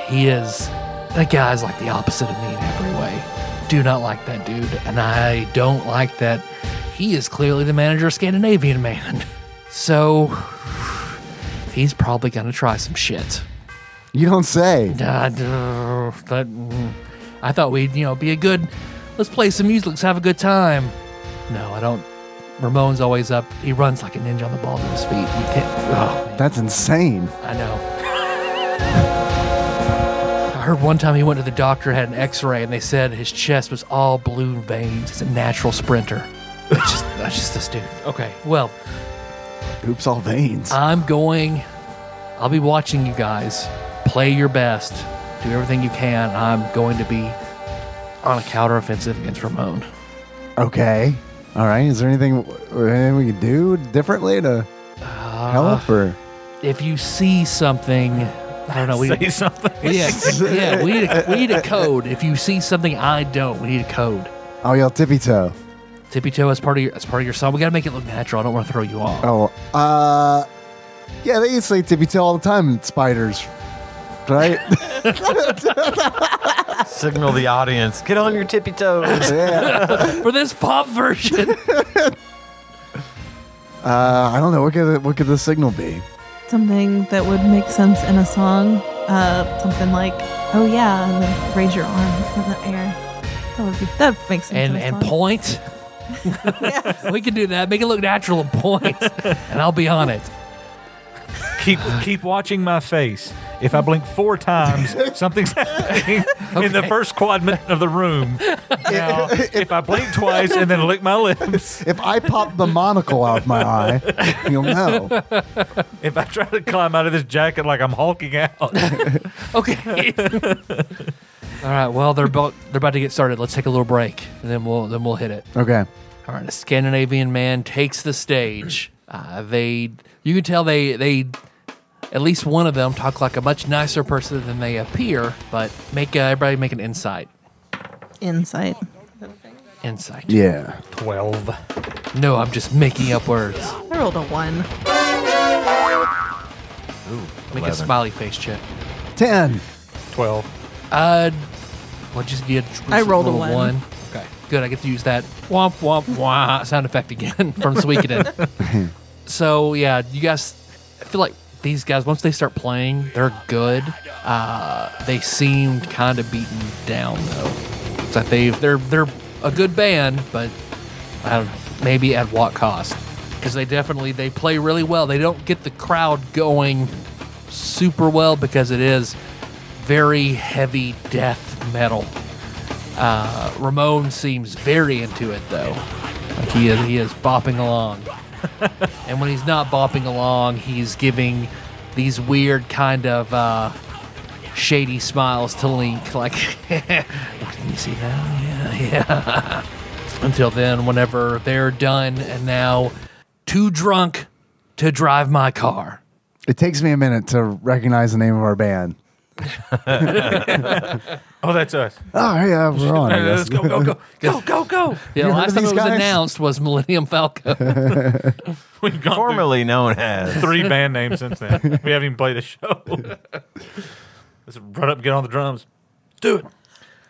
Speaker 1: He is that guy's like the opposite of me in every way. Do not like that dude, and I don't like that. He is clearly the manager of Scandinavian Man. *laughs* So he's probably going to try some shit.
Speaker 3: You don't say.
Speaker 1: Uh, duh, but, mm, I thought we'd, you know, be a good, let's play some music, let's have a good time. No, I don't. Ramon's always up. He runs like a ninja on the ball to his feet. You can't. Oh, man,
Speaker 3: That's insane.
Speaker 1: I know. I heard one time he went to the doctor, had an x ray, and they said his chest was all blue veins. He's a natural sprinter. That's just, that's just this dude. Okay, well.
Speaker 3: Oops, all veins.
Speaker 1: I'm going. I'll be watching you guys. Play your best. Do everything you can. I'm going to be on a counteroffensive against Ramon.
Speaker 3: Okay. All right. Is there anything, anything we can do differently to
Speaker 1: Uh,
Speaker 3: help or?
Speaker 1: If you see something, I don't know.
Speaker 2: *laughs*
Speaker 1: We,
Speaker 2: Say something.
Speaker 1: yeah, yeah, we need a, we need a code. If you see something I don't, we need a code.
Speaker 3: I'll yell Oh, tippy toe.
Speaker 1: Tippy toe as part of your as part of your song. We gotta make it look natural. I don't want to throw you off.
Speaker 3: Oh, uh, yeah, they used to say tippy toe all the time in spiders,
Speaker 2: *laughs*
Speaker 3: right?
Speaker 5: signal the audience, get on your tippy toes.
Speaker 3: yeah.
Speaker 1: For this pop version,
Speaker 3: Uh, I don't know. What could, what could the signal be?
Speaker 6: something that would make sense in a song. Uh, something like, "Oh yeah," and then raise your arm in the air. That would be that makes sense.
Speaker 1: and
Speaker 6: in a
Speaker 1: and
Speaker 6: song.
Speaker 1: point. we can do that. Make it look natural and point, and I'll be on it.
Speaker 2: Keep keep watching my face. If I blink four times, something's happening in the
Speaker 1: Okay.
Speaker 2: first quadrant of the room. Now, if I blink twice and then lick my lips,
Speaker 3: If I pop the monocle out of my eye, you'll know.
Speaker 2: if I try to climb out of this jacket like I'm hulking
Speaker 5: *laughs*
Speaker 2: out,
Speaker 1: Okay. *laughs* All right. Well, they're about they're about to get started. Let's take a little break, and then we'll then we'll hit it.
Speaker 3: Okay.
Speaker 1: All right, a Scandinavian man takes the stage. *clears throat* Uh, they, you can tell they, they, at least one of them talk like a much nicer person than they appear. But make uh, everybody make an insight.
Speaker 6: insight.
Speaker 1: Insight.
Speaker 3: Yeah.
Speaker 2: twelve.
Speaker 1: No, I'm just making up words.
Speaker 6: I rolled a one.
Speaker 1: Make a
Speaker 5: 11.
Speaker 1: smiley face check.
Speaker 3: Ten.
Speaker 2: 12.
Speaker 1: Uh, what just you?
Speaker 6: I rolled a one.
Speaker 1: Okay, good. I get to use that womp womp wah sound effect again *laughs* from Suikoden. so yeah, you guys, I feel like these guys once they start playing, they're good. Uh, they seemed kind of beaten down though. So they they're they're a good band, but I don't know, maybe at what cost? Because they definitely they play really well. They don't get the crowd going super well because it is very heavy death metal. Uh, Ramon seems very into it though. Like he is he is bopping
Speaker 3: *laughs*
Speaker 1: along, and when he's not bopping along, he's giving these weird kind of. Uh, Shady smiles to Link, like, *laughs* "Can you see that? Yeah, yeah." *laughs* until then, whenever they're done and now too drunk to drive my car.
Speaker 3: It takes me a minute to recognize the name of our band.
Speaker 2: Oh, that's us.
Speaker 3: Oh yeah, we're on. I
Speaker 2: Let's
Speaker 3: guess.
Speaker 2: go, go, go. Go, go, go.
Speaker 1: The
Speaker 3: You heard
Speaker 1: last
Speaker 3: of
Speaker 1: time it was
Speaker 3: these guys?
Speaker 1: announced was Millennium Falco.
Speaker 2: We've gone through
Speaker 5: Formerly known as.
Speaker 2: three band names since then. We haven't even played a
Speaker 5: *laughs*
Speaker 2: show. Let's run up and get on the drums. Do it.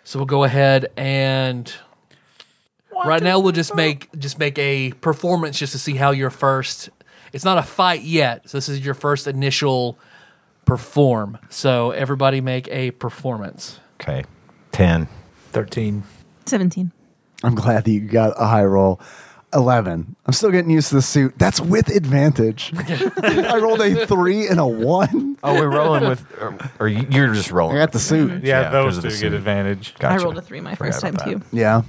Speaker 1: so we'll go ahead and right now we'll just make just make a performance just to see how your first. It's not a fight yet, so this is your first initial perform. So everybody make a performance.
Speaker 5: Okay. 10.
Speaker 2: 13.
Speaker 6: Seventeen.
Speaker 3: *laughs* I'm glad that you got a high roll. Eleven. I'm still getting used to the suit. That's
Speaker 2: *laughs*
Speaker 3: with advantage. I rolled a three and a one.
Speaker 5: Oh, we're rolling with, or, or you- you're just
Speaker 3: I
Speaker 5: rolling.
Speaker 3: got the suit.
Speaker 2: Yeah,
Speaker 5: Yeah,
Speaker 2: those
Speaker 5: because of
Speaker 2: two
Speaker 5: the
Speaker 2: get
Speaker 5: suit.
Speaker 2: advantage.
Speaker 5: Gotcha.
Speaker 6: I rolled a three my
Speaker 5: Forgot
Speaker 6: first time
Speaker 5: about
Speaker 6: too.
Speaker 3: Yeah.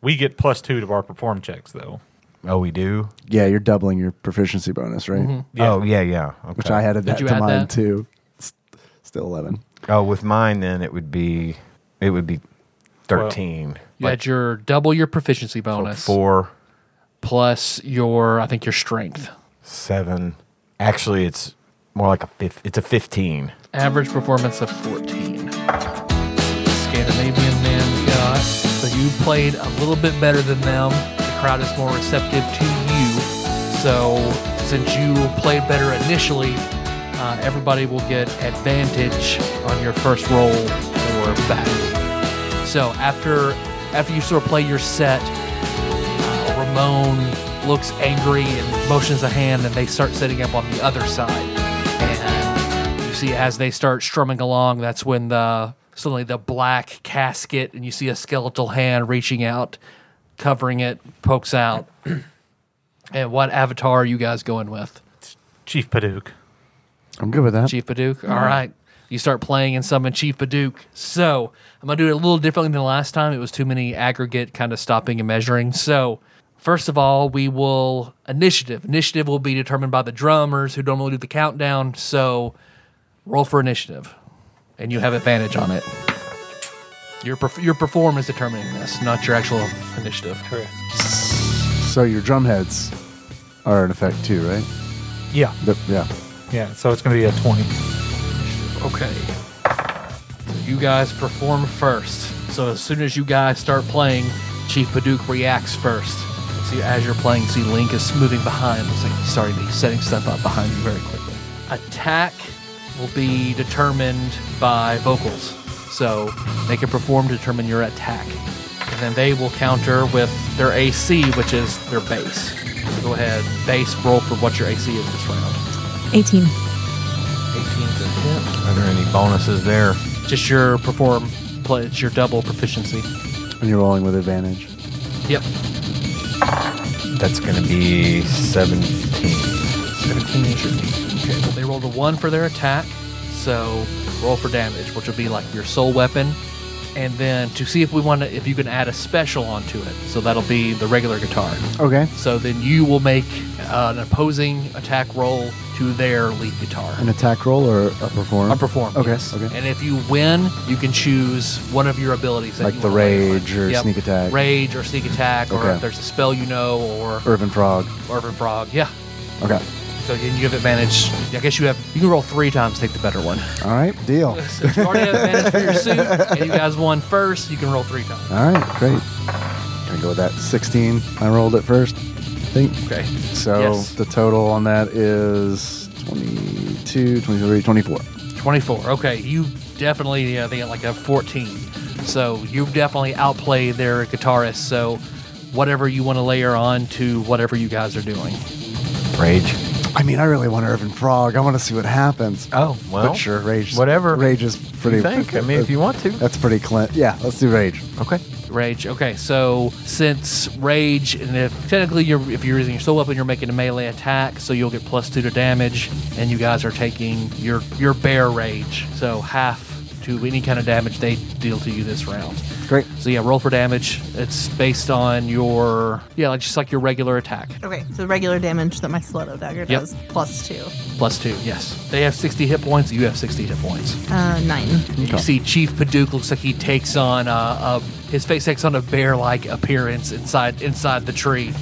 Speaker 2: We get plus two to our perform checks, though.
Speaker 5: that. Oh, we do?
Speaker 3: Yeah, you're doubling your proficiency bonus,
Speaker 1: Mm-hmm.
Speaker 3: right?
Speaker 5: Oh, yeah, yeah. Okay.
Speaker 3: Which I added that
Speaker 1: you
Speaker 3: to
Speaker 1: add
Speaker 3: mine
Speaker 1: that?
Speaker 3: too. S- Still eleven.
Speaker 5: Oh, with mine then it would be, it would be 13.
Speaker 1: You had your double your proficiency bonus
Speaker 5: Four,
Speaker 1: plus your I think your strength.
Speaker 5: seven. Actually, it's more like a, fif- it's a 15.
Speaker 1: Average performance of 14. Scandinavian man got. So you played a little bit better than them. The crowd is more receptive to you. So since you played better initially, uh, everybody will get advantage on your first roll or battle. So after after you sort of play your set, uh, Ramon looks angry and motions a hand, and they start setting up on the other side. And you see, as they start strumming along, that's when the suddenly the black casket, and you see a skeletal hand reaching out, covering it, pokes out. *clears throat* and what avatar are you guys going with,
Speaker 2: Chief Paduke.
Speaker 3: I'm good with that.
Speaker 1: Chief Paduke? All right. You start playing and summon Chief Paduke. So I'm gonna do it a little differently than last time. It was too many aggregate kind of stopping and measuring. So first of all, we will initiative. Initiative will be determined by the drummers who normally do the countdown. So roll for initiative, and you have advantage on it. Your perf- your perform is determining this, not your actual initiative. Correct.
Speaker 3: So your drum heads are in effect too, right?
Speaker 2: Yeah.
Speaker 3: Th- yeah.
Speaker 2: Yeah, so it's going to be a 20.
Speaker 1: Okay. You guys perform first. So as soon as you guys start playing, Chief Paduke reacts first. See, as you're playing, see Link is moving behind. It's like he's starting to he's setting stuff up behind you very quickly. Attack will be determined by vocals. So they can perform to determine your attack. And then they will counter with their AC, which is their base. So go ahead, base roll for what your AC is this round.
Speaker 6: 18.
Speaker 1: 18th and
Speaker 5: Are there any bonuses there?
Speaker 1: 10. Just your perform, play, it's your double proficiency.
Speaker 3: And you're rolling with advantage.
Speaker 1: Yep.
Speaker 5: That's going to be 17.
Speaker 1: 17 is your. Okay, well, they rolled a 1 for their attack, so roll for damage, which will be like your soul weapon. And then to see if we want to, if you can add a special onto it. So that'll be the regular guitar.
Speaker 3: Okay.
Speaker 1: So then you will make uh, an opposing attack roll to their lead guitar.
Speaker 3: An attack roll or a perform?
Speaker 1: A perform.
Speaker 3: Mm-hmm. Okay.
Speaker 1: yes.
Speaker 3: Okay.
Speaker 1: And if you win, you can choose one of your abilities, that
Speaker 3: Like
Speaker 1: you
Speaker 3: the
Speaker 1: wanna play with.
Speaker 3: rage or sneak attack.
Speaker 1: rage or sneak attack, or
Speaker 3: Okay.
Speaker 1: if there's a spell you know, or
Speaker 3: Irvin Frog.
Speaker 1: urban frog. Yeah.
Speaker 3: Okay.
Speaker 1: So you you have advantage. I guess you have. You can roll three times, take the better one.
Speaker 3: All right. Deal. All
Speaker 1: So you already have advantage for your suit, and you guys won first. You can roll three times.
Speaker 3: right. Great. Gonna go with that 16. I rolled it first. I think.
Speaker 1: Okay.
Speaker 3: So
Speaker 1: Yes.
Speaker 3: the total on that is 22, 23, 24.
Speaker 1: 24. Okay, you definitely, I think, like a 14. So you definitely outplay their guitarist. So whatever you want to layer on to whatever you guys are doing.
Speaker 5: Rage.
Speaker 3: I mean, I really want Irvin Frog. I want to see what happens.
Speaker 5: Oh, well.
Speaker 3: but sure, rage.
Speaker 5: Whatever.
Speaker 3: Rage is pretty.
Speaker 5: You think? I mean, if you want to.
Speaker 3: That's pretty clean. Yeah, let's do rage.
Speaker 5: Okay.
Speaker 1: Rage. Okay, so since rage, and if technically you're if you're using your soul weapon, you're making a melee attack, so you'll get plus two to damage, and you guys are taking your your bear rage, so half to any kind of damage they deal to you this round.
Speaker 3: Great.
Speaker 1: So yeah, roll for damage. It's based on your yeah, like just like your regular attack.
Speaker 6: Okay, so regular damage that my Stiletto Dagger does, plus two.
Speaker 1: Plus two, yes. They have 60 hit points. You have 60 hit points.
Speaker 6: Uh, nine.
Speaker 1: You see Chief Paduke looks like he takes on uh, uh, his face takes on a bear-like appearance inside inside the tree.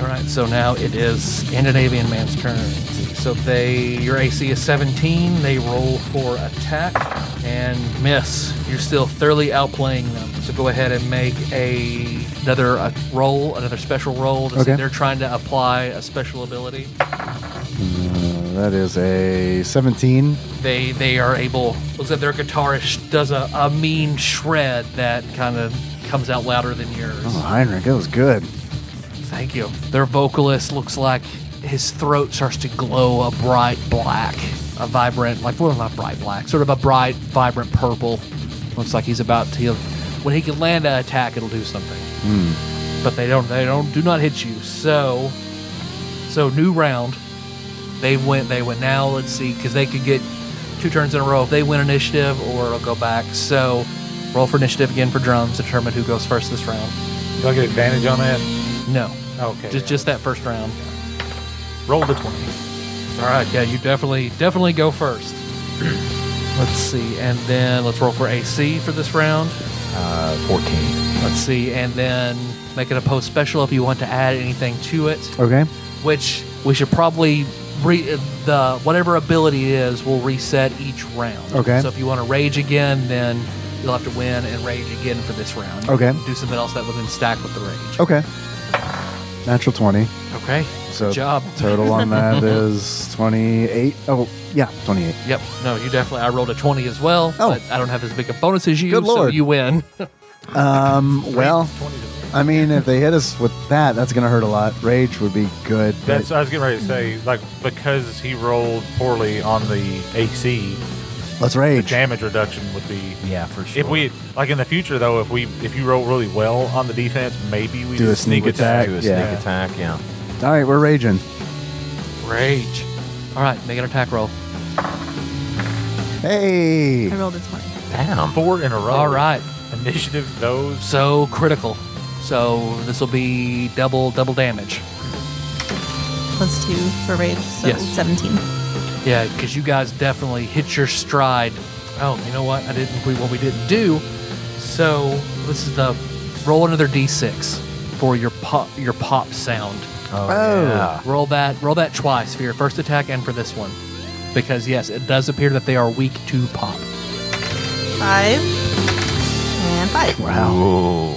Speaker 1: All right, so now it is Scandinavian man's turn. So they your AC is 17. They roll for attack and miss. You're still thoroughly outplaying them. So go ahead and make a another uh, roll, another special roll. To see if
Speaker 3: Okay.
Speaker 1: They're trying to apply a special ability.
Speaker 3: Uh, that is a 17.
Speaker 1: they they are able looks like their guitarist does a, a mean shred that kind of comes out louder than yours
Speaker 3: Oh, Heinrich, that was good.
Speaker 1: thank you their vocalist looks like his throat starts to glow a bright black a vibrant like well not bright black sort of a bright vibrant purple looks like he's about to when he can land an attack it'll do something but they don't they don't do not hit you so so new round they went they went now let's see because they could get two turns in a row if they win initiative or it'll go back so roll for initiative again for drums determine who goes first this round
Speaker 2: Do I get advantage on that?
Speaker 1: no
Speaker 2: Okay.
Speaker 1: just just that first round
Speaker 2: roll the 20.
Speaker 1: all right yeah you definitely definitely go
Speaker 3: *clears throat*
Speaker 1: first let's see and then let's roll for ac for this round
Speaker 5: Uh, 14.
Speaker 1: let's see and then make it a post special if you want to add anything to it
Speaker 3: Okay.
Speaker 1: which we should probably re- the whatever ability it is will reset each round.
Speaker 3: Okay.
Speaker 1: So if you want to rage again, then you'll have to win and rage again for this round.
Speaker 3: Okay.
Speaker 1: Do something else that will then stack with the rage.
Speaker 3: Okay. Natural 20.
Speaker 1: Okay.
Speaker 3: So
Speaker 1: Good job.
Speaker 3: total on *laughs* that is 28. Oh, yeah, 28.
Speaker 1: Yep. No, you definitely. I rolled a twenty as well,
Speaker 3: Oh.
Speaker 1: but I don't have as big a bonus as you,
Speaker 3: Good
Speaker 1: so
Speaker 3: lord.
Speaker 1: you win.
Speaker 3: Um, well, I mean, if they hit us with that, that's going to hurt a lot. Rage would be good. but-
Speaker 2: That's I was getting ready to say, like, because he rolled poorly on the AC,
Speaker 3: let's
Speaker 2: the
Speaker 3: rage.
Speaker 2: damage reduction would be.
Speaker 5: Yeah, for sure.
Speaker 2: If we like in the future though, if we if you roll really well on the defense, maybe we
Speaker 3: Do a
Speaker 2: just
Speaker 3: sneak attack.
Speaker 5: Do a
Speaker 3: Yeah.
Speaker 5: sneak attack, yeah.
Speaker 3: All right, we're raging.
Speaker 1: rage. All right. Make an attack roll.
Speaker 3: Hey.
Speaker 6: I rolled a 20.
Speaker 5: Damn.
Speaker 2: four in a row.
Speaker 1: All right.
Speaker 2: initiative
Speaker 1: *laughs*
Speaker 2: those.
Speaker 1: So critical. So this will be double double damage.
Speaker 6: Plus two for rage, so
Speaker 1: Yes.
Speaker 6: 17.
Speaker 1: Yeah, because you guys definitely hit your stride. Oh, you know what? I didn't we what we didn't do. So this is the roll another d6 for your pop your pop sound.
Speaker 5: Oh,
Speaker 3: Oh.
Speaker 5: yeah.
Speaker 1: Roll that roll that twice for your first attack and for this one, because yes, it does appear that they are weak to pop.
Speaker 6: Five. And five.
Speaker 3: Wow.
Speaker 5: Ooh.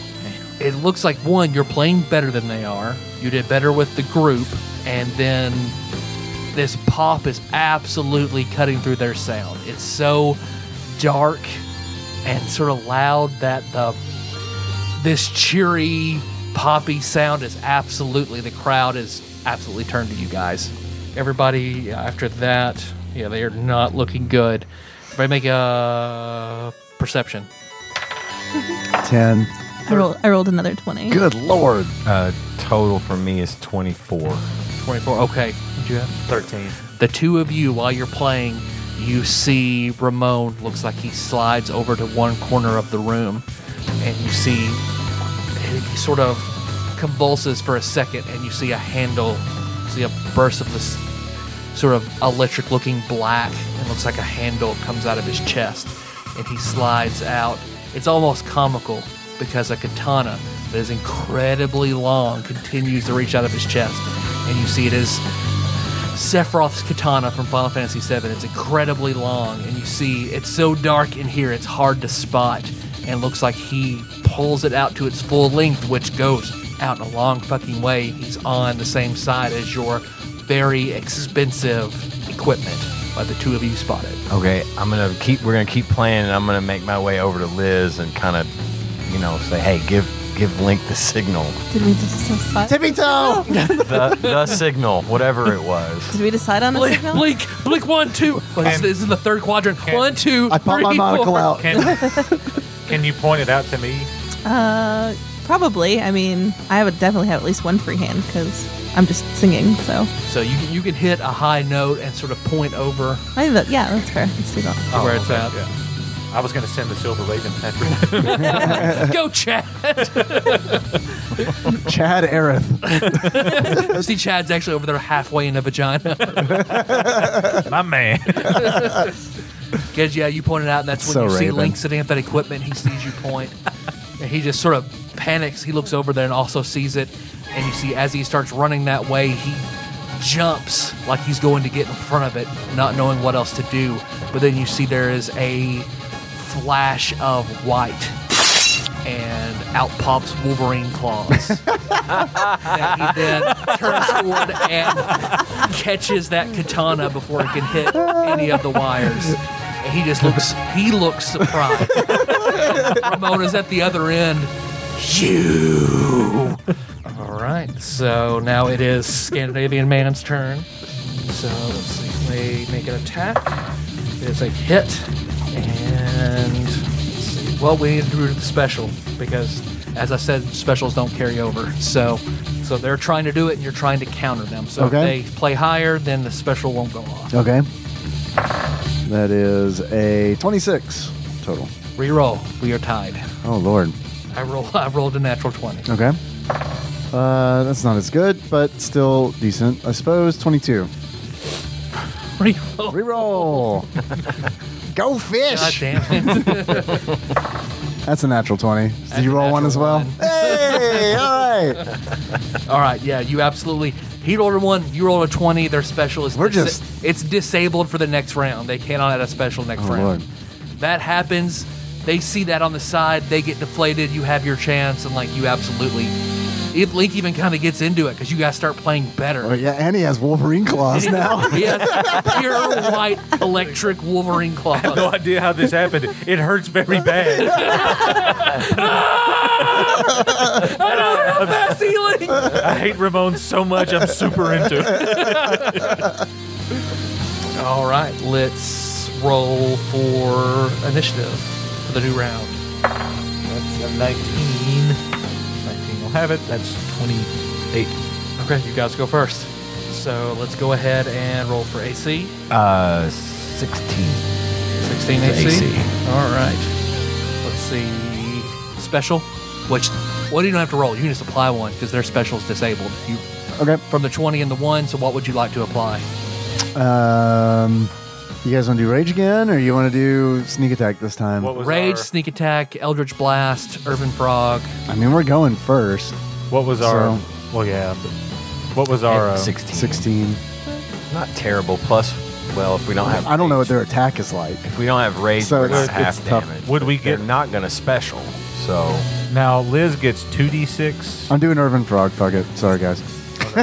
Speaker 1: It looks like one you're playing better than they are. You did better with the group, and then this pop is absolutely cutting through their sound. It's so dark and sort of loud that the this cheery poppy sound is absolutely the crowd is absolutely turned to you guys. everybody uh, after that, yeah, they are not looking good. Everybody make a perception.
Speaker 3: 10.
Speaker 6: I rolled, I rolled another 20.
Speaker 3: Good lord.
Speaker 5: Uh, total for me is 24.
Speaker 1: 24. Okay. What'd you have?
Speaker 2: 13.
Speaker 1: The two of you, while you're playing, you see Ramon looks like he slides over to one corner of the room, and you see he sort of convulses for a second, and you see a handle, see a burst of this sort of electric looking black, and looks like a handle comes out of his chest, and he slides out. It's almost comical because a katana that is incredibly long continues to reach out of his chest, and you see it is Sephiroth's katana from Final Fantasy VII. It's incredibly long, and you see it's so dark in here it's hard to spot. And looks like he pulls it out to its full length, which goes out a long fucking way. He's on the same side as your very expensive equipment. But the two of you spot it.
Speaker 5: Okay, I'm gonna keep. We're gonna keep playing, and I'm gonna make my way over to Liz and kind of, you know, say, "Hey, give give Link the signal,
Speaker 6: Did we just decide?
Speaker 3: Tippy toe!
Speaker 5: the, the signal, whatever it was."
Speaker 6: Did we decide on a
Speaker 1: Blink,
Speaker 6: signal?
Speaker 1: blink, blink one, two. Well, this,
Speaker 2: And-
Speaker 1: this is the third quadrant.
Speaker 2: and-
Speaker 1: One, two.
Speaker 3: I popped my
Speaker 1: three,
Speaker 3: monocle
Speaker 1: four.
Speaker 3: out.
Speaker 2: Can, can you point it out to me?
Speaker 6: Uh, probably. I mean, I would definitely have at least one free hand because I'm just singing. So
Speaker 1: So you can, you can hit a high note and sort of point
Speaker 3: *laughs*
Speaker 1: over
Speaker 6: I think that, yeah, that's fair. Let's do that.
Speaker 1: to where it's
Speaker 2: Oh, okay,
Speaker 1: at.
Speaker 2: yeah. I was going to send the Silver Raven after
Speaker 1: Go, Chad.
Speaker 3: *laughs* Chad Aerith.
Speaker 1: See, Chad's actually over there halfway in a vagina. *laughs*
Speaker 2: *laughs* My man.
Speaker 1: Because, yeah, you pointed out, and that's when
Speaker 3: So
Speaker 1: you see
Speaker 3: Raven.
Speaker 1: Link sitting at that equipment. He sees you
Speaker 3: *laughs*
Speaker 1: point, and he just sort of panics. He looks over there and also sees it. And you see, as he starts running that way, he jumps like he's going to get in front of it, not knowing what else to do. But then you see there is a flash of white, and out pops Wolverine
Speaker 3: *laughs*
Speaker 1: claws. that he then turns forward and catches that katana before it can hit any of the wires. And he just looks he looks surprised. Ramona's at the other end. You Alright, so now it is Scandinavian man's turn. So let's see they make an attack. It's a hit. And let's see. well we need to do the special because as I said, specials don't carry over. So so they're trying to do it and you're trying to counter them. So
Speaker 3: Okay.
Speaker 1: if they play higher, then the special won't go off.
Speaker 3: Okay. That is a 26 total.
Speaker 1: Reroll. We are tied.
Speaker 3: Oh, lord.
Speaker 1: I roll. I rolled a natural twenty.
Speaker 3: Okay. Uh, that's not as good, but still decent. I suppose 22.
Speaker 1: Reroll.
Speaker 3: Reroll. Go
Speaker 1: God
Speaker 3: fish.
Speaker 1: damn it.
Speaker 3: That's a natural 20. Did you
Speaker 1: a
Speaker 3: roll one as
Speaker 1: natural
Speaker 3: well?
Speaker 1: one.
Speaker 3: Hey, all right.
Speaker 1: All right. Yeah. You absolutely. He rolled a one. You rolled a twenty. Their special is.
Speaker 3: We're just-
Speaker 1: It's disabled for the next round. They cannot add a special next
Speaker 3: Oh,
Speaker 1: round.
Speaker 3: Lord.
Speaker 1: That happens. They see that on the side. They get deflated. You have your chance, and like you absolutely. It, Link even kind of gets into it because you guys start playing better.
Speaker 3: Oh, yeah, and he has Wolverine claws now.
Speaker 1: *laughs* He has pure white electric Wolverine claws.
Speaker 2: no idea how this happened. It hurts very bad.
Speaker 1: That's healing.
Speaker 2: I hate Ramon so much. I'm super into it.
Speaker 1: All right, let's roll for initiative for the new round.
Speaker 2: That's a 19. 19 will have it. That's 28.
Speaker 1: Okay, you guys go first. So let's go ahead and roll for AC.
Speaker 5: Uh, 16.
Speaker 1: 16 AC. All right. Let's see. Special, which, well, you don't have to roll. You can just apply one because their special is disabled. You
Speaker 3: Okay.
Speaker 1: From the 20 and the 1, so what would you like to apply?
Speaker 3: Um, you guys want to do rage again, or you want to do sneak attack this time?
Speaker 2: What was
Speaker 1: Rage,
Speaker 2: our-
Speaker 1: Sneak Attack, Eldritch Blast, Urban
Speaker 2: *laughs*
Speaker 1: Frog.
Speaker 3: I mean, we're going first.
Speaker 2: What was our?
Speaker 3: So-
Speaker 2: Well, yeah. But what was our? Uh,
Speaker 5: 16.
Speaker 3: 16.
Speaker 5: Not terrible. Plus, well, if we don't have,
Speaker 3: I don't know what
Speaker 5: rage-
Speaker 3: their attack is like.
Speaker 5: If we don't have rage,
Speaker 3: So
Speaker 5: we're
Speaker 3: it's-
Speaker 5: not half
Speaker 3: it's tough.
Speaker 5: damage.
Speaker 2: Would we
Speaker 5: They're
Speaker 2: get-
Speaker 5: not gonna special? So
Speaker 2: Now Liz gets two d six.
Speaker 3: I'm doing Urban Frog. Fuck it. Sorry, guys. *laughs*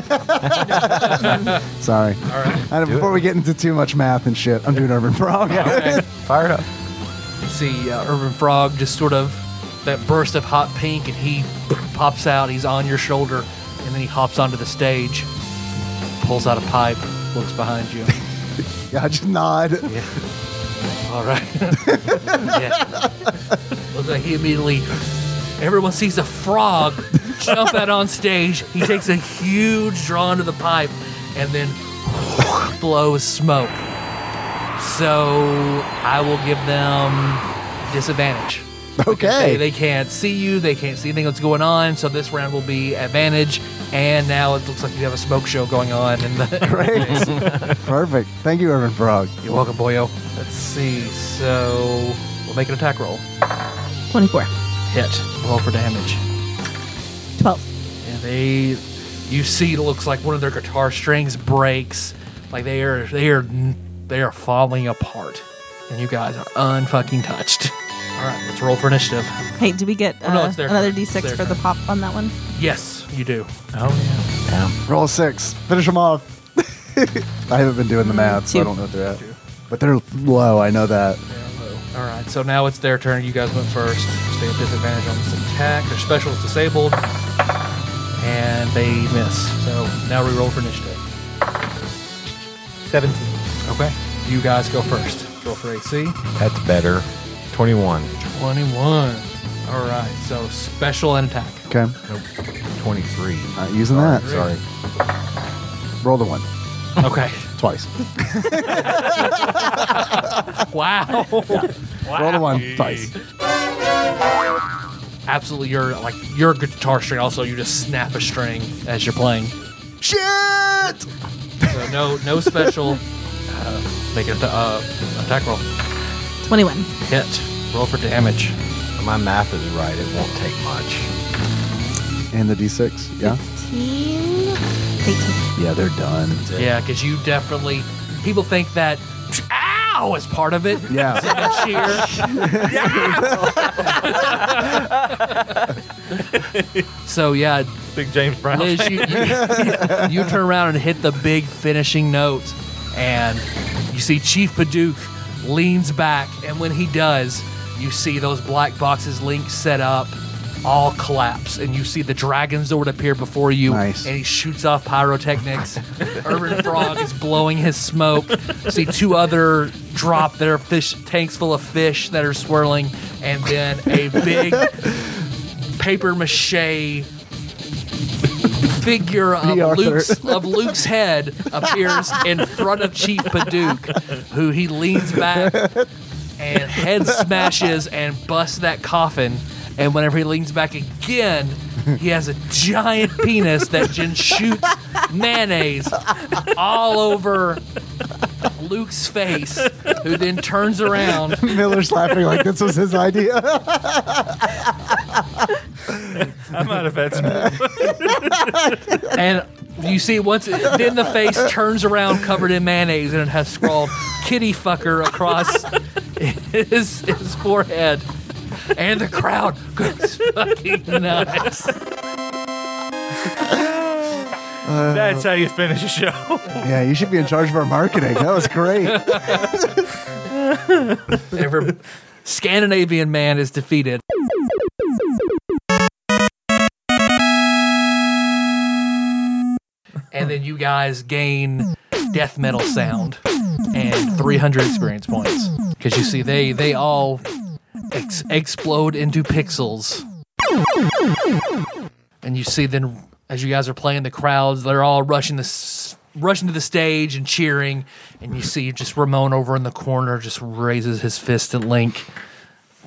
Speaker 3: Sorry. All right. And
Speaker 5: Do
Speaker 3: before
Speaker 5: it.
Speaker 3: we get into too much math and shit, I'm doing Urban Frog.
Speaker 5: fire it up.
Speaker 1: You see uh, Urban Frog just sort of that burst of hot pink, and he pops out. He's on your shoulder, and then he hops onto the stage, pulls out a pipe, looks behind you.
Speaker 3: *laughs* Yeah, I just nod.
Speaker 1: *laughs* All right. *laughs* yeah. Looks like he immediately. Everyone sees a frog jump out on stage. He takes a huge draw into the pipe and then *laughs* blows smoke. So I will give them disadvantage. They,
Speaker 3: Okay.
Speaker 1: they can't see you. They can't see anything that's going on. So this round will be advantage. And now it looks like you have a smoke show going on. In the *laughs*
Speaker 3: Great. Perfect. Thank you, Urban Frog.
Speaker 1: You're welcome, boyo. Let's see. So we'll make an attack roll.
Speaker 6: 24.
Speaker 1: Hit. Roll for damage.
Speaker 6: 12.
Speaker 1: And they, you see, it looks like one of their guitar strings breaks. Like they are, they are, they are falling apart. And you guys are unfucking touched. All right, let's roll for initiative.
Speaker 6: Hey, do we get
Speaker 1: Oh, no,
Speaker 6: uh,
Speaker 1: it's their
Speaker 6: another
Speaker 1: turn.
Speaker 6: d6
Speaker 1: It's their
Speaker 6: for the
Speaker 1: turn.
Speaker 6: pop on that one?
Speaker 1: Yes, you do.
Speaker 3: Roll six. Finish them off. *laughs* I haven't been doing the math, so I
Speaker 6: Two.
Speaker 3: don't know what they're at. But they're low. I know that.
Speaker 1: All right, so now it's their turn. You guys went first. Stay at disadvantage on this attack. Their special is disabled, and they miss. So now we roll for initiative.
Speaker 2: 17.
Speaker 1: Okay. You guys go first. Roll for AC.
Speaker 5: That's better. 21,
Speaker 1: 21. All right, so special and attack.
Speaker 3: Okay.
Speaker 5: 23.
Speaker 3: Not using that.
Speaker 5: Sorry.
Speaker 3: Roll the one
Speaker 1: Okay.
Speaker 3: twice.
Speaker 1: *laughs* Wow.
Speaker 3: *laughs* Roll the one twice.
Speaker 1: Absolutely, your like your guitar string. Also, you just snap a string as you're playing.
Speaker 3: Shit!
Speaker 1: So no, no
Speaker 3: *laughs*
Speaker 1: special. uh, make an atta- uh, attack roll.
Speaker 6: 21.
Speaker 1: Hit. Roll for damage.
Speaker 5: My math is right. It won't take much.
Speaker 3: And the d6. Yeah.
Speaker 6: 15. 18.
Speaker 3: Yeah, they're done.
Speaker 1: Yeah, because you definitely people think that ow is part of it.
Speaker 3: Yeah. *laughs*
Speaker 1: A cheer. *laughs* so yeah,
Speaker 2: Big James Brown.
Speaker 1: Liz, you, you, you turn around and hit the big finishing note, and you see Chief Paduke leans back, and when he does, you see those black boxes Link set up all collapse, and you see the dragon's sword appear before you,
Speaker 3: Nice.
Speaker 1: and he shoots off pyrotechnics. Urban Frog is blowing his smoke. See two other drop their fish tanks full of fish that are swirling, and then a big paper mache figure of
Speaker 3: Be Arthur.
Speaker 1: Luke's of Luke's head appears in front of Chief Paduke, who he leans back and head smashes and busts that coffin. And whenever he leans back again, he has a giant penis that just shoots mayonnaise all over Luke's face, who then turns around
Speaker 3: Miller's laughing like this was his idea.
Speaker 2: I might have had some.
Speaker 1: *laughs* and you see once then the face turns around covered in mayonnaise and it has scrawled kitty fucker across *laughs* his, his forehead and the crowd goes *laughs* fucking nuts
Speaker 2: That's how you finish a show.
Speaker 3: *laughs* yeah, you should be in charge of our marketing. That was great.
Speaker 1: Every scandinavian man is defeated and then you guys gain death metal sound and 300 experience points because you see they they all ex- explode into pixels and you see then as you guys are playing the crowds they're all rushing the s- rushing to the stage and cheering and you see just ramon over in the corner just raises his fist at link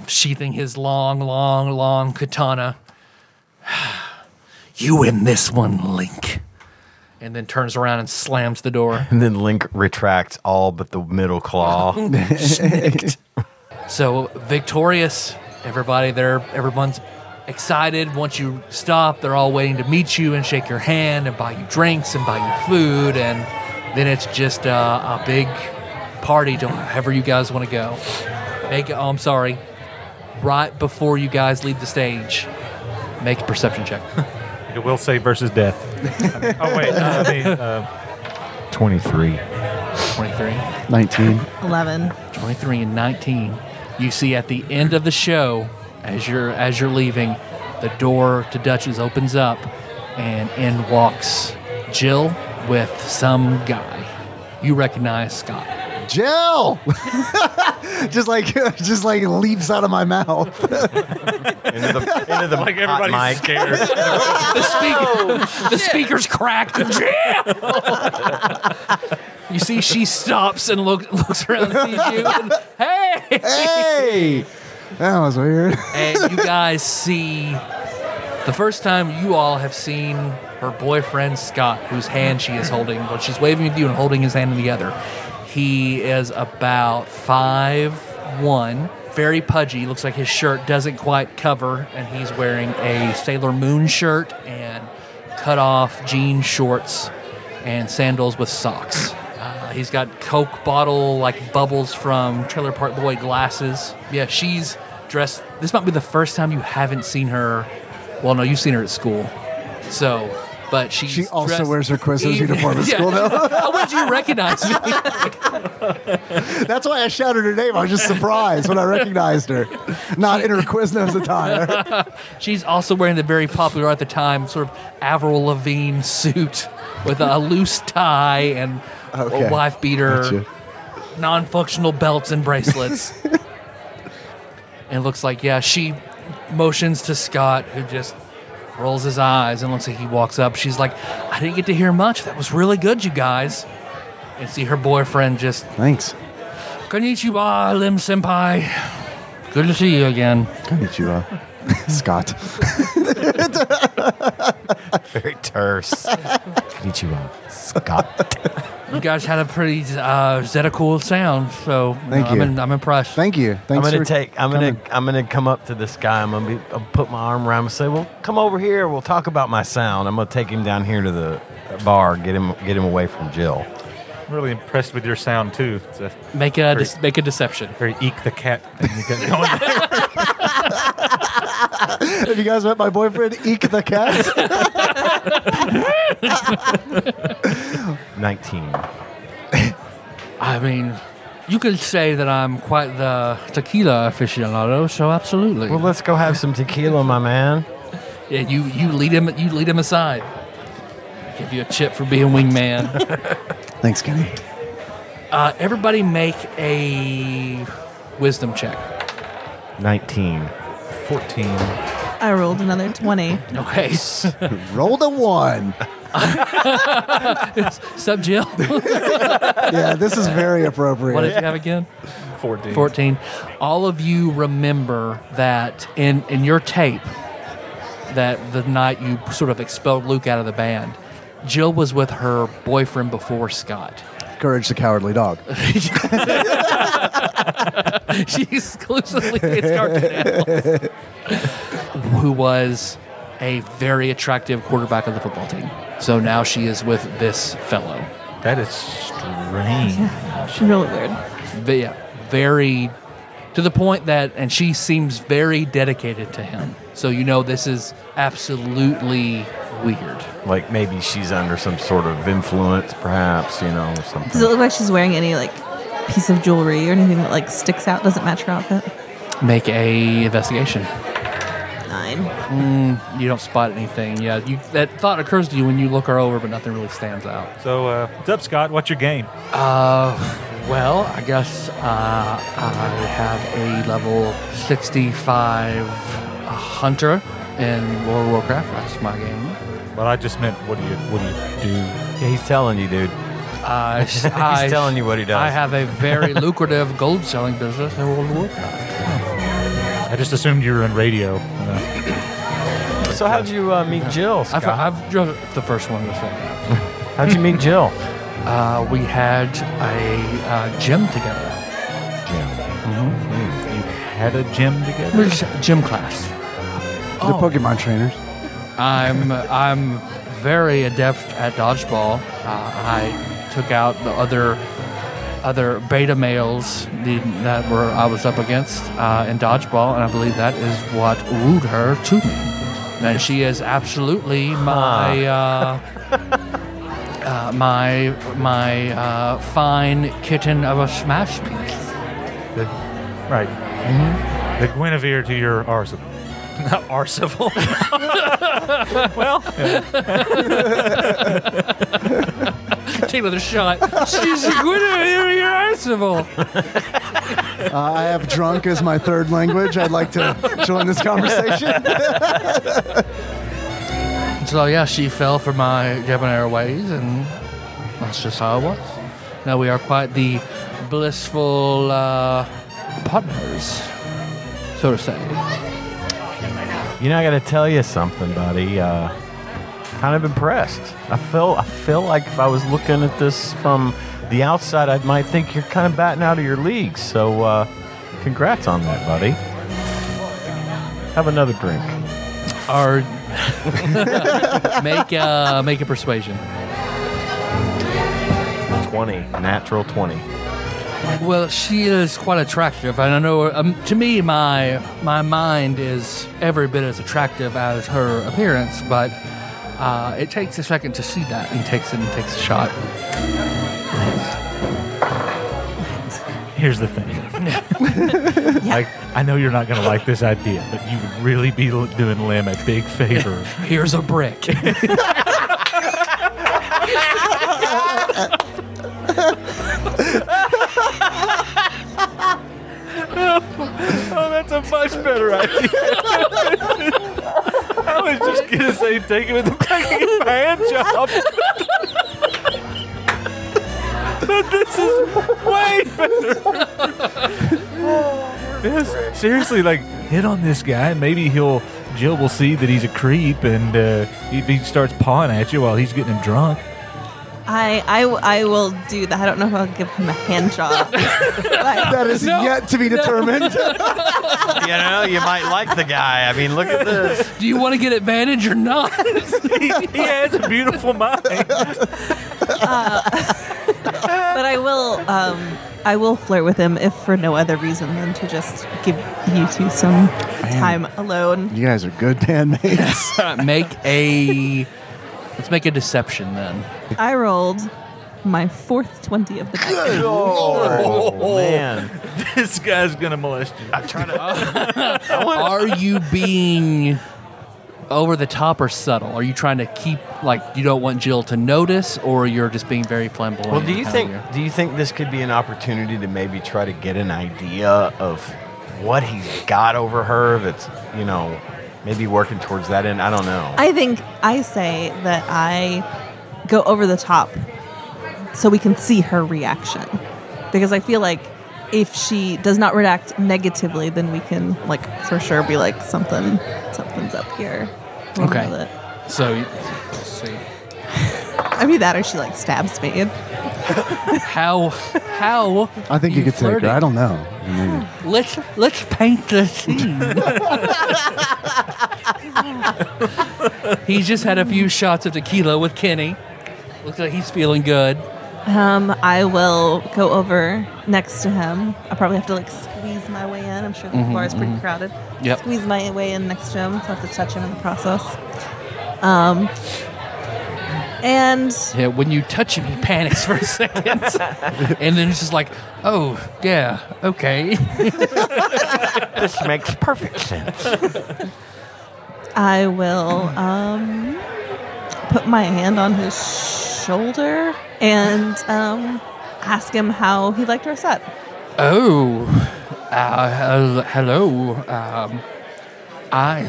Speaker 1: sheathing his long long long katana *sighs* you win this one link and then turns around and slams the door
Speaker 5: And then Link retracts all but the middle
Speaker 3: *laughs*
Speaker 5: claw. Snicked.
Speaker 1: So victorious, everybody there, everyone's excited. Once you stop, they're all waiting to meet you and shake your hand and buy you drinks and buy you food, and then it's just uh, a big party to wherever you guys want to go. Make oh, I'm sorry, right before you guys leave the stage, make a perception check. *laughs*
Speaker 2: It will say versus death. *laughs* oh wait, uh, I mean, uh,
Speaker 5: 23.
Speaker 1: 23.
Speaker 3: 19.
Speaker 6: 11.
Speaker 1: 23 and 19 you see at the end of the show as you're as you're leaving the door to dutch's opens up and in walks jill with some guy You recognize Scott.
Speaker 3: *laughs* Jill, just like just like leaps out of my mouth.
Speaker 5: Into the, into the
Speaker 2: Like
Speaker 5: hot
Speaker 2: everybody's
Speaker 5: mic.
Speaker 2: scared.
Speaker 5: *laughs*
Speaker 1: The, speaker, *laughs* the speaker's cracked. you see, she stops and look, looks around and sees you. And, hey!
Speaker 3: hey, that was weird.
Speaker 1: and you guys see the first time you all have seen her boyfriend Scott, whose hand she is holding, but she's waving at you and holding his hand in the other. He is about five one, very pudgy. Looks like his shirt doesn't quite cover, and he's wearing a Sailor Moon shirt and cut off jean shorts and sandals with socks. Uh, he's got Coke bottle like bubbles from Trailer Park Boy glasses. Yeah, she's dressed. This might be the first time you haven't seen her. Well, no, you've seen her at school. So, but she's
Speaker 3: She also
Speaker 1: dressed-
Speaker 3: wears her Quiznos uniform at
Speaker 1: *laughs* Yeah.
Speaker 3: school, though.
Speaker 1: How would you recognize me?
Speaker 3: That's why I shouted her name. I was just surprised when I recognized her, not in her Quiznos attire.
Speaker 1: She's also wearing the very popular at the time sort of Avril Lavigne suit with a loose tie and
Speaker 3: Okay.
Speaker 1: a wife beater.
Speaker 3: Gotcha.
Speaker 1: non-functional belts and
Speaker 3: *laughs*
Speaker 1: bracelets. and it looks like yeah, she motions to Scott, who just rolls his eyes and looks like he walks up. She's like, "I didn't get to hear much. That was really good, you guys." And see her boyfriend just
Speaker 3: Thanks.
Speaker 1: konnichiwa, Lim Senpai. Good to see you again.
Speaker 3: Konnichiwa, uh, Scott. *laughs*
Speaker 5: Very terse. Konnichiwa, Scott.
Speaker 1: You guys had a pretty uh, Zeta cool sound, so you
Speaker 3: Thank
Speaker 1: know, I'm,
Speaker 3: you.
Speaker 1: I'm impressed.
Speaker 3: Thank you. Thanks
Speaker 5: I'm gonna
Speaker 3: for
Speaker 5: take. I'm
Speaker 3: coming.
Speaker 5: gonna. I'm gonna come up to this guy. I'm gonna be. I'll put my arm around him and say, "Well, come over here. We'll talk about my sound." I'm gonna take him down here to the bar. Get him. Get him away from Jill.
Speaker 2: I'm really impressed with your sound too. It's a
Speaker 1: make a dis- make a deception.
Speaker 2: very eek the cat thing you got going *laughs* there.
Speaker 3: *laughs* Have you guys met my boyfriend, Eek the Cat?
Speaker 5: 19.
Speaker 1: I mean, you could say that I'm quite the tequila aficionado, so absolutely.
Speaker 5: Well, let's go have some tequila, my man.
Speaker 1: Yeah, you you lead him you lead him aside. Give you a chip for being wingman.
Speaker 3: Thanks, Kenny.
Speaker 1: uh, everybody make a wisdom check.
Speaker 5: 19.
Speaker 2: 14.
Speaker 6: I rolled another 20.
Speaker 1: Okay,
Speaker 3: Roll the one.
Speaker 1: sub Jill. what
Speaker 3: Yeah, this is very appropriate.
Speaker 1: did you have again?
Speaker 2: 14.
Speaker 1: 14 all of you remember that in in your tape that the night you sort of expelled luke out of the band jill was with her boyfriend before scott
Speaker 3: Courage the Cowardly Dog.
Speaker 1: *laughs* she exclusively dates cartoon animals who was a very attractive quarterback of the football team so now she is with this fellow
Speaker 2: That is strange.
Speaker 6: She's really weird.
Speaker 1: Ve- yeah, very to the point that and she seems very dedicated to him so you know this is absolutely weird
Speaker 5: Like maybe she's under some sort of influence, perhaps, you know, or
Speaker 6: Does it
Speaker 5: something.
Speaker 6: look like she's wearing any like piece of jewelry or anything that like sticks out? Doesn't match her outfit.
Speaker 1: make a investigation
Speaker 6: Nine.
Speaker 1: you don't spot anything yeah you that thought occurs to you when you look her over but nothing really stands out
Speaker 2: So, uh, what's up, Scott? What's your game?
Speaker 1: Uh, well, I guess uh, I have a level 65 hunter in World of Warcraft. That's my
Speaker 5: *laughs*
Speaker 1: game.
Speaker 2: Well, I just meant, what do you, what do you do?
Speaker 5: Yeah, he's telling you, dude.
Speaker 1: Uh, He's
Speaker 5: He's telling you what he does.
Speaker 1: I have a
Speaker 5: *laughs*
Speaker 1: very lucrative gold selling business in World of Warcraft.
Speaker 2: I just assumed you were in radio. Uh,
Speaker 5: So how'd you uh, meet Jill, Scott?
Speaker 1: I've, I've drove the first one to say.
Speaker 5: how'd you meet Jill?
Speaker 1: Uh, we had a uh, gym together.
Speaker 2: you had a gym together?
Speaker 1: Which gym class?
Speaker 3: The Pokemon trainers.
Speaker 1: I'm I'm very adept at dodgeball. Uh, I took out the other other beta males the, that were I was up against uh, in dodgeball, and I believe that is what wooed her to me. And she is absolutely my uh, uh, my my uh, fine kitten of a smash piece.
Speaker 2: The- right. The Guinevere to your Arcival. Not Arcival. well, yeah.
Speaker 1: take another shot. She's like, what are you in your arsenal?
Speaker 3: Uh, I have drunk as my third language. I'd like to join this *laughs* conversation.
Speaker 1: So yeah, she fell for my debonair ways, and that's just how it was. Now we are quite the blissful uh, partners, so to say.
Speaker 5: You know, I got to tell you something, buddy. Uh, kind of impressed. I feel I feel like if I was looking at this from the outside, I might think you're kind of batting out of your league. So, uh, congrats on that, buddy. Have another drink.
Speaker 1: Our *laughs* make uh, make a persuasion.
Speaker 5: Twenty, natural twenty.
Speaker 1: Well, she is quite attractive, and I know um, to me, my my mind is every bit as attractive as her appearance, but uh, it takes a second to see that, and takes it and takes a shot.
Speaker 2: Here's the thing. Like, I know you're not going to like this idea, but you would really be l- doing Lim a big favor.
Speaker 1: Here's a brick.
Speaker 2: oh, that's a much better idea. I was just going to say, take it with a fucking hand job. but this is way better. yes, seriously, like, hit on this guy, and maybe he'll. Jill will see that he's a creep, and uh, if he starts pawing at you while he's getting him drunk,
Speaker 6: I, I, w- I will do that. I don't know if I'll give him a hand job. *laughs* But
Speaker 3: That is
Speaker 1: No.
Speaker 3: yet to be *laughs* determined.
Speaker 5: You know, you might like the guy. I mean, look at this.
Speaker 1: Do you want to get advantage or
Speaker 5: *laughs*
Speaker 1: not?
Speaker 2: he, he has a beautiful mind.
Speaker 6: but I will um, I will flirt with him if for no other reason than to just give you two some time alone.
Speaker 3: you guys are good bandmates.
Speaker 1: make a let's make a deception then.
Speaker 6: I rolled my fourth twenty of the night.
Speaker 5: Oh man.
Speaker 2: this guy's gonna molest you.
Speaker 1: Are you being over the top or subtle? Are you trying to keep like you don't want Jill to notice, or you're just being very flamboyant?
Speaker 5: Well, do you
Speaker 1: and
Speaker 5: think
Speaker 1: kinda
Speaker 5: do you think this could be an opportunity to maybe try to get an idea of what he's got over her? That's you know maybe working towards that end. I don't know.
Speaker 6: I think I say that I go over the top so we can see her reaction. Because I feel like if she does not react negatively, then we can like for sure be like something something's up here. We'll
Speaker 1: Okay.
Speaker 6: know that.
Speaker 1: weird? So, let's see.
Speaker 6: I mean that or she like stabs me. And
Speaker 1: How how
Speaker 3: I think you,
Speaker 1: You
Speaker 3: could take her.
Speaker 1: flirting.
Speaker 3: I don't know.
Speaker 1: let's let's paint the scene. he's just had a few shots of tequila with Kenny. Looks like he's feeling good.
Speaker 6: Um, I will go over next to him. I probably have to like squeeze my way in. I'm sure the floor is pretty crowded.
Speaker 1: Yep.
Speaker 6: Squeeze my way in next to him. So I have to touch him in the process. Um, and
Speaker 1: Yeah, when you touch him, he panics for a second, and then it's just like, oh yeah, okay.
Speaker 5: this makes perfect sense.
Speaker 6: I will um, put my hand on his shoulder and um, ask him how he liked our set.
Speaker 1: Oh, uh, hel- hello. Um, I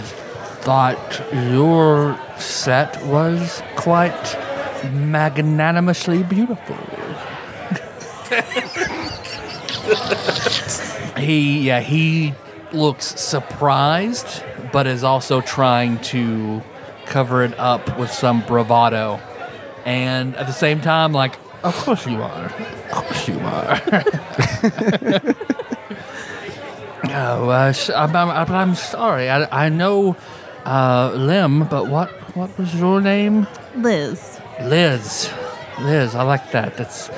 Speaker 1: thought your set was quite magnanimously beautiful. *laughs* he, yeah, he looks surprised, but is also trying to cover it up with some bravado. And at the same time, like, of course you are. Of course you are. Oh, uh, s- I'm, I'm, I'm sorry. I, I know uh, Lim, but what what was your name?
Speaker 6: Liz,
Speaker 1: Liz. Liz, I like that. That's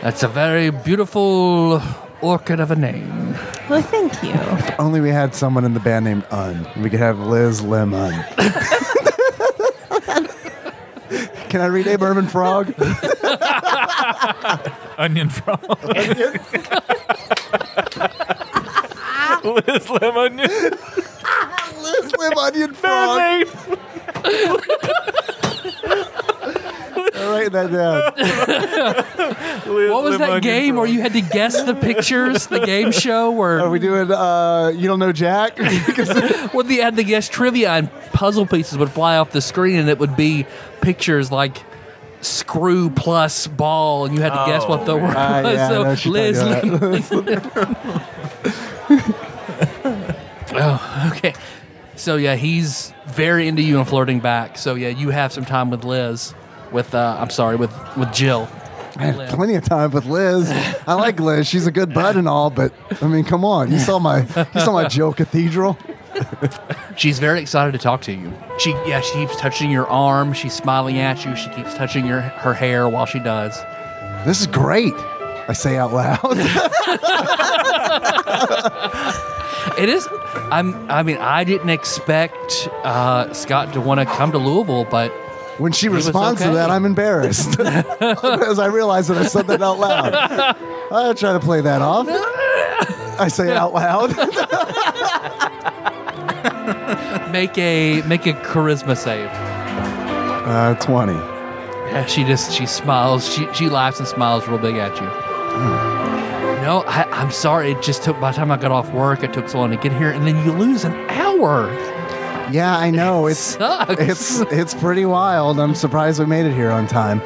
Speaker 1: that's a very beautiful orchid of a name.
Speaker 6: well, thank you.
Speaker 3: If only we had someone in the band named Un. We could have Liz Lim Un. *laughs* Can I rename Urban Frog?
Speaker 2: Onion frog. *laughs* Liz Lim Onion.
Speaker 3: *laughs* Liz Lim Onion Frog.
Speaker 2: name.
Speaker 3: I'll write that down.
Speaker 1: What was that game where you had to guess the pictures? The game show
Speaker 3: Are
Speaker 1: where
Speaker 3: we doing uh, You Don't Know *laughs* Jack? 'Cause
Speaker 1: where they had to guess trivia and puzzle pieces would fly off the screen and it would be pictures like screw plus ball and you had to guess what the word
Speaker 3: Ah,
Speaker 1: was.
Speaker 3: Oh, yeah, I know what
Speaker 1: so
Speaker 3: you're
Speaker 1: Liz,
Speaker 3: talking
Speaker 1: *laughs* oh, okay. So yeah, he's very into you and flirting back. So yeah, you have some time with Liz. With uh, I'm sorry, with with Jill.
Speaker 3: I had plenty of time with Liz. I like Liz. She's a good bud and all, but I mean, come on. You saw my you
Speaker 1: *laughs*
Speaker 3: saw my Joe Cathedral.
Speaker 1: She's very excited to talk to you. She yeah, she keeps touching your arm. She's smiling at you. She keeps touching your her hair while she does.
Speaker 3: This is great. I say
Speaker 1: *laughs*
Speaker 3: out loud.
Speaker 1: It is. I'm. I mean, I didn't expect uh, Scott to want to come to Louisville, but
Speaker 3: When she
Speaker 1: was
Speaker 3: responds
Speaker 1: okay.
Speaker 3: to that, I'm embarrassed *laughs* because I realize that I said that out
Speaker 1: *laughs*
Speaker 3: loud. I try to play that off. I say it
Speaker 1: *laughs*
Speaker 3: out loud.
Speaker 1: make a make a charisma save.
Speaker 3: Uh, 20.
Speaker 1: Yeah, she just she smiles. She she laughs and smiles real big at you.
Speaker 3: Hmm.
Speaker 1: No, I, I'm sorry. It just took by the time I got off work. It took so long to get here, and then you lose an hour.
Speaker 3: Yeah, I know. It's
Speaker 1: Sucks.
Speaker 3: it's it's pretty wild. I'm surprised we made it here on time.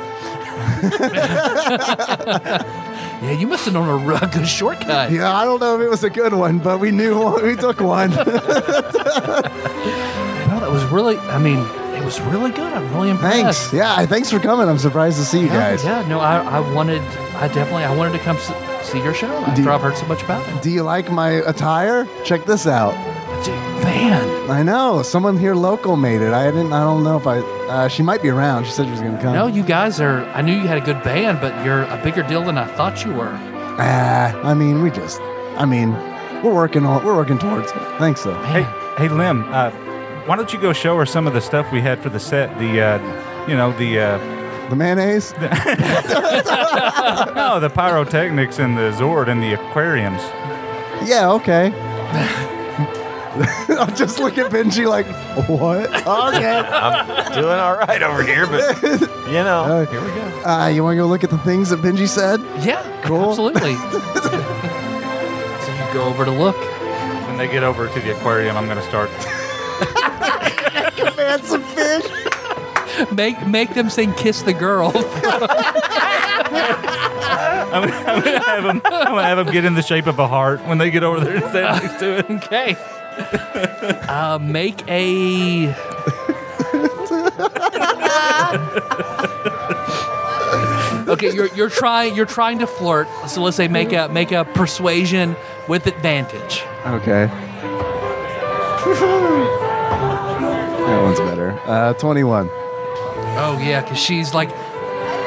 Speaker 1: yeah, you must have known a real good shortcut.
Speaker 3: Yeah, I don't know if it was a good one, but we knew one, we took one.
Speaker 1: No, that was really. I mean, it was really good. I'm really impressed.
Speaker 3: thanks. Yeah, thanks for coming. I'm surprised to see you
Speaker 1: Yeah,
Speaker 3: guys.
Speaker 1: Oh, yeah, no, I, I wanted, I definitely, I wanted to come s- see your show after
Speaker 3: Do-
Speaker 1: I've heard so much about it.
Speaker 3: Do you like my attire? Check this out.
Speaker 1: Dude, man,
Speaker 3: I know someone here local made it. I didn't. I don't know if I. Uh, she might be around. She said she was gonna come.
Speaker 1: no, you guys are. I knew you had a good band, but you're a bigger deal than I thought you were.
Speaker 3: Ah, I mean, we just. I mean, we're working on. We're working towards it. Thanks though.
Speaker 2: Hey, hey, Lim. Uh, why don't you go show her some of the stuff we had for the set? The, uh, you know, the uh,
Speaker 3: The
Speaker 1: *laughs*
Speaker 3: mayonnaise.
Speaker 2: no, oh, the pyrotechnics and the Zord and the aquariums.
Speaker 3: Yeah. Okay. *laughs* I just look at Benji like, what?
Speaker 1: *laughs*
Speaker 3: Okay.
Speaker 5: I'm doing all right over here, but you
Speaker 3: *laughs*
Speaker 5: know,
Speaker 3: Here we go. Uh, you want to go look at the things that Benji said?
Speaker 1: Yeah,
Speaker 3: Cool. *laughs*
Speaker 1: absolutely. *laughs* so you go over to look.
Speaker 2: When they get over to the aquarium, I'm gonna start.
Speaker 3: Man, some fish.
Speaker 1: Make make them sing "Kiss the Girl."
Speaker 2: I'm, *laughs* I'm gonna have them. I'm gonna have them get in the shape of a heart when they get over there and stand next to it.
Speaker 1: okay. Uh, make a. okay, you're you're trying you're trying to flirt. So let's say make a make a persuasion with advantage.
Speaker 3: Okay. *laughs* that one's better. Uh, 21.
Speaker 1: Oh yeah, because she's like,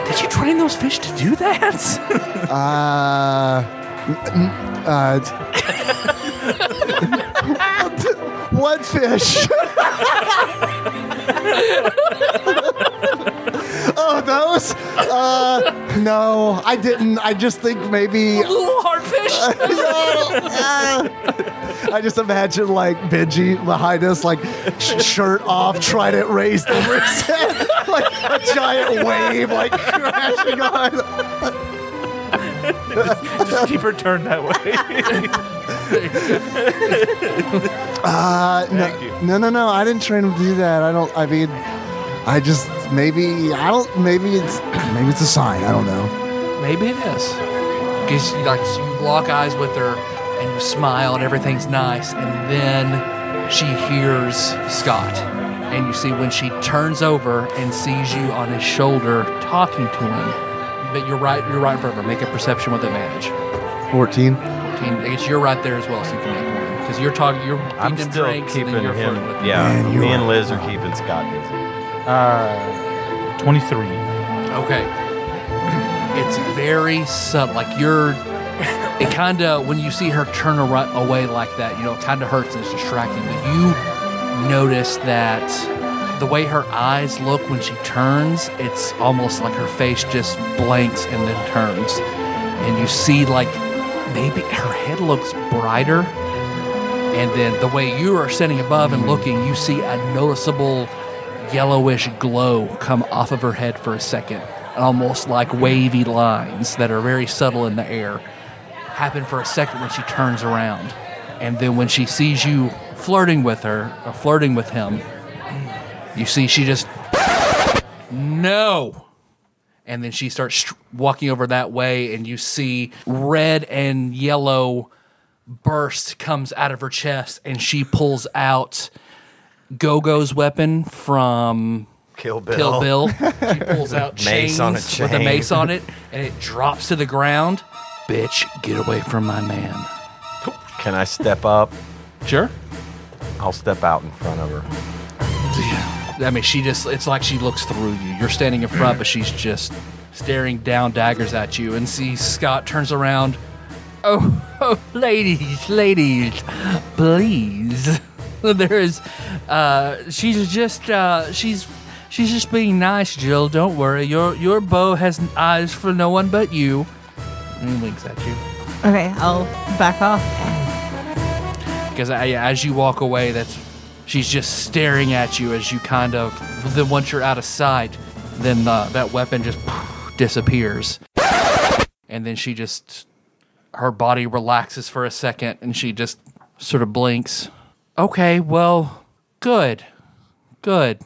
Speaker 1: did you train those fish to do that? *laughs*
Speaker 3: Uh, n- n- uh, *laughs* t- what fish? *laughs* oh, those? Uh, no, I didn't. I just think maybe.
Speaker 1: Little hard fish.
Speaker 3: I just imagine like Benji behind us, like sh- shirt off, trying to raise the wrist, *laughs* like a giant wave, like crashing on.
Speaker 2: Just keep her turned
Speaker 1: *laughs*
Speaker 2: that way.
Speaker 3: Uh,
Speaker 2: Thank you.
Speaker 3: no, no, no, no, I didn't train him to do that. I don't. I mean, I just maybe I don't. Maybe it's *clears throat* maybe it's a sign. I don't know.
Speaker 1: Maybe it is. Because you like so you lock eyes with her and you smile and everything's nice, and then she hears Scott, and you see when she turns over and sees you on his shoulder talking to him. But you're right. You're right in front of her. Make a perception with advantage.
Speaker 3: Fourteen.
Speaker 1: Fourteen. I guess you're right there as well, so you can make one. Because you're talking. You're
Speaker 5: I'm
Speaker 1: feeding him
Speaker 5: still
Speaker 1: drinks,
Speaker 5: keeping
Speaker 1: and then you're
Speaker 5: him.
Speaker 1: flirting with
Speaker 5: Yeah,
Speaker 3: Man, you
Speaker 5: me and
Speaker 3: are-
Speaker 5: Liz are keeping Scott busy.
Speaker 2: Twenty-three.
Speaker 1: Okay. It's very subtle. Like you're, it kind of when you see her turn ar- away like that, you know, it kind of hurts and it's distracting. But you notice that the way her eyes look when she turns, it's almost like her face just blanks and then turns, and you see like maybe her head looks brighter. And then the way you are standing above and looking, you see a noticeable yellowish glow come off of her head for a second. almost like wavy lines that are very subtle in the air happen for a second when she turns around. And then when she sees you flirting with her or flirting with him, you see she just, no. And then she starts str- walking over that way, and you see red and yellow burst comes out of her chest, and she pulls out Gogo's weapon from
Speaker 5: Kill Bill.
Speaker 1: Kill Bill.
Speaker 5: *laughs*
Speaker 1: She pulls out chains
Speaker 5: Mace on a
Speaker 1: with a
Speaker 5: chain.
Speaker 1: mace on it, and it drops to the ground. Bitch, get away from my man.
Speaker 5: Can I step up?
Speaker 1: Sure.
Speaker 5: I'll step out in front of her.
Speaker 1: I mean, she just—it's like she looks through you. You're standing in front, but she's just staring down daggers at you. And see, Scott turns around. Oh, *laughs* oh ladies, ladies, please. *laughs* There is. Uh, she's just. Uh, she's. She's just being nice, Jill. Don't worry. Your your beau has eyes for no one but you. And he winks at you.
Speaker 6: Okay, I'll back off.
Speaker 1: because as you walk away, that's she's just staring at you as you kind of. Then once you're out of sight, then uh, that weapon just disappears, and then she just her body relaxes for a second, and she just sort of blinks. Okay, well, good, good.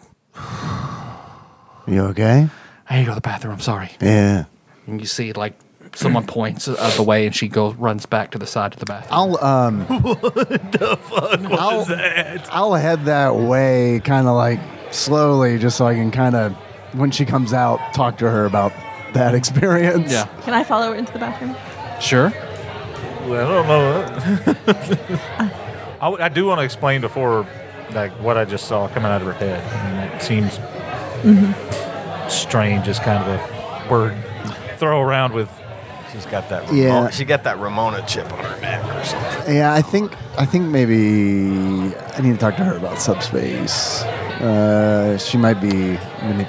Speaker 3: You okay?
Speaker 1: I need to go to the bathroom. I'm sorry.
Speaker 3: Yeah.
Speaker 1: And you see like someone points out the way, and she goes runs back to the side of the bathroom.
Speaker 3: I'll um. *laughs* what the fuck was I'll,
Speaker 2: Uh,
Speaker 3: that? I'll head that way, kind of like slowly, just so I can kind of, when she comes out, talk to her about that *laughs* experience.
Speaker 1: Yeah,
Speaker 6: Can I follow her into the bathroom?
Speaker 1: sure.
Speaker 2: Well, I don't know. *laughs* I, would- I do want to explain before, like what I just saw coming out of her head. I mean, it seems strange, as kind of a word throw around with.
Speaker 5: She's got that.
Speaker 3: Yeah.
Speaker 5: Ramona, She got that Ramona chip on her neck or something.
Speaker 3: Yeah, I think I think maybe I need to talk to her about subspace. Uh, she might be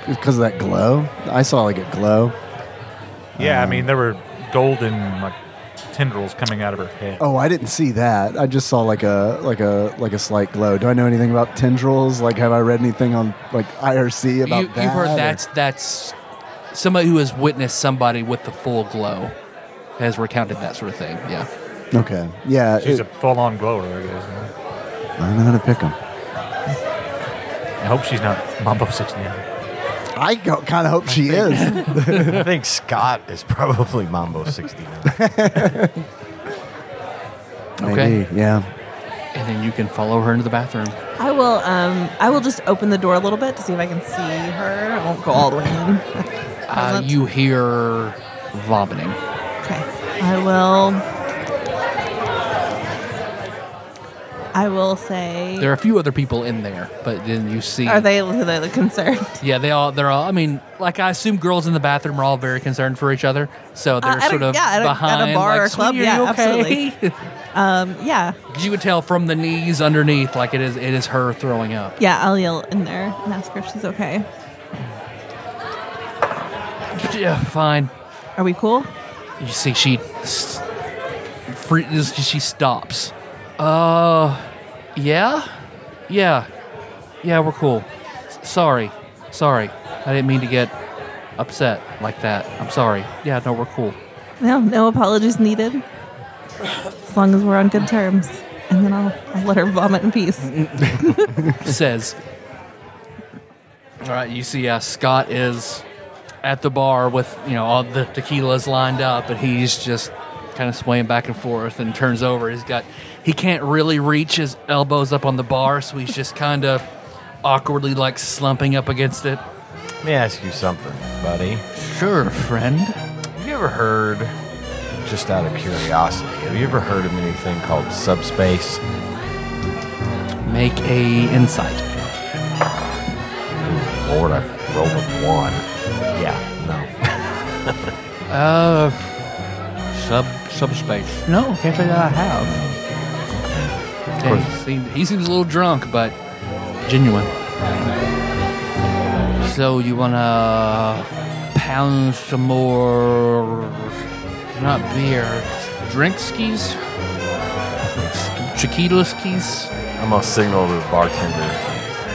Speaker 3: because of that glow. I saw like a glow.
Speaker 2: Yeah, I
Speaker 3: Mm-hmm.
Speaker 2: mean there were golden like tendrils coming out of her head.
Speaker 3: Oh, I didn't see that. I just saw like a like a like a slight glow. Do I know anything about tendrils? Like, have I read anything on like IRC about
Speaker 1: you,
Speaker 3: that?
Speaker 1: You've
Speaker 3: or-
Speaker 1: heard that's that's somebody who has witnessed somebody with the full glow has recounted that sort of thing. Yeah.
Speaker 3: Okay. Yeah.
Speaker 2: She's
Speaker 3: it-
Speaker 2: a full-on glower, I guess.
Speaker 3: I don't know how to pick them.
Speaker 2: I hope she's not Mambo 69.
Speaker 3: I kind of hope she is. *laughs*
Speaker 5: I think Scott is probably Mambo 69.
Speaker 1: Okay.
Speaker 3: Maybe. Yeah.
Speaker 1: And then you can follow her into the bathroom.
Speaker 6: I will. Um, I will just open the door a little bit to see if I can see her. I won't go all the way in. *laughs*
Speaker 1: Uh,
Speaker 6: Present.
Speaker 1: you hear vomiting.
Speaker 6: Okay. I will. I will say.
Speaker 1: There are a few other people in there, but then you see.
Speaker 6: are they are they concerned? *laughs*
Speaker 1: Yeah, they all. They're all. I mean, like I assume girls in the bathroom are all very concerned for each other, so they're
Speaker 6: Uh, at a-
Speaker 1: sort of
Speaker 6: yeah, at a- at a
Speaker 1: behind.
Speaker 6: bar
Speaker 1: like,
Speaker 6: or club,
Speaker 1: "Sweetie, are
Speaker 6: yeah,
Speaker 1: you okay?
Speaker 6: Um, yeah,
Speaker 1: *laughs* you could tell from the knees underneath, like it is. It is her throwing up.
Speaker 6: yeah. I'll yell in there and ask her if she's okay.
Speaker 1: Yeah, fine.
Speaker 6: Are we cool?
Speaker 1: You see, she s- free, she stops. Uh, yeah, yeah, yeah. We're cool. S- sorry, sorry. I didn't mean to get upset like that. I'm sorry. Yeah, no, we're cool.
Speaker 6: No, no apologies needed. As long as we're on good terms, and then I'll, I'll let her vomit in peace.
Speaker 1: Says. All right. You see, uh, Scott is at the bar with you know all the tequilas lined up, and he's just kind of swaying back and forth, and turns over. He's got he can't really reach his elbows up on the bar, so he's just kind of awkwardly like slumping up against it.
Speaker 5: Let me ask you something, buddy.
Speaker 1: Sure, friend.
Speaker 5: Have you ever heard, just out of curiosity, have you ever heard of anything called subspace?
Speaker 1: Make a insight.
Speaker 5: Lord, I rolled a one. Yeah,
Speaker 1: Uh, sub subspace. No, can't say that I have. Okay, he, seemed- he seems a little drunk, but genuine. So you wanna pound some more? Not beer, drink skis, tequila skis.
Speaker 5: no. *laughs* I'm gonna signal to the bartender.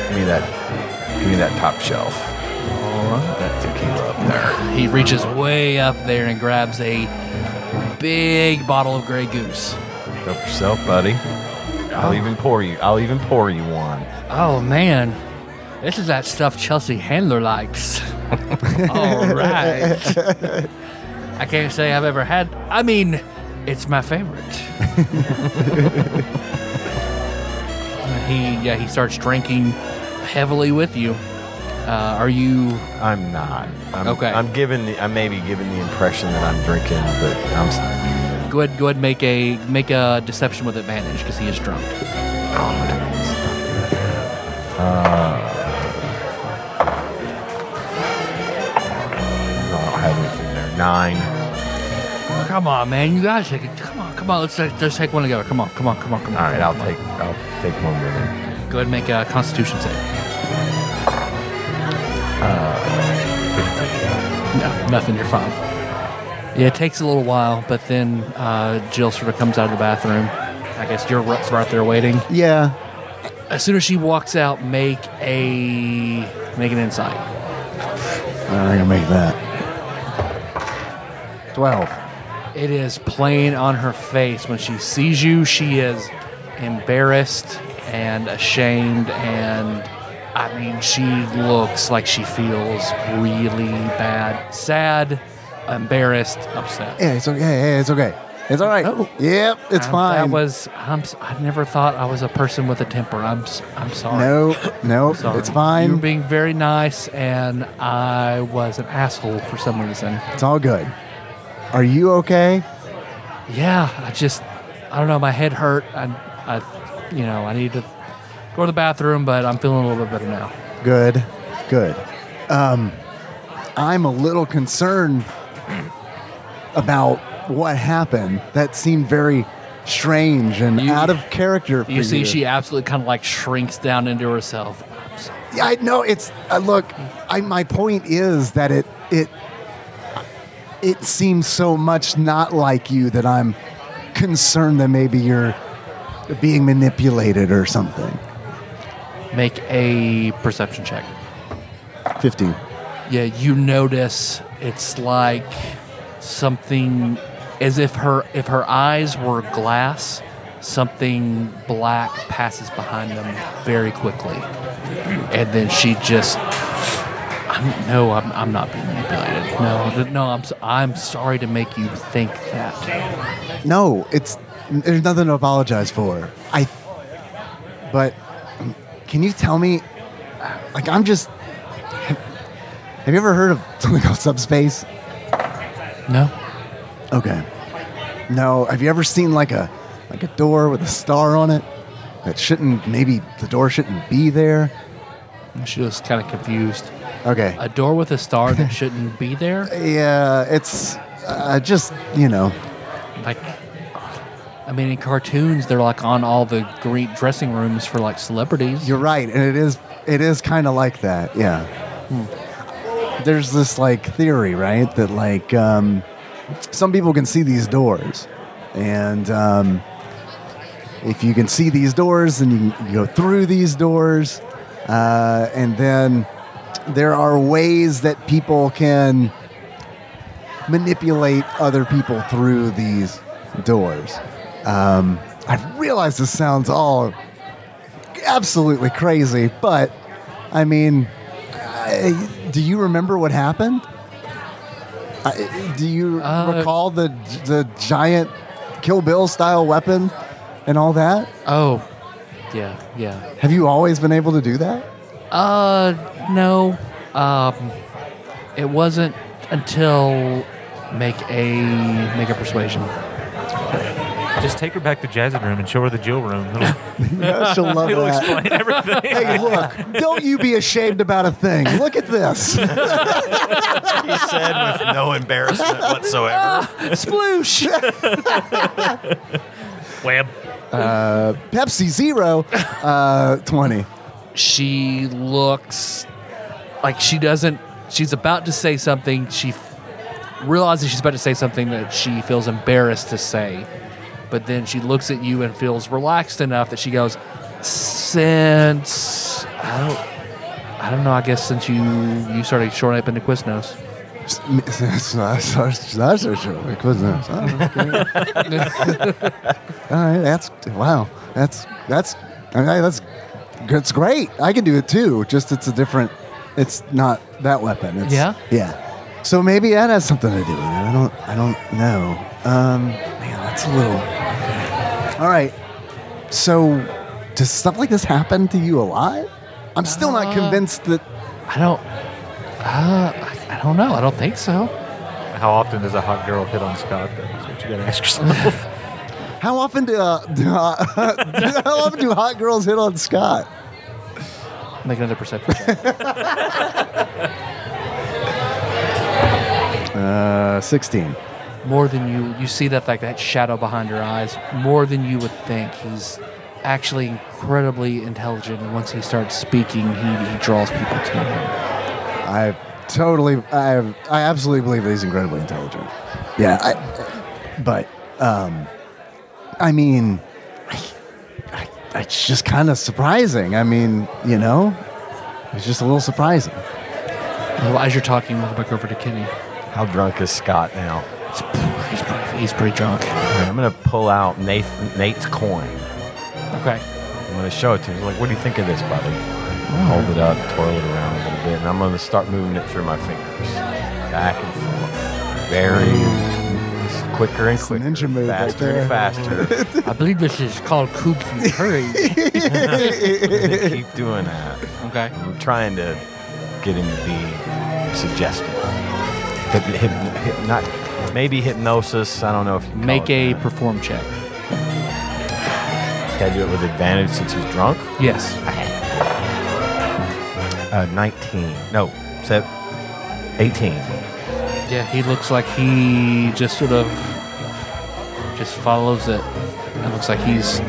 Speaker 5: Give me that. Give me that top shelf.
Speaker 1: All right.
Speaker 5: tequila up there.
Speaker 1: He reaches way up there and grabs a big bottle of Grey Goose.
Speaker 5: Help yourself, buddy. I'll even pour you. I'll even pour you one.
Speaker 1: Oh man, this is that stuff Chelsea Handler
Speaker 5: *laughs*
Speaker 1: likes. All right. I can't say I've ever had. I mean, it's my
Speaker 5: *laughs*
Speaker 1: favorite. he yeah he starts drinking heavily with you. Uh, are you
Speaker 5: I'm not. I'm,
Speaker 1: Okay.
Speaker 5: I'm giving the. I may be giving the impression that I'm drinking, but I'm. s-
Speaker 1: go ahead go ahead and make a make a deception with advantage because he is drunk.
Speaker 5: Uh, I don't have anything there. Nine.
Speaker 1: Come on, man, you guys take it. Come on, come on, let's take, let's take one together. Come on, come on, come on, come on.
Speaker 5: All right,
Speaker 1: come
Speaker 5: I'll
Speaker 1: on,
Speaker 5: take. I'll take one with him.
Speaker 1: Go ahead and make a Constitution save. Uh, no, nothing. You're fine. Yeah, it takes a little while, but then uh, Jill sort of comes out of the bathroom. I guess you're right right there waiting.
Speaker 3: Yeah.
Speaker 1: As soon as she walks out, make a make an insight.
Speaker 3: I'm gonna make that. Twelve.
Speaker 1: It is plain on her face when she sees you. She is embarrassed and ashamed, and I mean, she looks like she feels really bad, sad, embarrassed, upset.
Speaker 3: Yeah, it's okay. Hey, it's okay. It's all right.
Speaker 1: Oh.
Speaker 3: Yep, it's
Speaker 1: Um,
Speaker 3: fine.
Speaker 1: That was I'm, s- I never thought I was a person with a temper. I'm s- I'm sorry.
Speaker 3: no, no,
Speaker 1: Sorry.
Speaker 3: it's
Speaker 1: You
Speaker 3: fine.
Speaker 1: were being very nice, and I was an asshole for some reason.
Speaker 3: it's all good. Are you okay?
Speaker 1: Yeah, I just, I don't know. My head hurt. I, I, you know, I need to go to the bathroom, but I'm feeling a little bit better now.
Speaker 3: Good, good. Um, I'm a little concerned about what happened. That seemed very strange and
Speaker 1: You-
Speaker 3: out of character. For
Speaker 1: You see,
Speaker 3: you.
Speaker 1: she absolutely kind of like shrinks down into herself. I'm sorry.
Speaker 3: Yeah, I know it's uh, look. I my point is that it it it seems so much not like you that I'm concerned that maybe you're being manipulated or something.
Speaker 1: Make a perception check.
Speaker 3: Fifteen.
Speaker 1: Yeah, you notice it's like something as if her if her eyes were glass, something black passes behind them very quickly. And then she just I'm, no, I'm, I'm not being manipulated. No, th- no, I'm s- I'm sorry to make you think that.
Speaker 3: No, it's there's nothing to apologize for. I. But um, can you tell me? Like I'm just. Have, have you ever heard of something called subspace?
Speaker 1: No.
Speaker 3: Okay. No, have you ever seen like a like a door with a star on it that shouldn't maybe the door shouldn't be there?
Speaker 1: She was kind of confused.
Speaker 3: Okay.
Speaker 1: A door with a star that shouldn't be there.
Speaker 3: yeah, it's uh, just, you know,
Speaker 1: like I mean in cartoons they're like on all the green dressing rooms for like celebrities.
Speaker 3: *laughs* you're right. And it is it is kind of like that. Yeah. Hmm. There's this like theory, right, that like um some people can see these doors and um if you can see these doors, then you can go through these doors. Uh, and then there are ways that people can manipulate other people through these doors. Um, I realize this sounds all absolutely crazy, but I mean, I, do you remember what happened? I, do you
Speaker 1: Uh,
Speaker 3: recall the the giant Kill Bill style weapon and all that?
Speaker 1: oh. Yeah, yeah.
Speaker 3: Have you always been able to do that?
Speaker 1: Uh no. Um it wasn't until make a make a persuasion.
Speaker 2: Just take her back to Jazz's room and show her the Jill room.
Speaker 3: *laughs*
Speaker 2: It'll, *laughs*
Speaker 3: Yeah, she'll love
Speaker 2: it'll
Speaker 3: that.
Speaker 2: explain
Speaker 3: *laughs*
Speaker 2: everything.
Speaker 3: Hey, look, don't you be ashamed about a thing. Look at this.
Speaker 5: He said with no embarrassment whatsoever.
Speaker 1: Sploosh!
Speaker 2: Wham.
Speaker 3: Pepsi Zero, uh, 20.
Speaker 1: she looks like she doesn't she's about to say something she f- realizes she's about to say something that she feels embarrassed to say but then she looks at you and feels relaxed enough that she goes since i don't I don't know. I guess since you you started shorting up into Quiznos,
Speaker 3: That's not that's not so sure. It was not. All right, that's wow. That's that's I mean, that's that's great. I can do it too. Just it's a different. It's not that weapon. It's,
Speaker 1: Yeah?
Speaker 3: Yeah. So maybe that has something to do with it. I don't. I don't know. Um, man, that's a little. All right. So, does stuff like this happen to you a lot? I'm still not convinced that
Speaker 1: I don't. Uh, I, I don't know. I don't think so.
Speaker 2: How often does a hot girl hit on Scott? That's what you got to ask
Speaker 3: *laughs*
Speaker 2: yourself.
Speaker 3: How often do, uh, do, uh, *laughs* how often do hot girls hit on Scott?
Speaker 1: Make another perception. check.
Speaker 3: Uh, sixteen.
Speaker 1: more than you you see that like that shadow behind her eyes. More than you would think. He's actually incredibly intelligent, and once he starts speaking, he, he draws people to him.
Speaker 3: I totally, I I absolutely believe that he's incredibly intelligent. Yeah, I, but um, I mean, I, I, it's just kind of surprising. I mean, you know, it's just a little surprising.
Speaker 1: Well, as you're talking, we'll go back over to Kenny.
Speaker 5: How drunk is Scott now?
Speaker 1: He's, he's, pretty, he's pretty drunk.
Speaker 5: Alright, I'm gonna pull out Nathan, Nate's coin.
Speaker 1: Okay.
Speaker 5: I'm gonna show it to him. He's like, "What do you think of this, buddy?" Hold it up, twirl it around a little bit, and I'm gonna start moving it through my fingers, back and forth, very just quicker and
Speaker 3: an
Speaker 5: quicker,
Speaker 3: ninja move right
Speaker 5: faster
Speaker 3: there.
Speaker 5: and faster.
Speaker 1: I believe this is called Coops and Courage.
Speaker 5: They *laughs* keep doing that.
Speaker 1: Okay.
Speaker 5: I'm trying to get him to be suggestive. Hyp- hyp- hyp- not maybe hypnosis. I don't know if you
Speaker 1: Make a perform check.
Speaker 5: Can I do it with advantage since he's drunk?
Speaker 1: Yes.
Speaker 5: Uh, 19. No, se- 18.
Speaker 1: Yeah, he looks like he just sort of just follows it. It looks like he's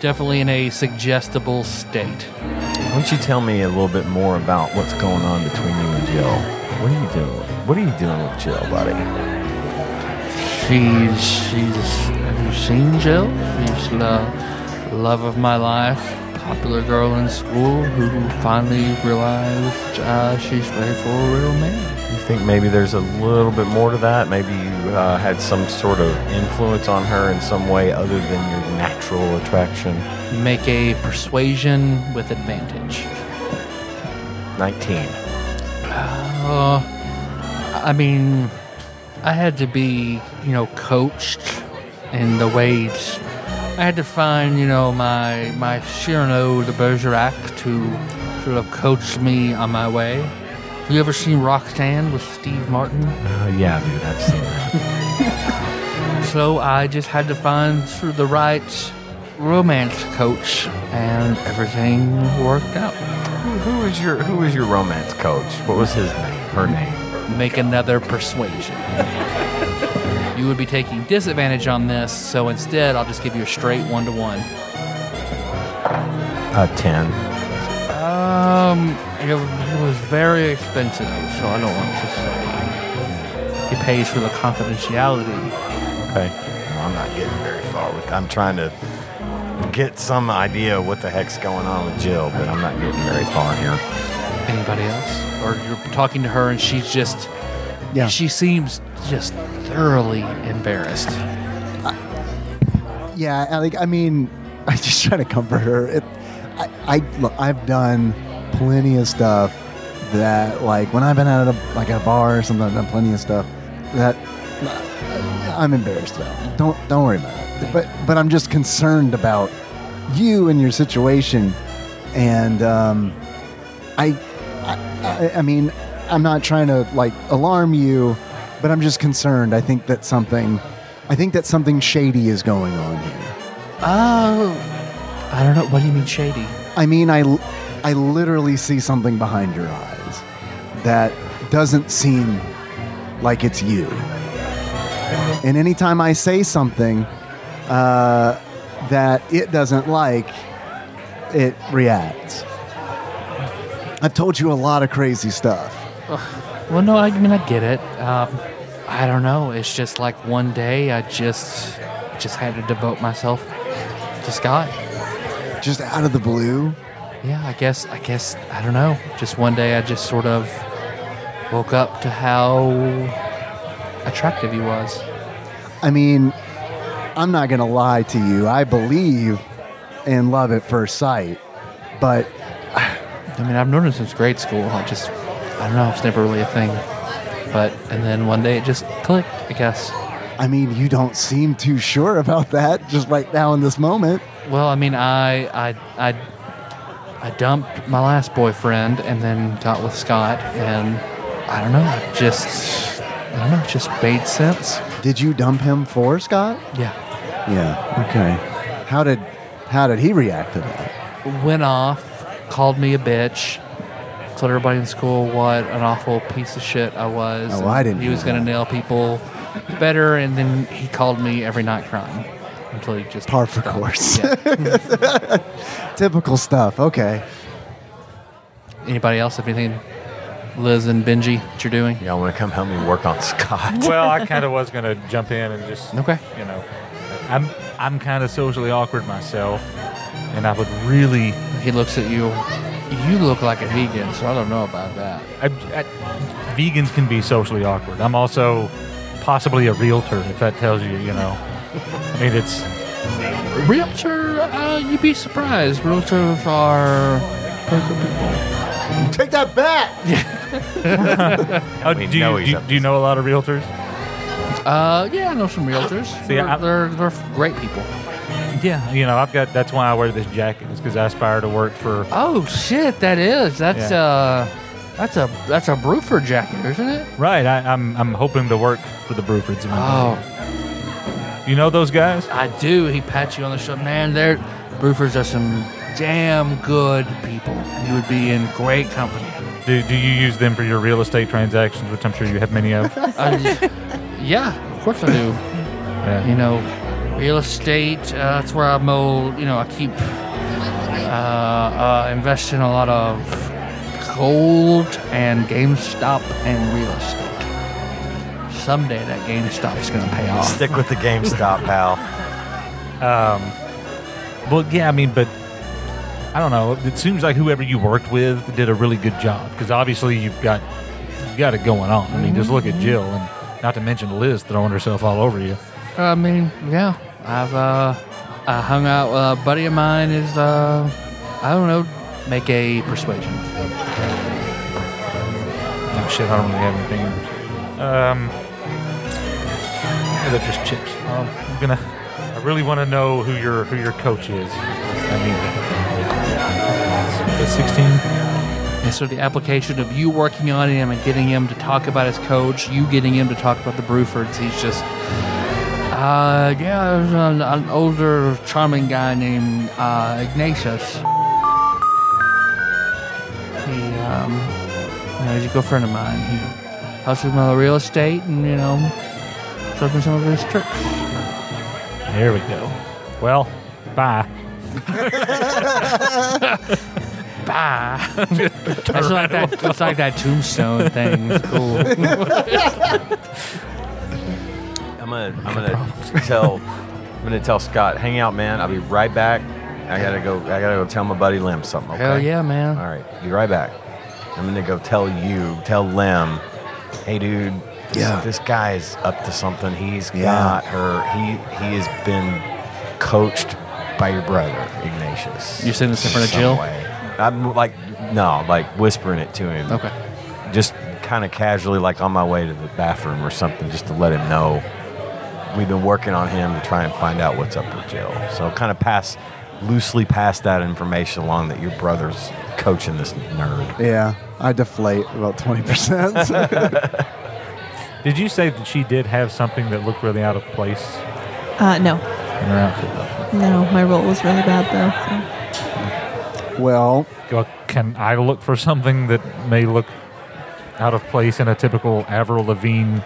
Speaker 1: definitely in a suggestible state.
Speaker 5: Why don't you tell me a little bit more about what's going on between you and Jill? What are you doing? With, what are you doing with Jill, buddy?
Speaker 1: She's she's have you seen Jill? She's the love of my life, popular girl in school who finally realized uh, she's ready for a real man.
Speaker 5: You think maybe there's a little bit more to that? Maybe you uh, had some sort of influence on her in some way other than your natural attraction.
Speaker 1: Make a persuasion with advantage.
Speaker 5: 19.
Speaker 1: Uh, I mean, I had to be, you know, coached in the ways. I had to find, you know, my my Cyrano de Bergerac to sort of coach me on my way. Have you ever seen Roxanne with Steve Martin?
Speaker 5: Uh, yeah, dude, I've seen that.
Speaker 1: So I just had to find sort of the right romance coach, and everything worked out.
Speaker 5: *laughs* Who, who was your Who was your romance coach? What was his name? Her name?
Speaker 1: make another persuasion. you would be taking disadvantage on this, so instead I'll just give you a straight one to one.
Speaker 5: Uh, Ten.
Speaker 1: Um, it, it was very expensive, so I don't want to say. He pays for the confidentiality.
Speaker 5: Okay. Well, I'm not getting very far with. I'm trying to get some idea of what the heck's going on with Jill, but I'm not getting very far here.
Speaker 1: Anybody else? Or you're talking to her and she's just,
Speaker 3: Yeah.
Speaker 1: she seems just thoroughly embarrassed.
Speaker 3: Yeah, I- like I mean, *laughs* I just try to comfort her. It, I, I look, I've done plenty of stuff that, like, when I've been out at a like at a bar or something, I've done plenty of stuff that uh, I'm embarrassed about. Don't don't worry about it. But but I'm just concerned about you and your situation, and um, I, I, I- I mean, I'm not trying to like alarm you, but I'm just concerned. I think that something, I think that something shady is going on here.
Speaker 1: Oh, I don't know. What do you mean shady?
Speaker 3: I mean, I, l- I literally see something behind your eyes that doesn't seem like it's you. And anytime I say something uh, that it doesn't like, it reacts. I've told you a lot of crazy stuff.
Speaker 1: Well, no, I mean I get it. Um, I don't know. It's just like one day I just just had to devote myself to Scott.
Speaker 3: Just out of the blue,
Speaker 1: yeah, I guess, I guess, I don't know. Just one day I just sort of woke up to how attractive he was.
Speaker 3: I mean, I'm not going to lie to you. I believe in love at first sight, but
Speaker 1: I mean, I've known him since grade school. I just, I don't know, it's never really a thing. But, and then one day it just clicked, I guess.
Speaker 3: I mean, you don't seem too sure about that just right now in this moment.
Speaker 1: Well, I mean, I, I, I, I dumped my last boyfriend and then got with Scott, and I don't know, it just, I don't know, it just made sense.
Speaker 3: Did you dump him for Scott?
Speaker 1: Yeah.
Speaker 3: Yeah. Okay. How did how did he react to that?
Speaker 1: Went off, called me a bitch, told everybody in school what an awful piece of shit I was.
Speaker 3: Oh,
Speaker 1: and
Speaker 3: I didn't
Speaker 1: He
Speaker 3: hear
Speaker 1: was going to
Speaker 3: that.
Speaker 1: nail people better, and then he called me every night crying until he just.
Speaker 3: Par for course.
Speaker 1: Yeah.
Speaker 3: *laughs* Typical stuff. Okay.
Speaker 1: Anybody else have anything? Liz and Benji, what you're doing?
Speaker 5: Y'all want to come help me work on *laughs* Scott?
Speaker 2: well, I kind of was gonna jump in and just
Speaker 1: Okay.
Speaker 2: You know, I'm I'm kind of socially awkward myself, and I would really
Speaker 1: He looks at you. You look like a vegan, so I don't know about that.
Speaker 2: I, I, vegans can be socially awkward. I'm also possibly a realtor, if that tells you, you know. I mean,
Speaker 5: *laughs*
Speaker 2: it's
Speaker 1: Realtor, uh, you'd be surprised. Realtors are.
Speaker 3: Take that back.
Speaker 2: Oh, do,
Speaker 5: We
Speaker 2: you,
Speaker 5: know
Speaker 2: do,
Speaker 5: he's
Speaker 2: you-
Speaker 5: up
Speaker 2: do you know a lot of realtors?
Speaker 1: Uh, yeah, I know some realtors.
Speaker 2: See,
Speaker 1: they're,
Speaker 2: I-
Speaker 1: they're, they're great people.
Speaker 2: Yeah, you know, I've got. That's why I wear this jacket. Is because I aspire to work for.
Speaker 1: Oh shit, that is that's
Speaker 2: Yeah.
Speaker 1: uh, that's a that's a Bruford jacket, isn't it?
Speaker 2: Right, I, I'm I'm hoping to work for the Bruford's.
Speaker 1: Oh,
Speaker 2: you know those guys?
Speaker 1: I do. He pats you on the shoulder, man. They're Brufords are some damn good people. You would be in great company.
Speaker 2: Do, do you use them for your real estate transactions, which I'm sure you have many of?
Speaker 1: I just- yeah, of course I do.
Speaker 2: Yeah.
Speaker 1: you know, real estate. Uh, that's where I'm old. You know, I keep uh, uh, invest in a lot of gold and GameStop and real estate. Someday that GameStop's gonna pay off.
Speaker 5: Stick with the GameStop, pal.
Speaker 2: Well, yeah, I mean, but I don't know. It seems like whoever you worked with did a really good job because obviously you've got you got it going on. I mean, just look at Jill, and not to mention Liz throwing herself all over you.
Speaker 1: I mean, yeah, I've uh, I hung out. with a buddy of mine is uh, I don't know, make a persuasion.
Speaker 2: Oh shit, I don't really have anything. Um, yeah, they're just chips. Um, I'm gonna. I really want to know who your who your coach is. I mean, it's 16.
Speaker 1: And so the application of you working on him and getting him to talk about his coach, you getting him to talk about the Brufords, he's just, uh, yeah, there's an, an older, charming guy named uh, Ignatius. He, um, you know, he's a good friend of mine. He helps with my real estate and, you know, shows me some of his tricks.
Speaker 2: There we go. Well, bye.
Speaker 1: Bah. That's like that, it's like that tombstone thing. It's
Speaker 5: *laughs*
Speaker 1: cool.
Speaker 5: I'm gonna, I'm gonna tell, I'm gonna tell Scott, hang out, man. I'll be right back. I gotta go. I gotta go tell my buddy Lim something. Okay?
Speaker 1: Hell yeah, man.
Speaker 5: All right, be right back. I'm gonna go tell you, tell Lim, hey dude, this,
Speaker 3: Yeah.
Speaker 5: this guy's up to something. He's
Speaker 3: Yeah.
Speaker 5: got her. He he has been coached by your brother Ignatius.
Speaker 1: You're saying this in front of
Speaker 5: some
Speaker 1: Jill?
Speaker 5: way. I'm like, no, like whispering it to him.
Speaker 1: Okay.
Speaker 5: Just kind of casually, like on my way to the bathroom or something, just to let him know we've been working on him to try and find out what's up with Jill. So kind of pass loosely pass that information along that your brother's coaching this nerd.
Speaker 3: Yeah. I deflate about *laughs* 20%.
Speaker 2: Did you say that she did have something that looked really out of place
Speaker 6: Uh, no,
Speaker 2: in her outfit?
Speaker 6: no, my roll was really bad though.
Speaker 3: well,
Speaker 2: Well, Can I look for something that may look out of place in a typical Avril Lavigne?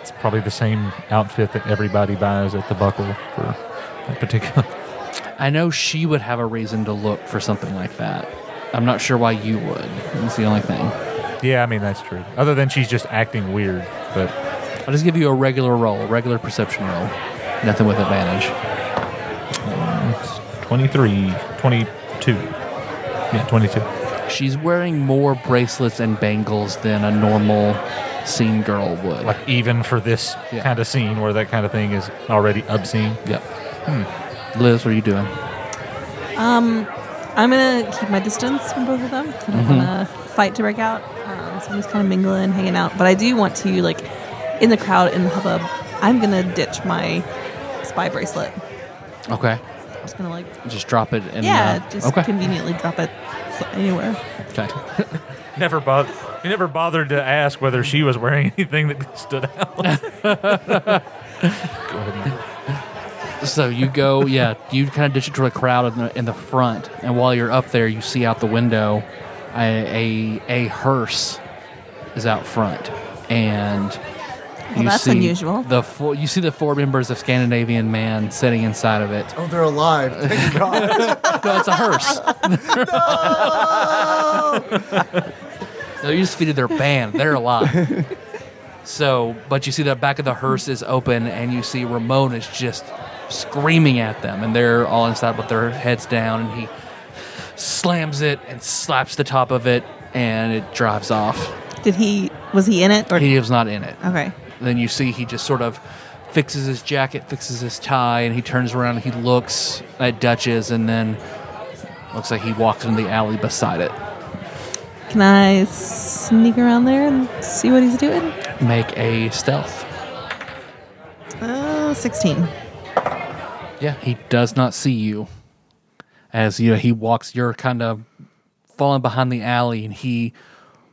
Speaker 2: It's probably the same outfit that everybody buys at the Buckle for that particular. *laughs*
Speaker 1: I know she would have a reason to look for something like that. I'm not sure why you would. That's the only thing.
Speaker 2: Yeah, I mean that's true. Other than she's just acting weird, but
Speaker 1: I'll just give you a regular roll, a regular perception roll. Nothing with advantage.
Speaker 2: it's 23, 22. Yeah, 22.
Speaker 1: She's wearing more bracelets and bangles than a normal scene girl would.
Speaker 2: Like, even for this
Speaker 1: Yeah.
Speaker 2: kind of scene where that kind of thing is already obscene.
Speaker 1: yep. Hmm. Liz, what are you doing?
Speaker 6: I'm gonna keep my distance from both of them. 'cause I don't wanna
Speaker 1: Mm-hmm.
Speaker 6: fight to break out. Um, so I'm just kind of mingling, hanging out. But I do want to, like, in the crowd, in the hubbub, I'm gonna ditch my spy bracelet.
Speaker 1: Okay.
Speaker 6: I'm just gonna like,
Speaker 1: Just drop it and
Speaker 6: yeah,
Speaker 1: uh,
Speaker 6: just
Speaker 1: okay.
Speaker 6: conveniently drop it anywhere.
Speaker 1: okay.
Speaker 2: Never bothered. You never bothered to ask whether she was wearing *laughs* anything that stood out. Go ahead. and-
Speaker 1: So you go, yeah, you kind of ditch it to the crowd in the, in the front, and while you're up there, you see out the window a a, a hearse is out front, and you
Speaker 6: that's
Speaker 1: see
Speaker 6: unusual.
Speaker 1: The four, you see the four members of Scandinavian Man sitting inside of it.
Speaker 3: Oh, they're alive. *laughs* Thank God.
Speaker 1: No, it's a hearse. no, you just defeated their band. They're alive. So, but you see the back of the hearse is open, and you see Ramon is just screaming at them, and they're all inside with their heads down, and he slams it and slaps the top of it, and it drives off.
Speaker 6: Did he? Was he in it? Or
Speaker 1: He was not in it.
Speaker 6: okay.
Speaker 1: Then you see he just sort of fixes his jacket, fixes his tie, and he turns around and he looks at Duchess, and then looks like he walks into the alley beside it.
Speaker 6: Can I sneak around there and see what he's doing?
Speaker 1: Make a stealth.
Speaker 6: Uh, 16.
Speaker 1: Yeah, he does not see you. As you know, he walks, you're kind of falling behind the alley, and he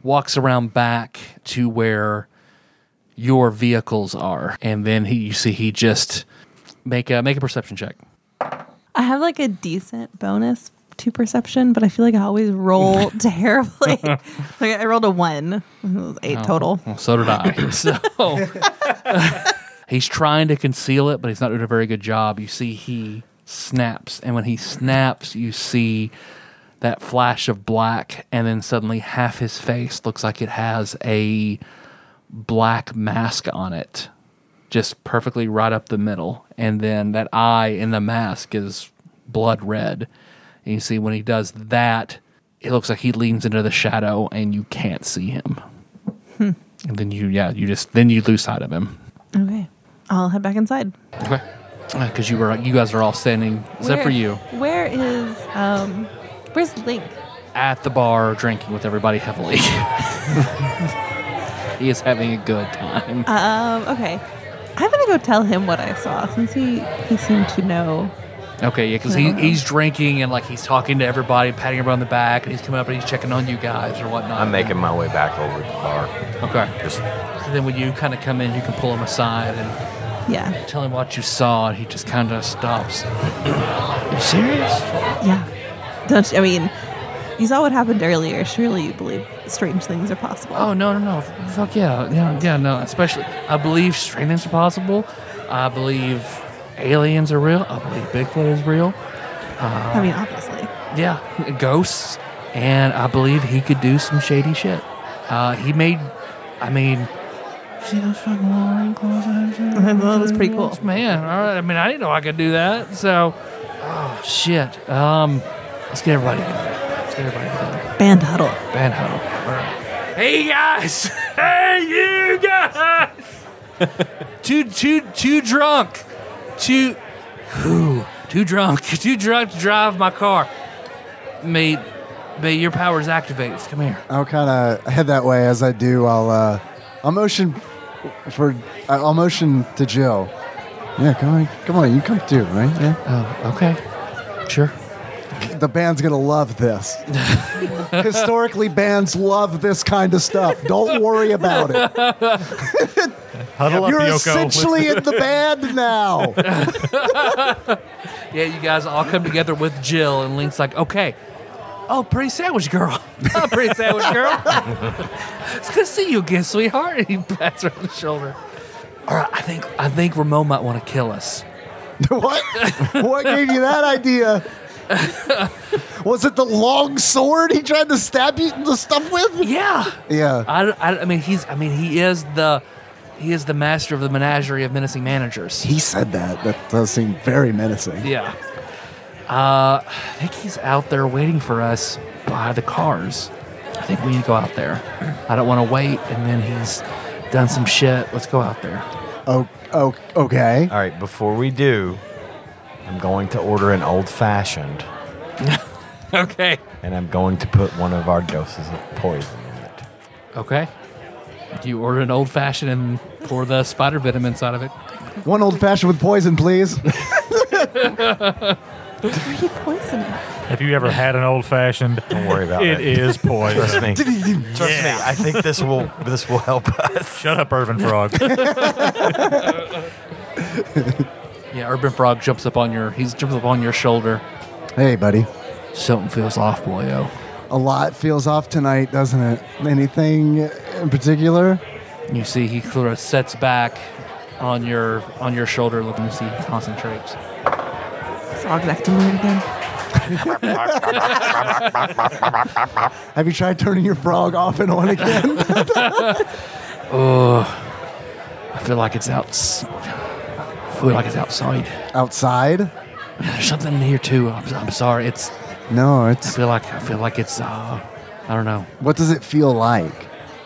Speaker 1: walks around back to where your vehicles are, and then he you see he just make a make a perception check.
Speaker 6: I have like a decent bonus to perception, but I feel like I always roll terribly. like I rolled a one, It was eight total.
Speaker 1: Well, so did I. so *laughs* he's trying to conceal it, but he's not doing a very good job. You see, he snaps, and when he snaps, you see that flash of black, and then suddenly half his face looks like it has a black mask on it, just perfectly right up the middle. And then that eye in the mask is blood red. And you see, when he does that, it looks like he leans into the shadow, and you can't see him. And then you, yeah, you just then you lose sight of him.
Speaker 6: Okay, I'll head back inside.
Speaker 1: Okay. Because Uh, you were, you guys are all standing, except for
Speaker 6: Where-
Speaker 1: you,
Speaker 6: Where is um, where's Link?
Speaker 1: at the bar drinking with everybody heavily. *laughs* he is having a good time.
Speaker 6: Um, okay, I'm gonna go tell him what I saw since he he seemed to know.
Speaker 1: okay, yeah, because he, he's drinking and like he's talking to everybody, patting everybody on the back, and he's coming up and he's checking on you guys or whatnot.
Speaker 5: I'm making my way back over to the bar.
Speaker 1: Okay.
Speaker 5: Just
Speaker 1: So then when you kind of come in, you can pull him aside and
Speaker 6: Yeah,
Speaker 1: tell him what you saw, and he just kind of stops. you serious?
Speaker 6: yeah. Don't you, I mean, you saw what happened earlier. Surely you believe strange things are possible.
Speaker 1: Oh no no no! Fuck yeah yeah yeah no! Especially I believe strange things are possible. I believe aliens are real. I believe Bigfoot is real.
Speaker 6: I mean, obviously.
Speaker 1: Yeah, ghosts, and I believe he could do some shady shit. Uh, he made, I mean, see those fucking Wolverine claws?
Speaker 6: That was pretty cool.
Speaker 1: Man, all right. I mean, I didn't know I could do that. So, oh shit. Um, let's get everybody together. Let's get everybody together.
Speaker 6: Band huddle.
Speaker 1: Band huddle. Hey guys! *laughs* Hey you guys! *laughs* too too too drunk. Too Ooh, too drunk. *laughs* Too drunk to drive my car. May may your powers activate. Come here.
Speaker 3: I'll kind of head that way as I do. I'll uh, I'll motion for I'll motion to Jill. Yeah, come on, come on, you come too, right? Yeah.
Speaker 1: Oh, okay. Sure.
Speaker 3: The band's gonna love this. Historically, bands love this kind of stuff. Don't worry about it.
Speaker 2: Huddle
Speaker 3: You're
Speaker 2: Yoko.
Speaker 3: essentially in the band now.
Speaker 1: Yeah, you guys all come together with Jill and Link's like, okay. Oh, pretty sandwich girl. *laughs* oh, pretty sandwich girl. it's good to see you again, sweetheart. *laughs* And he pats her on the shoulder. All right, I think I think Ramon might want to kill us.
Speaker 3: what? What gave you that idea? Was it the long sword he tried to stab you the stuff with?
Speaker 1: Yeah.
Speaker 3: Yeah.
Speaker 1: I, I, I mean he's I mean he is the he is the master of the menagerie of menacing managers.
Speaker 3: He said that. That does seem very menacing.
Speaker 1: Yeah. Uh, I think he's out there waiting for us by the cars. I think we need to go out there. I don't want to wait, and then he's done some shit. Let's go out there.
Speaker 3: Oh, oh okay.
Speaker 5: All right, before we do, I'm going to order an old fashioned
Speaker 1: Okay.
Speaker 5: and I'm going to put one of our doses of poison in it.
Speaker 1: Okay. Do you order an old fashioned and pour the spider venom inside of it?
Speaker 3: One old fashioned with poison, please.
Speaker 6: Are you poisoning?
Speaker 2: Have you ever had an old fashioned?
Speaker 5: Don't worry about
Speaker 2: It
Speaker 5: it. *laughs*
Speaker 2: is poison.
Speaker 5: Trust me. Trust me. I think this will this will help us.
Speaker 2: Shut up, Irvin Frog.
Speaker 1: Yeah, Urban Frog jumps up on your he's jumps up on your shoulder.
Speaker 3: hey, buddy.
Speaker 1: Something feels off, boyo.
Speaker 3: A lot feels off tonight, doesn't it? Anything in particular?
Speaker 1: You see he sort of sets back on your on your shoulder looking to see he concentrates.
Speaker 6: Frog acting weird again.
Speaker 3: Have you tried turning your frog off and on again?
Speaker 1: I feel like it's out I feel like it's outside.
Speaker 3: *laughs* Outside?
Speaker 1: There's something in here too. I'm, I'm sorry. It's
Speaker 3: No,
Speaker 1: I
Speaker 3: it's.
Speaker 1: feel like I feel like it's uh I don't know.
Speaker 3: What does it feel like?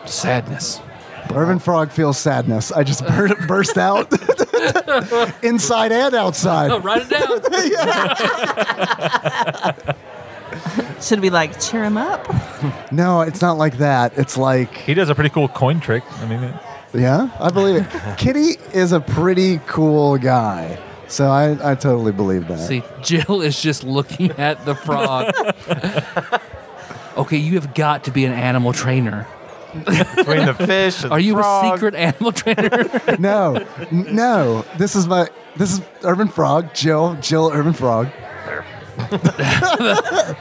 Speaker 1: Sadness.
Speaker 3: Irvin Frog feels sadness. I just bur- *laughs* burst out inside and outside.
Speaker 1: write it down.
Speaker 6: Should we like cheer him up?
Speaker 3: No, it's not like that. It's like,
Speaker 2: he does a pretty cool coin trick. I mean, it-
Speaker 3: yeah, I believe it. Kitty is a pretty cool guy. So I, I totally believe
Speaker 1: *laughs*
Speaker 3: that.
Speaker 1: see, Jill is just looking at the *laughs* frog. okay, you have got to be an animal trainer.
Speaker 5: *laughs* Between the fish and
Speaker 1: Are you
Speaker 5: frog,
Speaker 1: a secret animal *laughs* trainer?
Speaker 3: No, n- no. This is my, this is Urban Frog, Jill, Jill Urban Frog.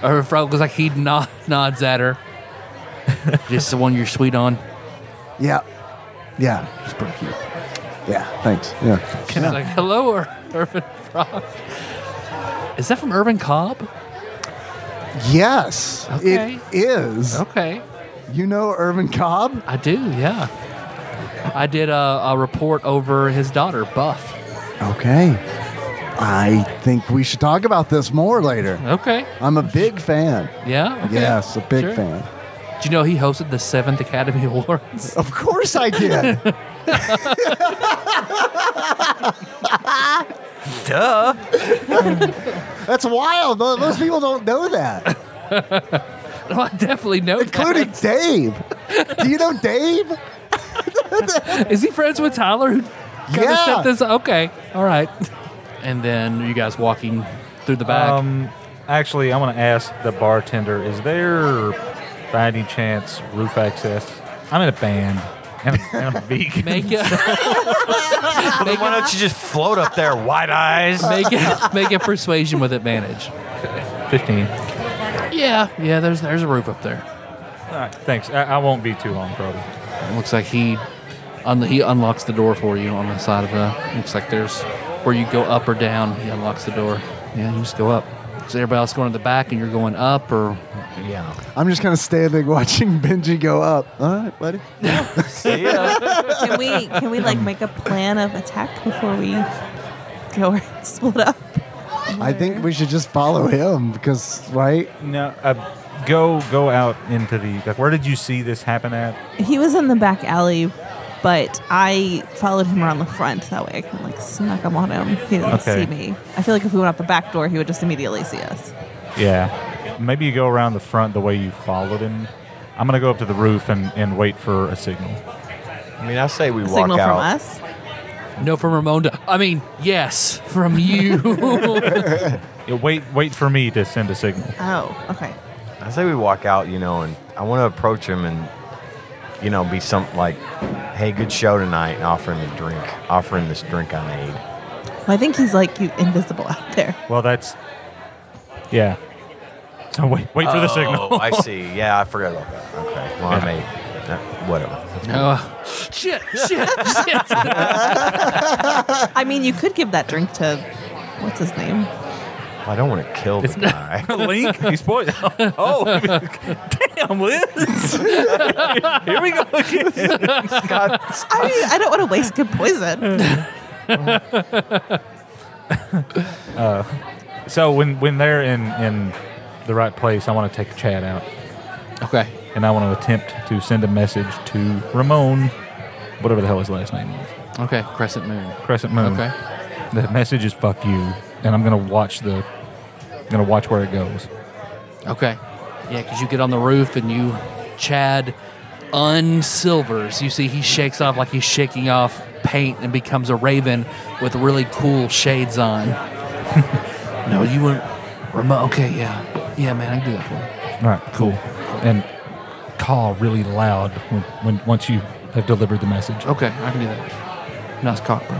Speaker 1: or frog goes like he nod, nods at her. just the one you're sweet on.
Speaker 3: Yeah. Yeah.
Speaker 1: He's pretty cute.
Speaker 3: Yeah. Thanks. Yeah.
Speaker 1: She's like, hello, Ur- *laughs* Urban Frog. Is that from Urban Cobb?
Speaker 3: Yes,
Speaker 1: Okay.
Speaker 3: it is.
Speaker 1: Okay.
Speaker 3: You know Urban Cobb?
Speaker 1: I do, yeah. I did a, a report over his daughter, Buff.
Speaker 3: Okay. I think we should talk about this more later.
Speaker 1: Okay.
Speaker 3: I'm a big fan.
Speaker 1: Yeah? Okay.
Speaker 3: Yes, a big
Speaker 1: Sure.
Speaker 3: fan.
Speaker 1: Do you know he hosted the seventh Academy *laughs* Awards?
Speaker 3: Of course
Speaker 1: *laughs*
Speaker 3: I did.
Speaker 5: Duh.
Speaker 3: That's wild. Mo- Most people don't know that,
Speaker 1: Oh, I definitely know.
Speaker 3: including Dave. Do you know Dave?
Speaker 1: that. *laughs* is he friends with Tyler? Who kind of
Speaker 3: Yeah.
Speaker 1: set this? Okay, all right. *laughs* And then you guys walking through the back.
Speaker 2: um, actually, I want to ask the bartender: Is there, by any chance, roof access? I'm in a band. And I'm, and I'm *laughs*
Speaker 1: *laughs*
Speaker 2: vegan.
Speaker 1: make a
Speaker 5: Well, then why don't you just float up there, white eyes?
Speaker 6: Uh,
Speaker 1: make a make a persuasion with advantage.
Speaker 2: 15.
Speaker 1: Yeah, yeah. There's there's a roof up there.
Speaker 2: All right, thanks. I, I won't be too long, probably.
Speaker 1: It looks like he un- he unlocks the door for you on the side of the. Looks like there's where you go up or down. He unlocks the door. Yeah, you just go up. So everybody else going to the back, and you're going up, or
Speaker 5: Yeah.
Speaker 3: I'm just kind of standing watching Benji go up. All right, buddy.
Speaker 5: See ya.
Speaker 6: Can we can we like make a plan of attack before we go and split up?
Speaker 3: I think we should just follow him because, right?
Speaker 2: No, uh, go go out into the. Like, where did you see this happen at?
Speaker 6: He was in the back alley, but I followed him around the front. That way I can like snuck him on him. He didn't
Speaker 2: Okay.
Speaker 6: see me. I feel like if we went out the back door, he would just immediately see us.
Speaker 2: Yeah. Maybe you go around the front the way you followed him. I'm gonna go up to the roof and, and wait for a signal.
Speaker 5: I mean, I say we
Speaker 6: A
Speaker 5: walk
Speaker 6: signal
Speaker 5: out.
Speaker 6: from us.
Speaker 1: no from Ramonda. I mean, yes, from *laughs* you.
Speaker 2: Yeah, wait wait for me to send a signal.
Speaker 6: Oh, okay.
Speaker 5: I say we walk out, you know, and I want to approach him and, you know, be some like, hey, good show tonight, and offer him a drink, offer him this drink I made.
Speaker 6: Well, I think he's like you invisible out there.
Speaker 2: Well, that's yeah. *laughs* So wait wait for the
Speaker 5: Oh,
Speaker 2: signal.
Speaker 5: I see. Yeah, I forgot about that. Okay. Well, I made uh, whatever.
Speaker 1: Oh, shit, shit, shit.
Speaker 6: I mean, you could give that drink to what's his name?
Speaker 5: I don't want to kill the
Speaker 2: *laughs*
Speaker 5: guy.
Speaker 2: Link, he's poisoned. Oh, damn, Liz. Here we go again.
Speaker 6: I mean, I don't want to waste good poison.
Speaker 2: *laughs* So when when they're in in the right place, I want to take Chad out,
Speaker 1: Okay.
Speaker 2: and I want to attempt to send a message to Ramon, whatever the hell his last name is,
Speaker 1: Okay. Crescent Moon.
Speaker 2: Crescent Moon.
Speaker 1: Okay.
Speaker 2: The message is "fuck you," and I'm gonna watch the, I'm gonna watch where it goes.
Speaker 1: Okay. Yeah, because you get on the roof and you, Chad, unsilvers. You see, he shakes off like he's shaking off paint and becomes a raven with really cool shades on. *laughs* no, you weren't. Remote. Okay, yeah. Yeah, man, I can do that for you.
Speaker 2: All right, cool. And call really loud when, when once you have delivered the message. Oh,
Speaker 1: Okay, I can do that. Nice cock, bro.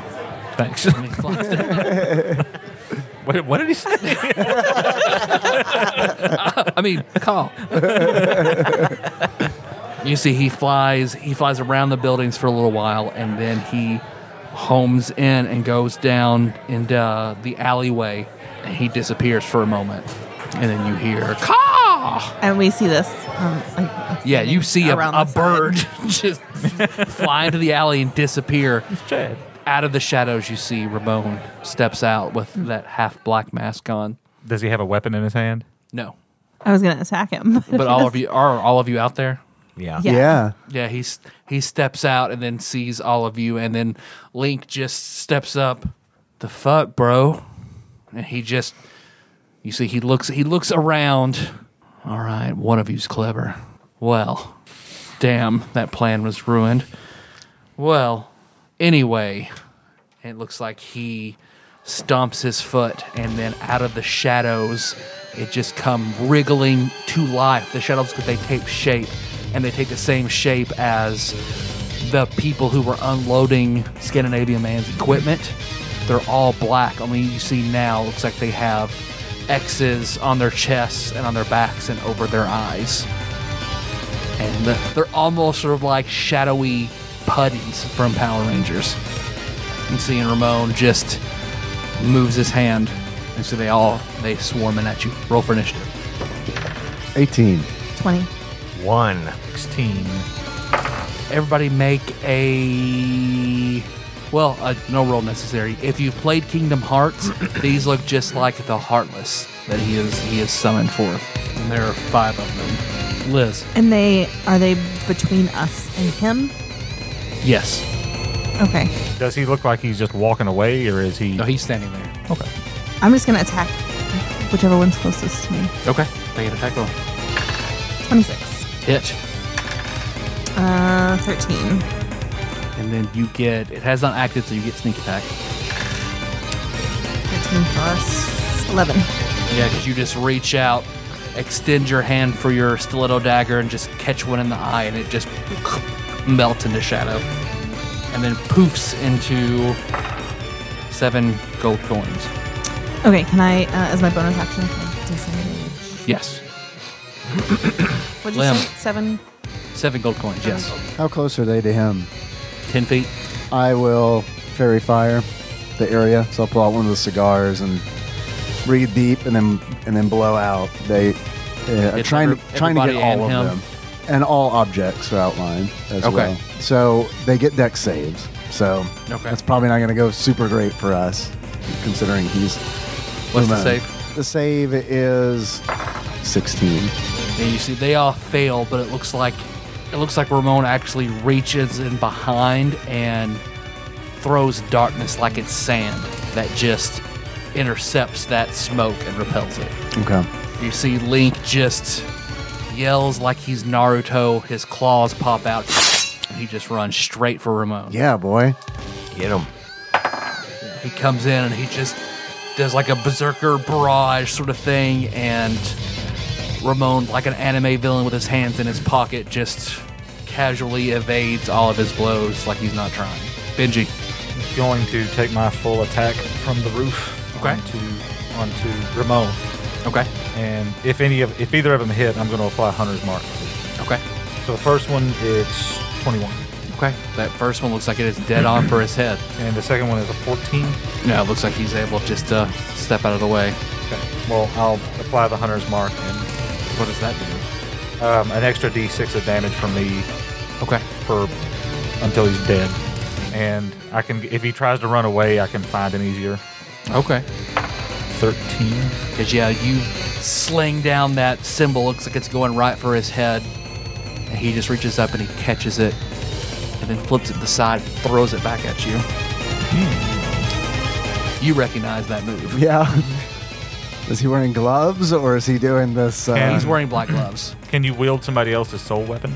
Speaker 2: thanks.
Speaker 1: And he flies down.
Speaker 2: *laughs* what, what did he say?
Speaker 1: I mean, call. you see, he flies. He flies around the buildings for a little while, and then he homes in and goes down into uh, the alleyway, and he disappears for a moment, and then you hear caw.
Speaker 6: And we see this. Um, like,
Speaker 1: Yeah, you see a,
Speaker 6: Around
Speaker 1: a
Speaker 6: the side.
Speaker 1: bird *laughs* just fly into the alley and disappear.
Speaker 2: Chad.
Speaker 1: Out of the shadows, you see Ramon steps out with that half black mask on.
Speaker 2: Does he have a weapon in his hand?
Speaker 1: No,
Speaker 6: I was gonna attack him,
Speaker 1: but all of you are all of you out there.
Speaker 5: Yeah.
Speaker 6: Yeah.
Speaker 3: Yeah.
Speaker 1: Yeah, he's he steps out and then sees all of you, and then Link just steps up. The fuck, bro! And he just, you see, he looks he looks around. All right, one of you's clever. Well, damn, that plan was ruined. Well, anyway, it looks like he stomps his foot, and then out of the shadows, it just come wriggling to life. The shadows, they take shape, and they take the same shape as the people who were unloading Scandinavian Man's equipment. They're all black. Only you see now, looks like they have X's on their chests and on their backs and over their eyes and the- they're almost sort of like shadowy putties from Power Rangers. And seeing Ramon just moves his hand, and so they all they swarm in at you. Roll for initiative.
Speaker 3: 18.
Speaker 6: *laughs* twenty.
Speaker 5: One.
Speaker 2: 16.
Speaker 1: Everybody make a well, uh, no roll necessary. If you've played Kingdom *clears throat* Hearts, these look just like the Heartless that he is he is summoned forth. And there are five of them. Liz,
Speaker 6: And they are they between us and him?
Speaker 1: yes.
Speaker 6: Okay.
Speaker 2: Does he look like he's just walking away, or is he?
Speaker 1: No, he's standing there.
Speaker 2: Okay.
Speaker 6: I'm just gonna attack whichever one's closest to me.
Speaker 1: Okay, make an attack roll.
Speaker 6: Twenty six.
Speaker 1: Hit.
Speaker 6: Uh, thirteen.
Speaker 1: And then you get it has not acted, so you get sneak attack.
Speaker 6: Thirteen plus eleven.
Speaker 1: Yeah, because you just reach out, extend your hand for your stiletto dagger, and just catch one in the eye, and it just *clears throat* melts into shadow, and then poofs into seven gold coins.
Speaker 6: Okay. Can I, uh, as my bonus action, can I disengage?
Speaker 1: Yes,
Speaker 6: What'd you
Speaker 1: Lim.
Speaker 6: say? Seven.
Speaker 1: seven gold coins. Yes,
Speaker 3: How close are they to him?
Speaker 1: ten feet.
Speaker 3: I will fairy fire the area, so I'll pull out one of the cigars and breathe deep, and then and then blow out. They uh, I'm
Speaker 1: It's
Speaker 3: trying
Speaker 1: every-
Speaker 3: to trying to get
Speaker 1: everybody
Speaker 3: all of
Speaker 1: and him.
Speaker 3: them, and all objects are outlined as
Speaker 1: Okay.
Speaker 3: well. So they get deck saves. So
Speaker 1: Okay.
Speaker 3: that's probably not going to go super great for us, considering he's.
Speaker 1: What's the
Speaker 3: human.
Speaker 1: save?
Speaker 3: The save is sixteen.
Speaker 1: And you see they all fail, but it looks like it looks like Ramon actually reaches in behind and throws darkness like it's sand that just intercepts that smoke and repels it.
Speaker 3: Okay.
Speaker 1: You see Link just yells like he's Naruto, his claws pop out, and he just runs straight for Ramon.
Speaker 3: Yeah, boy. *laughs*
Speaker 5: Get him.
Speaker 1: He comes in and he just does like a berserker barrage sort of thing, and Ramon, like an anime villain with his hands in his pocket, just casually evades all of his blows like he's not trying. Benji.
Speaker 2: Going to take my full attack from the roof
Speaker 1: Okay.
Speaker 2: onto, onto Ramon.
Speaker 1: Okay.
Speaker 2: And if any of if either of them hit, I'm going to apply Hunter's Mark.
Speaker 1: Okay.
Speaker 2: So the first one it's 21,
Speaker 1: Okay. That first one looks like it is dead on for his head.
Speaker 2: and the second one is a 14.
Speaker 1: No, it looks like he's able just to step out of the way.
Speaker 2: Okay. Well, I'll apply the Hunter's Mark and
Speaker 1: What does that do?
Speaker 2: um, an extra D6 of damage from me
Speaker 1: Okay.
Speaker 2: for until he's dead. And I can if he tries to run away, I can find him easier.
Speaker 1: Okay.
Speaker 2: 13.
Speaker 1: Because, yeah, you sling down that symbol, looks like it's going right for his head. And he just reaches up and he catches it and then flips it to the side and throws it back at you. You recognize that move.
Speaker 3: Yeah. Is he wearing gloves or is he doing this? Uh,
Speaker 2: Yeah,
Speaker 1: He's wearing black gloves.
Speaker 2: Can you wield somebody else's soul weapon?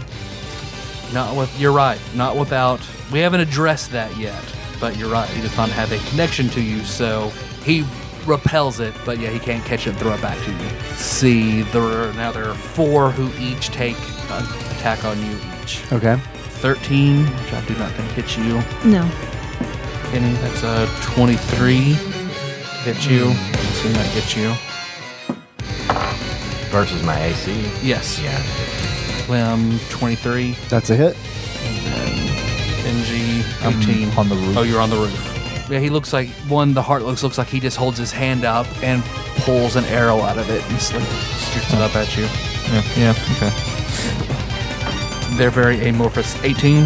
Speaker 1: Not with, you're right, not without, we haven't addressed that yet, but you're right, he does not have a connection to you, so he repels it, but yeah, he can't catch it and throw it back to you. See, there are, now there are four who each take an attack on you each.
Speaker 3: okay.
Speaker 1: 13, which I do not think hits you.
Speaker 6: No.
Speaker 1: Any, that's a 23 hits you. I assume that hits you.
Speaker 5: Versus my AC.
Speaker 1: Yes. um,
Speaker 5: Yeah.
Speaker 1: Clem, 23.
Speaker 3: That's a hit.
Speaker 1: Benji, 18.
Speaker 2: on the roof.
Speaker 1: Oh, you're on the roof. Yeah, he looks like one. The Heartless looks like he just holds his hand up and pulls an arrow out of it and sli- shoots it up at you.
Speaker 2: Yeah, yeah, okay.
Speaker 1: They're very amorphous. 18.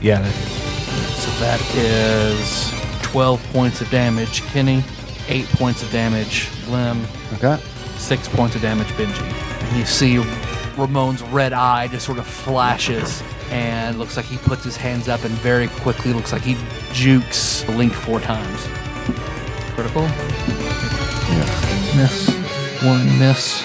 Speaker 2: Yeah, that is.
Speaker 1: So that is 12 points of damage. Kenny, 8 points of damage. Lim,
Speaker 3: Okay.
Speaker 1: six points of damage, Benji. And you see Ramon's red eye just sort of flashes and looks like he puts his hands up and very quickly looks like he jukes Link four times. Critical? Miss. One miss.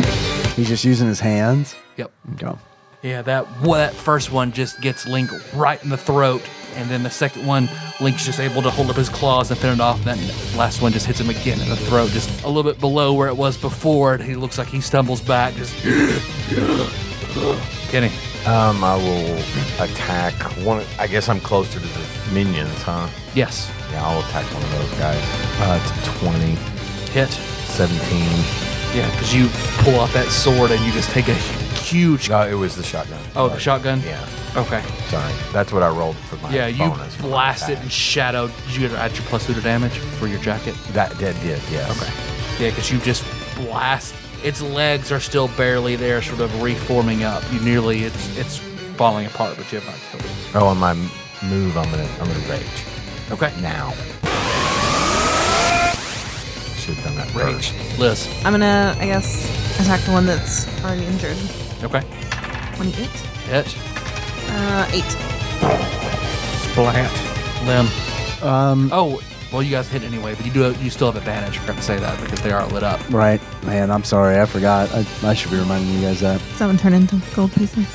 Speaker 3: He's just using his hands.
Speaker 1: Yep.
Speaker 3: Go.
Speaker 1: Yeah, that, wha- that first one just gets Link right in the throat. And then the second one, Link's just able to hold up his claws and fend it off. That last one just hits him again in the throat, just a little bit below where it was before. And he looks like he stumbles back. Just *gasps* Kenny.
Speaker 5: Um, I will attack one. I guess I'm closer to the minions, huh?
Speaker 1: Yes.
Speaker 5: Yeah, I'll attack one of those guys. Uh, it's 20,
Speaker 1: Hit.
Speaker 5: 17.
Speaker 1: Yeah, because you pull out that sword and you just take a huge.
Speaker 5: No, it was the shotgun.
Speaker 1: Oh, the
Speaker 5: Sorry.
Speaker 1: shotgun?
Speaker 5: Yeah,
Speaker 1: Okay.
Speaker 5: sorry. That's what I rolled for my
Speaker 1: Yeah, you
Speaker 5: bonus for my
Speaker 1: blast it
Speaker 5: attack.
Speaker 1: and shadow. Did you add your plus two to damage for your jacket?
Speaker 5: That did, did, yes.
Speaker 1: Okay. Yeah, because you just blast. Its legs are still barely there, sort of reforming up. You nearly it's it's falling apart, but you have not killed it.
Speaker 5: Oh, on my m- move, I'm gonna, I'm gonna rage
Speaker 1: Okay.
Speaker 5: now. Should have done that
Speaker 1: Rage.
Speaker 5: rage.
Speaker 1: Liz.
Speaker 6: I'm gonna, I guess, attack the one that's already injured.
Speaker 1: Okay.
Speaker 6: 28?
Speaker 1: Hit.
Speaker 6: Uh, 8.
Speaker 2: Splat.
Speaker 1: Limb. Um. Oh. Well, you guys hit anyway, but you do you still have advantage. I forgot to say that because they are lit up.
Speaker 3: Right. Man, I'm sorry. I forgot. I, I should be reminding you guys that.
Speaker 6: Seven turn into gold pieces.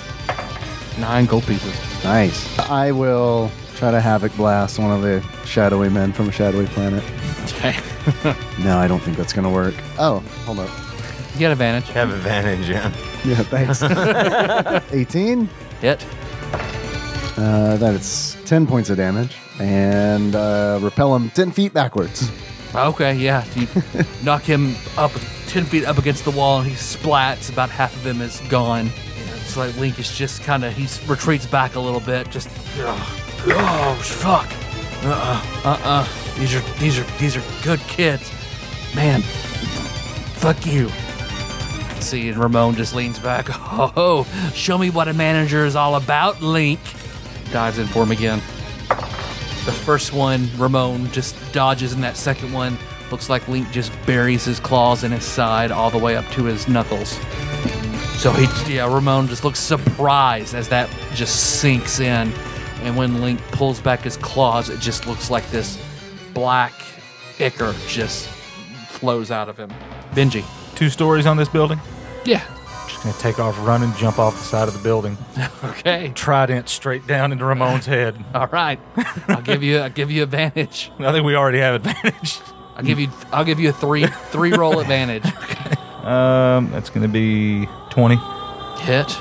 Speaker 1: Nine gold *laughs* pieces.
Speaker 3: Nice. I will try to havoc blast one of the shadowy men from a shadowy planet.
Speaker 1: Okay.
Speaker 3: No, I don't think that's gonna work. Oh, hold up.
Speaker 1: You get advantage.
Speaker 5: Have advantage, yeah.
Speaker 3: Yeah, *laughs* thanks. 18.
Speaker 1: Hit.
Speaker 3: Uh, that is 10 points of damage, and uh, repel him 10 feet backwards.
Speaker 1: Okay, yeah. You knock him up 10 feet up against the wall and he splats. About half of him is gone. Yeah, It's like Link is just kind of, he retreats back a little bit. Just, ugh, oh, fuck. Uh-uh, uh-uh. These are, these are, these are good kids. Man, fuck you. See, and Ramon just leans back. *laughs* Oh, show me what a manager is all about, Link. Dives in for him again. The first one, Ramon just dodges, and that second one looks like Link just buries his claws in his side all the way up to his knuckles. So he, yeah, Ramon just looks surprised as that just sinks in. And when Link pulls back his claws, it just looks like this black ichor just flows out of him. Benji.
Speaker 2: Two stories on this building.
Speaker 1: Yeah.
Speaker 2: Just gonna take off, run, and jump off the side of the building.
Speaker 1: Okay.
Speaker 2: Trident straight down into Ramon's *laughs* head.
Speaker 1: All right. I'll give you. I'll give you advantage.
Speaker 2: I think we already have advantage.
Speaker 1: I'll give you. I'll give you a three three roll advantage.
Speaker 2: Um, that's gonna be twenty.
Speaker 1: Hit.
Speaker 3: *laughs*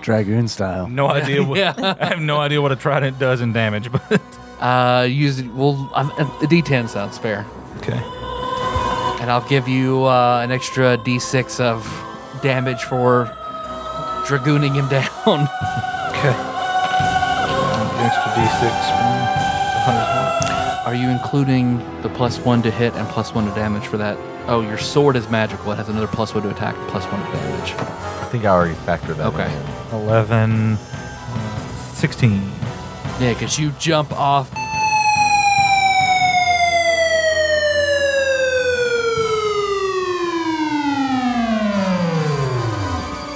Speaker 3: Dragoon style.
Speaker 2: No idea. What,
Speaker 1: Yeah.
Speaker 2: *laughs* I have no idea what a trident does in damage, *laughs* but
Speaker 1: Uh, use well. I'm, uh, the D10 sounds fair,
Speaker 2: okay.
Speaker 1: and I'll give you uh, an extra D6 of damage for dragooning him *laughs* down.
Speaker 2: Okay. Um, Extra mm, d6.
Speaker 1: Are you including the plus one to hit and plus one to damage for that? Oh, your sword is magical. It has another plus one to attack, plus one to damage.
Speaker 5: I think I already factored that
Speaker 1: Okay.
Speaker 5: one in.
Speaker 2: 11, uh, 16.
Speaker 1: Yeah, because you jump off.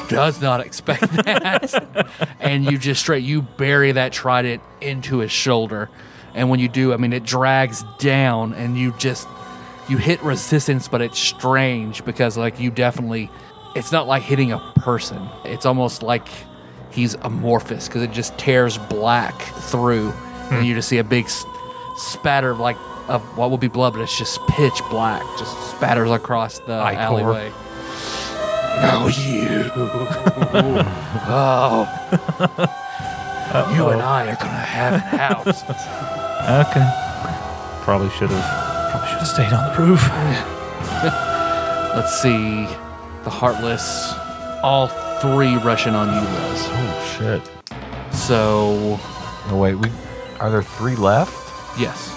Speaker 1: does not expect that. and you just straight you bury that trident into his shoulder. And when you do, I mean it drags down and you just you hit resistance, but it's strange because like you definitely it's not like hitting a person. It's almost like he's amorphous because it just tears black through and you just see a big s- spatter of like of what will be blood, but it's just pitch black, just spatters across the
Speaker 2: Icor.
Speaker 1: alleyway. Oh, you. oh. You and I are going to have an house.
Speaker 2: Okay. Probably should have. Probably should have stayed on the roof.
Speaker 1: Let's see. The Heartless. All three rushing on you, Liz.
Speaker 5: Oh shit.
Speaker 1: So,
Speaker 5: Oh wait, we are there three left?
Speaker 1: yes.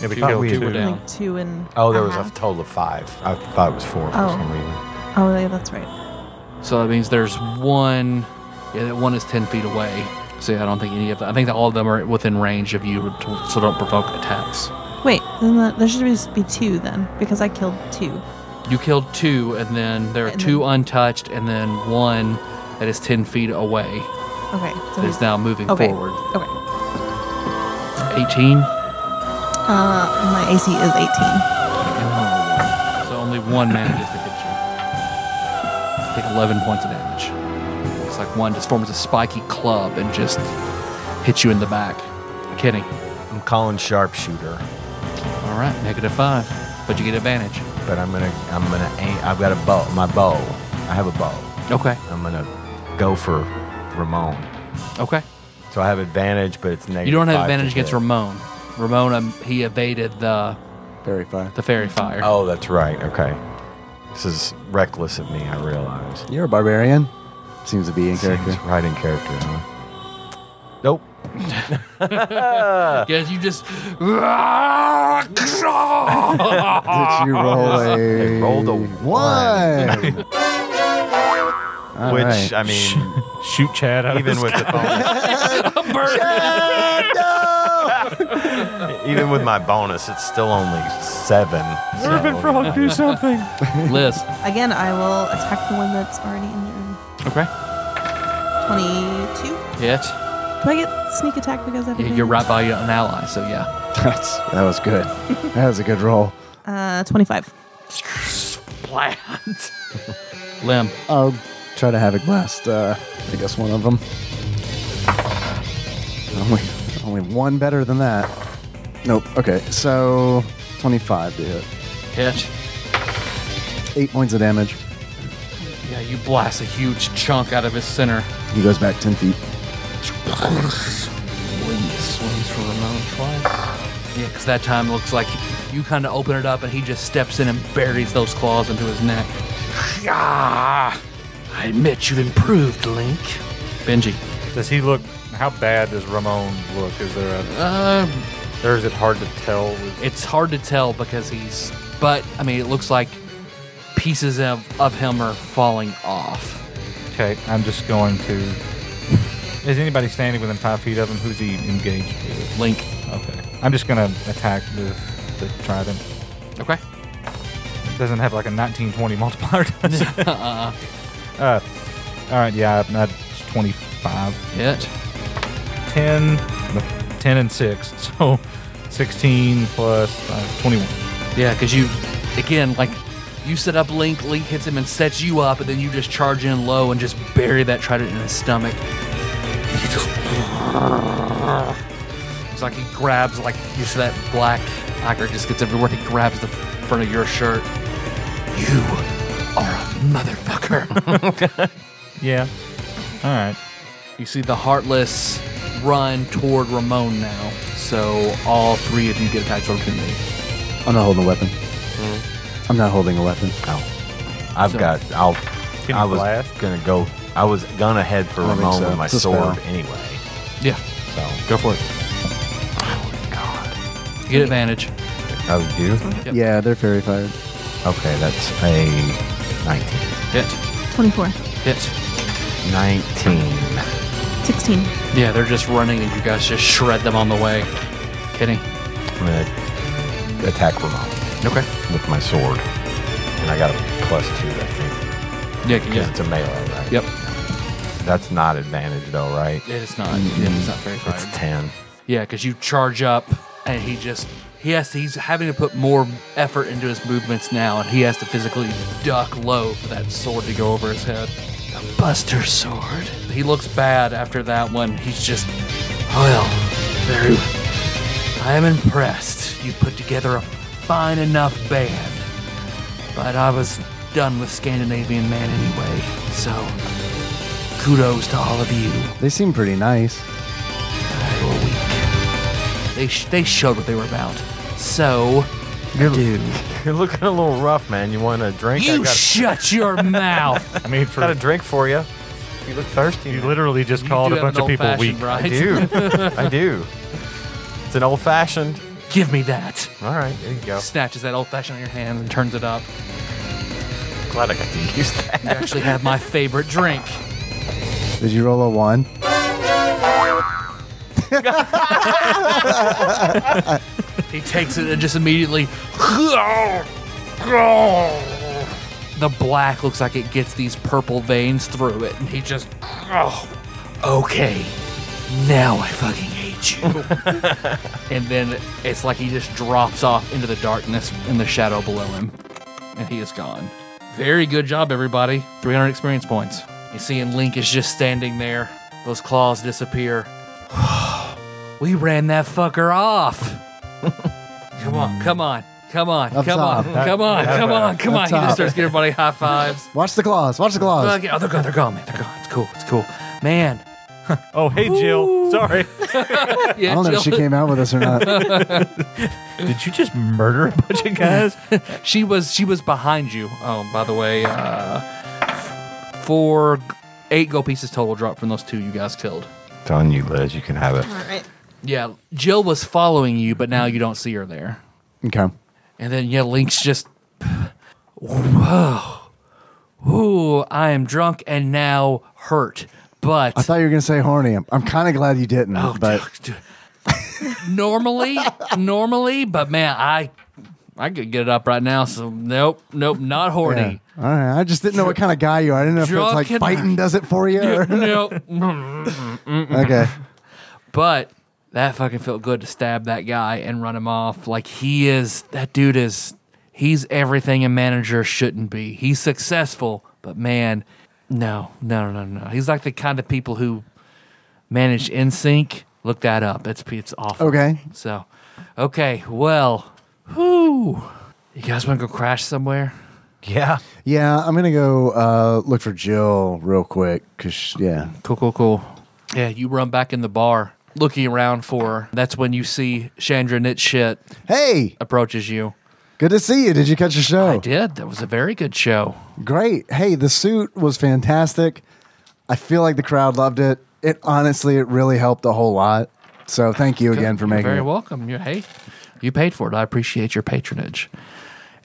Speaker 2: Yeah, we
Speaker 1: Two-
Speaker 2: killed
Speaker 5: two
Speaker 1: were down.
Speaker 6: Like two and
Speaker 5: Oh, there was a
Speaker 6: half.
Speaker 5: total of five. I thought it was four for
Speaker 6: Uh-huh. Oh.
Speaker 5: some reason.
Speaker 6: Oh, yeah, that's right.
Speaker 1: So that means there's one. Yeah, that one is 10 feet away. So yeah, I don't think any of them. I think that all of them are within range of you, to- so don't provoke attacks.
Speaker 6: Wait, then that, there should just be two then, because I killed two.
Speaker 1: You killed two, and then there are
Speaker 6: And
Speaker 1: two
Speaker 6: then-
Speaker 1: untouched, and then one that is 10 feet away
Speaker 6: Okay. So
Speaker 1: that is
Speaker 6: he's-
Speaker 1: now moving
Speaker 6: okay.
Speaker 1: forward.
Speaker 6: Okay.
Speaker 1: 18.
Speaker 6: Uh, my AC is 18.
Speaker 1: Oh. So only one manages to hit you. Take 11 points of damage. It's like one just forms a spiky club and just hits you in the back. Kidding.
Speaker 5: I'm calling sharpshooter,
Speaker 1: All right, negative five, but you get advantage.
Speaker 5: but I'm gonna I'm gonna aim. I've got a bow. My bow. I have a bow.
Speaker 1: Okay.
Speaker 5: I'm gonna go for Ramon.
Speaker 1: Okay.
Speaker 5: So I have advantage, but it's negative.
Speaker 1: You don't have
Speaker 5: five to
Speaker 1: advantage against
Speaker 5: hit.
Speaker 1: Ramon. Ramon, um, he evaded the
Speaker 3: Very fine.
Speaker 1: the fairy fire.
Speaker 5: Oh, that's right. Okay. This is reckless of me. I realize.
Speaker 3: You're a barbarian. Seems to be in character.
Speaker 5: Seems right in character. Huh? Nope.
Speaker 1: Yes, you just. *laughs* All
Speaker 3: Did you *laughs* roll Ah. a?
Speaker 5: It rolled a
Speaker 3: one. All
Speaker 5: Which
Speaker 3: right. *laughs*
Speaker 5: I mean,
Speaker 2: Shoot Chad out
Speaker 5: even
Speaker 2: of *laughs*
Speaker 5: with the bonus,
Speaker 3: *laughs*
Speaker 5: even with my bonus, it's still only seven. so-
Speaker 2: Servant Frog, do something.
Speaker 1: Liz.
Speaker 6: Again, I will attack the one that's already injured.
Speaker 1: Okay.
Speaker 6: 22.
Speaker 1: Hit.
Speaker 6: Do I get sneak attack because I have
Speaker 1: Yeah,
Speaker 6: advantage?
Speaker 1: you're right by an ally, so yeah.
Speaker 3: uh, That's, that was good. *laughs* That was a good roll.
Speaker 6: Uh, 25.
Speaker 1: Plant. Lim.
Speaker 3: I'll try to havoc blast. Uh, I guess one of them. Only, only one better than that. Nope. Okay. So 25 to hit.
Speaker 1: Hit.
Speaker 3: Eight points of damage.
Speaker 1: Yeah, you blast a huge chunk out of his center.
Speaker 3: He goes back 10 feet.
Speaker 1: swings for Ramon twice. Yeah, because that time looks like you kind of open it up and he just steps in and buries those claws into his neck. Ah, I admit you've improved, Link. Benji.
Speaker 2: Does he look? How bad does Ramon look? Is there a?
Speaker 1: Um,
Speaker 2: Or is it hard to tell?
Speaker 1: it's hard to tell because he's. But, I mean, it looks like pieces of, of him are falling off.
Speaker 2: Okay, I'm just going to. Is anybody standing within five feet of him? Who's he engaged with?
Speaker 1: Link.
Speaker 2: Okay, I'm just gonna attack the the trident.
Speaker 1: Okay.
Speaker 2: It doesn't have like a 1920 multiplier, does it? *laughs* uh, all right, yeah, I'm not 25,
Speaker 1: Hit.
Speaker 2: 10, 10 and six, *laughs* so 16 plus uh, 21.
Speaker 1: Yeah, because you, again, like you set up Link, Link hits him and sets you up, and then you just charge in low and just bury that trident in his stomach. He just- It's like he grabs, like you see that black ichor just gets everywhere. He grabs the front of your shirt. You are a motherfucker. *laughs*
Speaker 2: Yeah. All right.
Speaker 1: you see the heartless run toward Ramon now. So all three of you get attacks over to me.
Speaker 3: I'm not holding a weapon. I'm not holding a weapon.
Speaker 5: Oh. I've
Speaker 1: So-
Speaker 5: got. I'll.
Speaker 2: Can
Speaker 5: I
Speaker 2: you
Speaker 5: was
Speaker 2: blast?
Speaker 5: gonna go. I was gonna head for
Speaker 3: I don't think
Speaker 5: Ramon
Speaker 3: so.
Speaker 5: with my
Speaker 3: It's a
Speaker 5: sword
Speaker 3: spell.
Speaker 5: anyway.
Speaker 1: Yeah,
Speaker 5: So
Speaker 1: go for it.
Speaker 5: oh, God.
Speaker 1: You get advantage.
Speaker 5: Oh, you do?
Speaker 1: Yep.
Speaker 3: Yeah, they're fairy fired.
Speaker 5: Okay, that's a 19.
Speaker 1: Hit.
Speaker 6: 24.
Speaker 1: Hit.
Speaker 5: 19.
Speaker 6: 16.
Speaker 1: Yeah, they're just running, and you guys just shred them on the way. Kidding.
Speaker 5: I'm gonna attack Ramon
Speaker 1: Okay.
Speaker 5: with my sword, and I got a plus two, I think,
Speaker 1: Yeah.
Speaker 5: because
Speaker 1: Yeah.
Speaker 5: it's a melee, right?
Speaker 1: Yep.
Speaker 5: That's not advantage though, right?
Speaker 1: It is not. It's not very
Speaker 5: It's
Speaker 1: far.
Speaker 5: ten.
Speaker 1: Yeah, because you charge up, and he just he has to, he's having to put more effort into his movements now, and he has to physically duck low for that sword to go over his head. The Buster Sword. He looks bad after that one. He's just well, very. I am impressed. You put together a fine enough band, but I was done with Scandinavian Man anyway. So, kudos to all of you.
Speaker 3: They seem pretty nice.
Speaker 1: They were weak. They, sh- they showed what they were about. So, dude,
Speaker 5: You're looking a little rough, man. You want a drink? I
Speaker 1: you
Speaker 5: got,
Speaker 1: shut
Speaker 2: *laughs*
Speaker 1: your mouth.
Speaker 2: I mean,
Speaker 5: got a
Speaker 2: for,
Speaker 5: drink for you. You look thirsty.
Speaker 2: you
Speaker 5: man.
Speaker 2: literally just
Speaker 1: You
Speaker 2: called
Speaker 1: do
Speaker 2: a
Speaker 1: have
Speaker 2: bunch
Speaker 1: an
Speaker 2: of people
Speaker 1: old-fashioned,
Speaker 2: weak.
Speaker 1: Right?
Speaker 5: I do. *laughs* I do. It's an old fashioned.
Speaker 1: Give me that.
Speaker 5: All right, there you
Speaker 2: Oh.
Speaker 5: go.
Speaker 1: Snatches that old fashioned on your hand and turns it up.
Speaker 5: Glad I got to use that. *laughs*
Speaker 1: You actually have my favorite drink.
Speaker 3: Did you roll a one?
Speaker 1: He takes it and just immediately. *laughs* The black looks like it gets these purple veins through it, and he just. oh, okay, now I fucking hate you. and then it's like he just drops off into the darkness in the shadow below him, and he is gone. Very good job, everybody. 300 experience points. You see, and Link is just standing there. Those claws disappear. *sighs* we ran that fucker off. *laughs* Come on, come on, come on,
Speaker 3: Up
Speaker 1: come on,
Speaker 3: top.
Speaker 1: come on, come on, come on.
Speaker 3: Up
Speaker 1: He just
Speaker 3: top.
Speaker 1: starts giving everybody high fives.
Speaker 3: Watch the claws. Watch the claws.
Speaker 1: Okay, oh, they're gone, they're gone, man. They're gone. It's cool, it's cool. Man.
Speaker 2: Oh, hey, Jill. Sorry.
Speaker 1: *laughs* Yeah,
Speaker 3: I don't know if she
Speaker 1: Jill-
Speaker 3: came out with us
Speaker 1: *laughs*
Speaker 3: or not.
Speaker 2: Did you just murder a bunch of guys?
Speaker 1: She was she was behind you. Oh, by the way, uh, four, eight gold pieces total drop from those two you guys killed.
Speaker 5: It's on you, Liz. You can have it.
Speaker 6: All right.
Speaker 1: Yeah, Jill was following you, but now you don't see her there.
Speaker 3: okay.
Speaker 1: And then yeah, Link's just, whoa, ooh, I am drunk and now hurt, but
Speaker 3: I thought you were gonna say horny. I'm, I'm kind of glad you didn't,
Speaker 1: Oh,
Speaker 3: but
Speaker 1: d- d- normally, normally, but man, I I could get it up right now. So nope, nope, not
Speaker 3: yeah.
Speaker 1: horny.
Speaker 3: all right. I just didn't know what kind of guy you are. I didn't know if
Speaker 1: Drunk
Speaker 3: it's like
Speaker 1: and-
Speaker 3: biting does it for you.
Speaker 1: *laughs*
Speaker 3: Or, *laughs*
Speaker 1: nope.
Speaker 3: okay.
Speaker 1: But that fucking felt good to stab that guy and run him off. Like he is that dude is he's everything a manager shouldn't be. He's successful, but man, no, no, no, no. He's like the kind of people who manage in sync. Look that up. It's it's awful.
Speaker 3: Okay.
Speaker 1: So, okay, well, whoo. You guys want to go crash somewhere?
Speaker 5: Yeah.
Speaker 3: Yeah, I'm gonna go uh, look for Jill real quick. Cause yeah,
Speaker 1: Cool, cool, cool. Yeah, you run back in the bar, looking around for. her. That's when you see Chandra Knit Shit
Speaker 3: hey,
Speaker 1: approaches you.
Speaker 3: good to see you. Did you catch the show?
Speaker 1: I did. That was a very good show.
Speaker 3: Great. Hey, the suit was fantastic. I feel like the crowd loved it. It honestly, it really helped a whole lot. So thank you again for
Speaker 1: You're
Speaker 3: making
Speaker 1: very
Speaker 3: it.
Speaker 1: welcome. You're, hey, you paid for it. I appreciate your patronage.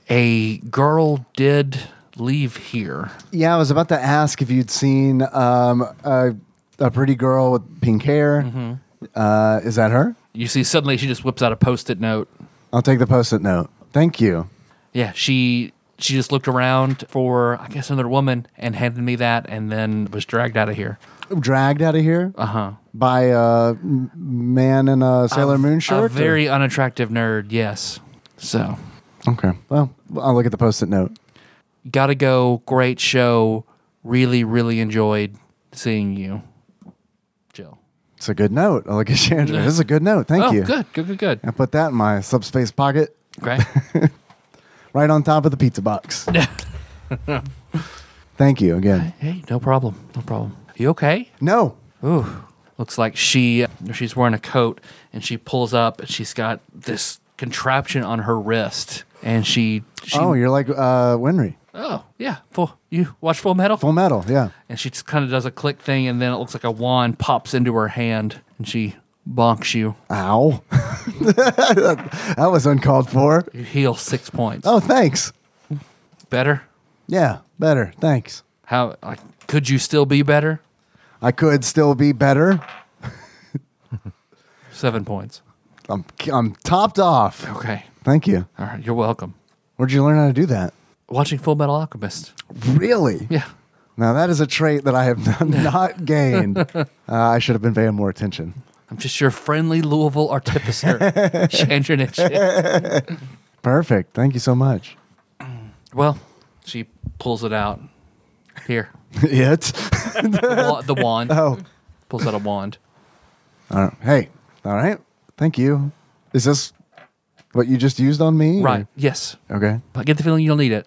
Speaker 1: A girl did leave here.
Speaker 3: Yeah, I was about to ask if you'd seen um, a, a pretty girl with pink hair.
Speaker 1: Mm-hmm.
Speaker 3: Uh, is that her?
Speaker 1: You see, suddenly she just whips out a post-it note.
Speaker 3: I'll take the post-it note. Thank you.
Speaker 1: Yeah, she she just looked around for I guess another woman and handed me that, and then was dragged out of here.
Speaker 3: Dragged out of here
Speaker 1: Uh-huh.
Speaker 3: by a m- man in a Sailor Moon shirt.
Speaker 1: A
Speaker 3: or-
Speaker 1: very unattractive nerd. Yes. So
Speaker 3: okay. Well, I'll look at the post-it note.
Speaker 1: gotta go. Great show. Really, really enjoyed seeing you, Jill.
Speaker 3: It's a good note. I'll look at *laughs* Chandra. This is a good note. Thank
Speaker 1: oh,
Speaker 3: you.
Speaker 1: good, good, good, good.
Speaker 3: I put that in my subspace pocket, *laughs*
Speaker 1: Great.
Speaker 3: right on top of the
Speaker 1: *laughs*
Speaker 3: pizza box. Thank you again.
Speaker 1: Hey, no problem. No problem. You okay?
Speaker 3: No.
Speaker 1: Ooh. Looks like she she's wearing a coat and she pulls up and she's got this contraption on her wrist and she, she
Speaker 3: oh, you're like uh, Winry.
Speaker 1: oh yeah full you watch Full Metal
Speaker 3: Full metal. Yeah.
Speaker 1: and she just kind of does a click thing and then it looks like a wand pops into her hand and she bonks you
Speaker 3: Ow. *laughs* that was uncalled for.
Speaker 1: you heal six points
Speaker 3: Oh, thanks.
Speaker 1: better
Speaker 3: Yeah, better. Thanks.
Speaker 1: how like, could you still be better
Speaker 3: I could still be better.
Speaker 1: seven points
Speaker 3: I'm I'm topped off.
Speaker 1: okay
Speaker 3: Thank you.
Speaker 1: all right you're welcome
Speaker 3: Where'd you learn how to do that?
Speaker 1: watching Full Metal Alchemist
Speaker 3: Really?
Speaker 1: yeah
Speaker 3: Now that is a trait that I have *laughs* not gained. Uh, I should have been paying more attention.
Speaker 1: I'm just your friendly Louisville artificer, Chandranich.
Speaker 3: Perfect. Thank you so much. *laughs*
Speaker 1: Well, she pulls it out. Here,
Speaker 3: it.
Speaker 1: the wa- the wand.
Speaker 3: Oh.
Speaker 1: Pulls out a wand.
Speaker 3: All right. Hey. All right. Thank you. Is this what you just used on me?
Speaker 1: Right. Yes.
Speaker 3: Okay.
Speaker 1: I get the feeling you don't need it.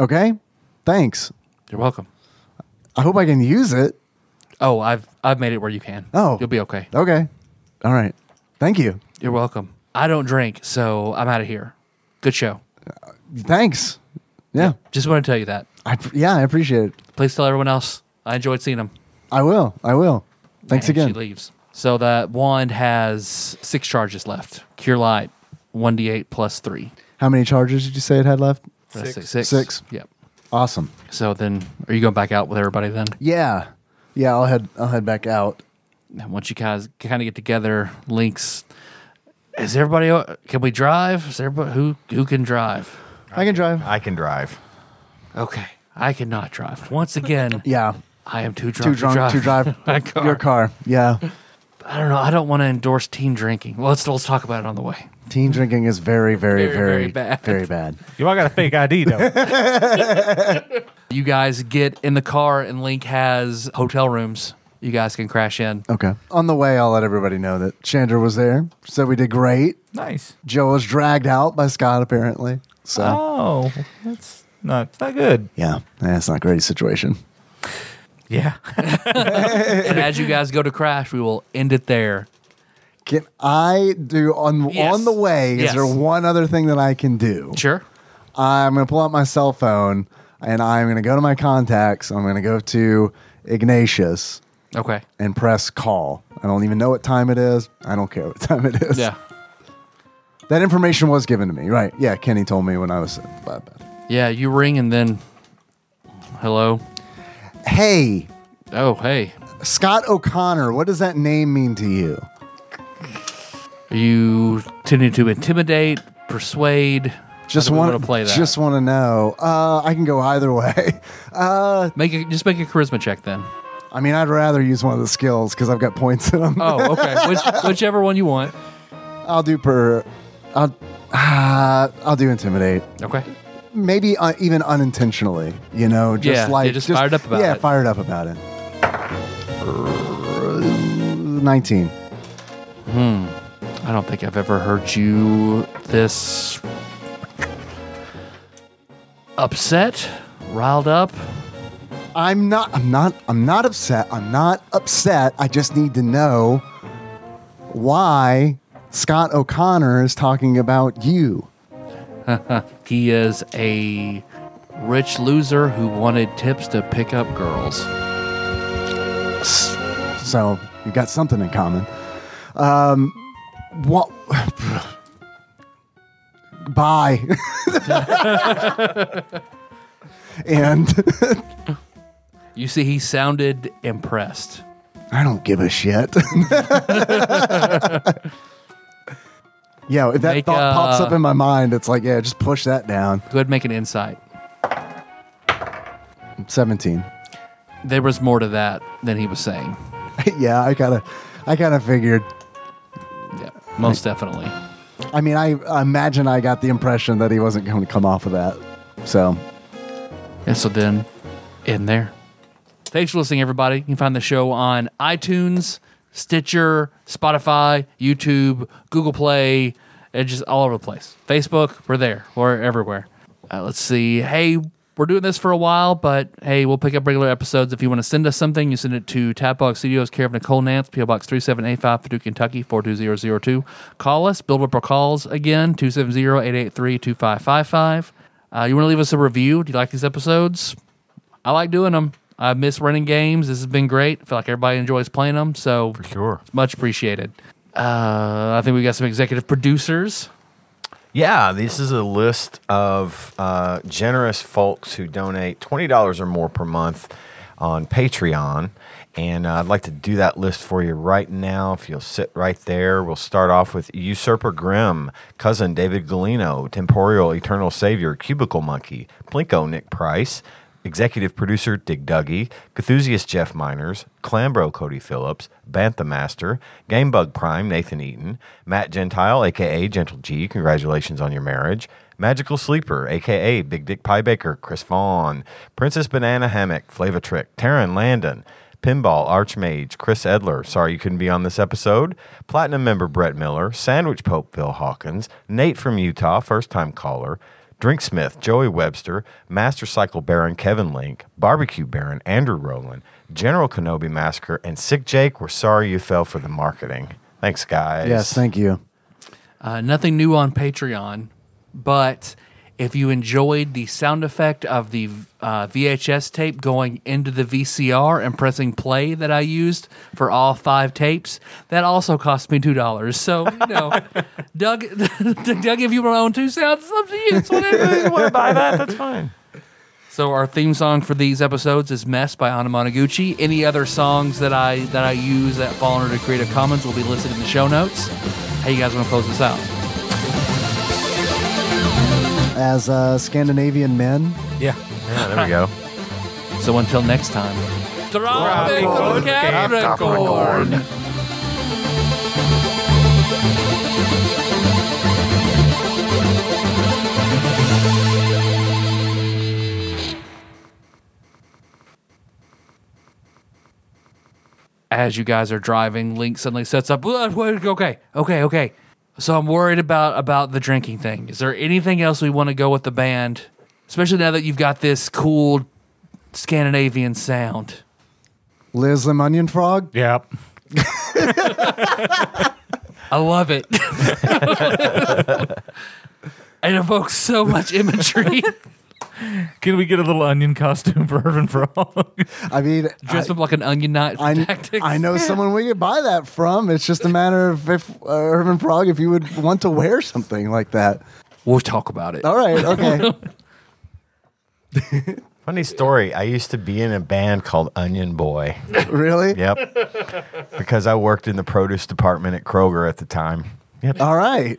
Speaker 3: Okay. Thanks.
Speaker 1: You're welcome.
Speaker 3: I hope I can use it.
Speaker 1: Oh, I've I've made it where you can.
Speaker 3: Oh.
Speaker 1: you'll be okay.
Speaker 3: Okay. All right. Thank you.
Speaker 1: You're welcome. I don't drink, so I'm out of here. Good show.
Speaker 3: Thanks. Yeah.
Speaker 1: Just want to tell you that.
Speaker 3: I, yeah, I appreciate it.
Speaker 1: Please tell everyone else. I enjoyed seeing them.
Speaker 3: I will. I will. Thanks
Speaker 1: and She
Speaker 3: again.
Speaker 1: leaves. So that wand has six charges left. Cure light, one d eight plus three.
Speaker 3: How many charges did you say it had left?
Speaker 1: What did I say? Six.
Speaker 3: Six.
Speaker 1: Yep.
Speaker 3: Awesome.
Speaker 1: So then, are you going back out with everybody then?
Speaker 3: Yeah. Yeah, I'll head I'll head back out.
Speaker 1: And once you guys kind of get together, links. Is everybody? o- Can we drive? Is everybody who who can drive?
Speaker 3: I can drive.
Speaker 5: I can drive.
Speaker 1: Okay, I cannot drive. Once again,
Speaker 3: Yeah.
Speaker 1: I am too drunk.
Speaker 3: Too drunk to
Speaker 1: *laughs*
Speaker 3: drive *laughs*
Speaker 1: my car.
Speaker 3: your car. *laughs* Yeah.
Speaker 1: I don't know. I don't want to endorse teen drinking. Well, let's let's talk about it on the way.
Speaker 3: Teen drinking is very, very,
Speaker 1: Very,
Speaker 3: very,
Speaker 1: very bad.
Speaker 3: Very bad.
Speaker 2: You all got a fake ID though.
Speaker 1: You guys get in the car, and Link has hotel rooms. You guys can crash
Speaker 3: *laughs*
Speaker 1: in.
Speaker 3: Okay. On the way, I'll let everybody know that Chandra was there. Said we did great.
Speaker 2: *laughs* nice.
Speaker 3: Joe was dragged out by Scott, apparently. So,
Speaker 2: Oh, that's not it's not good.
Speaker 3: yeah. That's not a great situation.
Speaker 2: Yeah.
Speaker 1: And as you guys go to crash, we will end it there.
Speaker 3: Can I do on
Speaker 1: Yes.
Speaker 3: on the way? Is
Speaker 1: Yes.
Speaker 3: there one other thing that I can do?
Speaker 1: Sure.
Speaker 3: I'm going to pull out my cell phone and I'm going to go to my contacts. I'm going to go to Ignatius
Speaker 1: Okay.
Speaker 3: and press call. I don't even know what time it is. I don't care what *laughs* time it is.
Speaker 1: Yeah.
Speaker 3: That information was given to me. Right. Yeah. Kenny told me when I was. uh,
Speaker 1: Yeah. You ring, and then hello.
Speaker 3: Hey,
Speaker 1: Oh, hey.
Speaker 3: Scott O'Connor, what does that name mean to you?
Speaker 1: Are you tending to intimidate, persuade?
Speaker 3: Just
Speaker 1: How do we
Speaker 3: want
Speaker 1: wanna play that.
Speaker 3: Just want to know. Uh, I can go either *laughs* way. Uh,
Speaker 1: Make a, just make a charisma check *laughs* then.
Speaker 3: I mean, I'd rather use one of the skills because I've got points in them.
Speaker 1: Oh, okay. Which, whichever one you want.
Speaker 3: I'll do per. I'll. *sighs* Uh, I'll do intimidate.
Speaker 1: Okay.
Speaker 3: Maybe uh, even unintentionally. You know, just
Speaker 1: Yeah,
Speaker 3: like
Speaker 1: you're just fired up about
Speaker 3: yeah,
Speaker 1: it.
Speaker 3: fired up about it. Nineteen.
Speaker 1: I don't think I've ever heard you this upset, riled up.
Speaker 3: I'm not. I'm not. I'm not upset. I'm not upset. I just need to know why Scott O'Connor is talking about you.
Speaker 1: He is a rich loser who wanted tips to pick up girls.
Speaker 3: So you've got something in common. Um, what? Bye. *laughs* and
Speaker 1: You see, he sounded impressed.
Speaker 3: I don't give a shit. *laughs* yeah, if that
Speaker 1: Make
Speaker 3: thought pops
Speaker 1: a-
Speaker 3: up in my mind, it's like, yeah, just push that down.
Speaker 1: Go ahead and make an insight.
Speaker 3: 17.
Speaker 1: There was more to that than he was saying.
Speaker 3: *laughs* yeah, I kind of, I kind of figured.
Speaker 1: Yeah, most definitely.
Speaker 3: I mean, I, I imagine I got the impression that he wasn't going to come off of that. So,
Speaker 1: And so then, in there. Thanks for listening, everybody. You can find the show on iTunes, Stitcher, Spotify, YouTube, Google Play, and just all over the place. Facebook, we're there. We're everywhere. Uh, let's see. Hey, we're doing this for a while, but hey, we'll pick up regular episodes. If you want to send us something, you send it to Tapbox Studios, care of Nicole Nance, PO Box 3785, Paducah, Kentucky, 42002. Call us, build up our calls again, 270 883 2555. Uh, You want to leave us a review? Do you like these episodes? I like doing them. I miss running games. This has been great. I feel like everybody enjoys playing them. So
Speaker 5: Sure.
Speaker 1: much appreciated. Uh, I think we got some executive producers.
Speaker 5: Yeah, this is a list of uh, generous folks who donate twenty dollars or more per month on Patreon, and uh, I'd like to do that list for you right now. If you'll sit right there, we'll start off with Usurper Grimm, cousin David Galino, Temporal Eternal Savior, Cubicle Monkey, Plinko Nick Price. Executive producer Dig Duggy, Cthusiast Jeff Miners, Clambro Cody Phillips, Bantha Master, Gamebug Prime Nathan Eaton, Matt Gentile, aka Gentle G, congratulations on your marriage, Magical Sleeper, aka Big Dick Pie Baker, Chris Vaughn, Princess Banana Hammock, Flava Trick, Taryn Landon, Pinball Archmage, Chris Edler, sorry you couldn't be on this episode, Platinum member Brett Miller, Sandwich Pope Phil Hawkins, Nate from Utah, first time caller, Drinksmith, Joey Webster, Master Cycle Baron Kevin Link, Barbecue Baron Andrew Rowland, General Kenobi Massacre, and Sick Jake, we're sorry you fell for the marketing. Thanks, guys.
Speaker 3: Yes, thank you.
Speaker 1: Uh, nothing new on Patreon, but if you enjoyed the sound effect of the uh, VHS tape going into the VCR and pressing play that I used for all five tapes, that also cost me two dollars. So you know, Doug, *laughs* Doug, if you want to own two sounds, it's up to you. It's whatever.
Speaker 5: you want to buy that? That's fine.
Speaker 1: So our theme song for these episodes is "Mess" by Anna Monoguchi. Any other songs that I that I use that fall under the Creative Commons will be listed in the show notes. How you guys want to close this out?
Speaker 3: As uh, Scandinavian men,
Speaker 2: Yeah.
Speaker 5: Yeah, Oh, there we go.
Speaker 1: So until next time. Tropical Capricorn. As you guys are driving, Link suddenly sets up. "Whoa, whoa, Okay, okay, okay. So I'm worried about about the drinking thing. Is there anything else we want to go with the band? Especially now that you've got this cool Scandinavian sound.
Speaker 3: Liz Lim Onion Frog.
Speaker 2: Yep.
Speaker 1: I love
Speaker 3: *laughs*
Speaker 1: it. it evokes so much
Speaker 3: *laughs*
Speaker 1: imagery.
Speaker 2: Can we get a little onion costume for Irvin Frog?
Speaker 3: I mean,
Speaker 1: Dress up like an onion knight for
Speaker 3: I,
Speaker 1: tactics.
Speaker 3: I know someone we could buy that from. It's just a matter of if uh, Urban Frog, if you would want to wear something like that.
Speaker 1: We'll talk about it.
Speaker 3: All right, okay.
Speaker 5: Funny story. I used to be in a band called Onion Boy.
Speaker 3: really?
Speaker 5: Yep.
Speaker 3: *laughs*
Speaker 5: because I worked in the produce department at Kroger at the time. Yep.
Speaker 3: All right.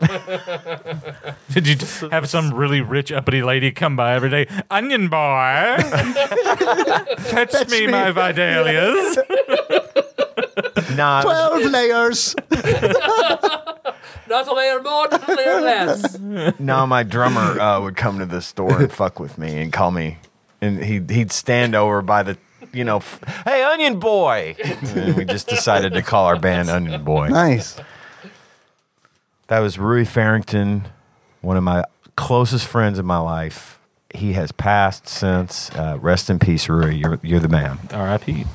Speaker 2: Did you just have some really rich uppity lady come by every day? *laughs* Onion boy, fetch, me,
Speaker 3: *laughs*
Speaker 2: my vidalias.
Speaker 5: Nah, it was-
Speaker 3: Twelve layers.
Speaker 1: Not a layer more, not a layer less.
Speaker 5: No, my drummer uh, would come to the store and fuck with me and call me, and he'd he'd stand over by the, you know, f- hey Onion Boy. And we just decided to call our band Onion Boy.
Speaker 3: Nice.
Speaker 5: That was Rui Farrington, one of my closest friends in my life. He has passed since. Uh, rest in peace, Rui. You're you're the man.
Speaker 2: R.I.P.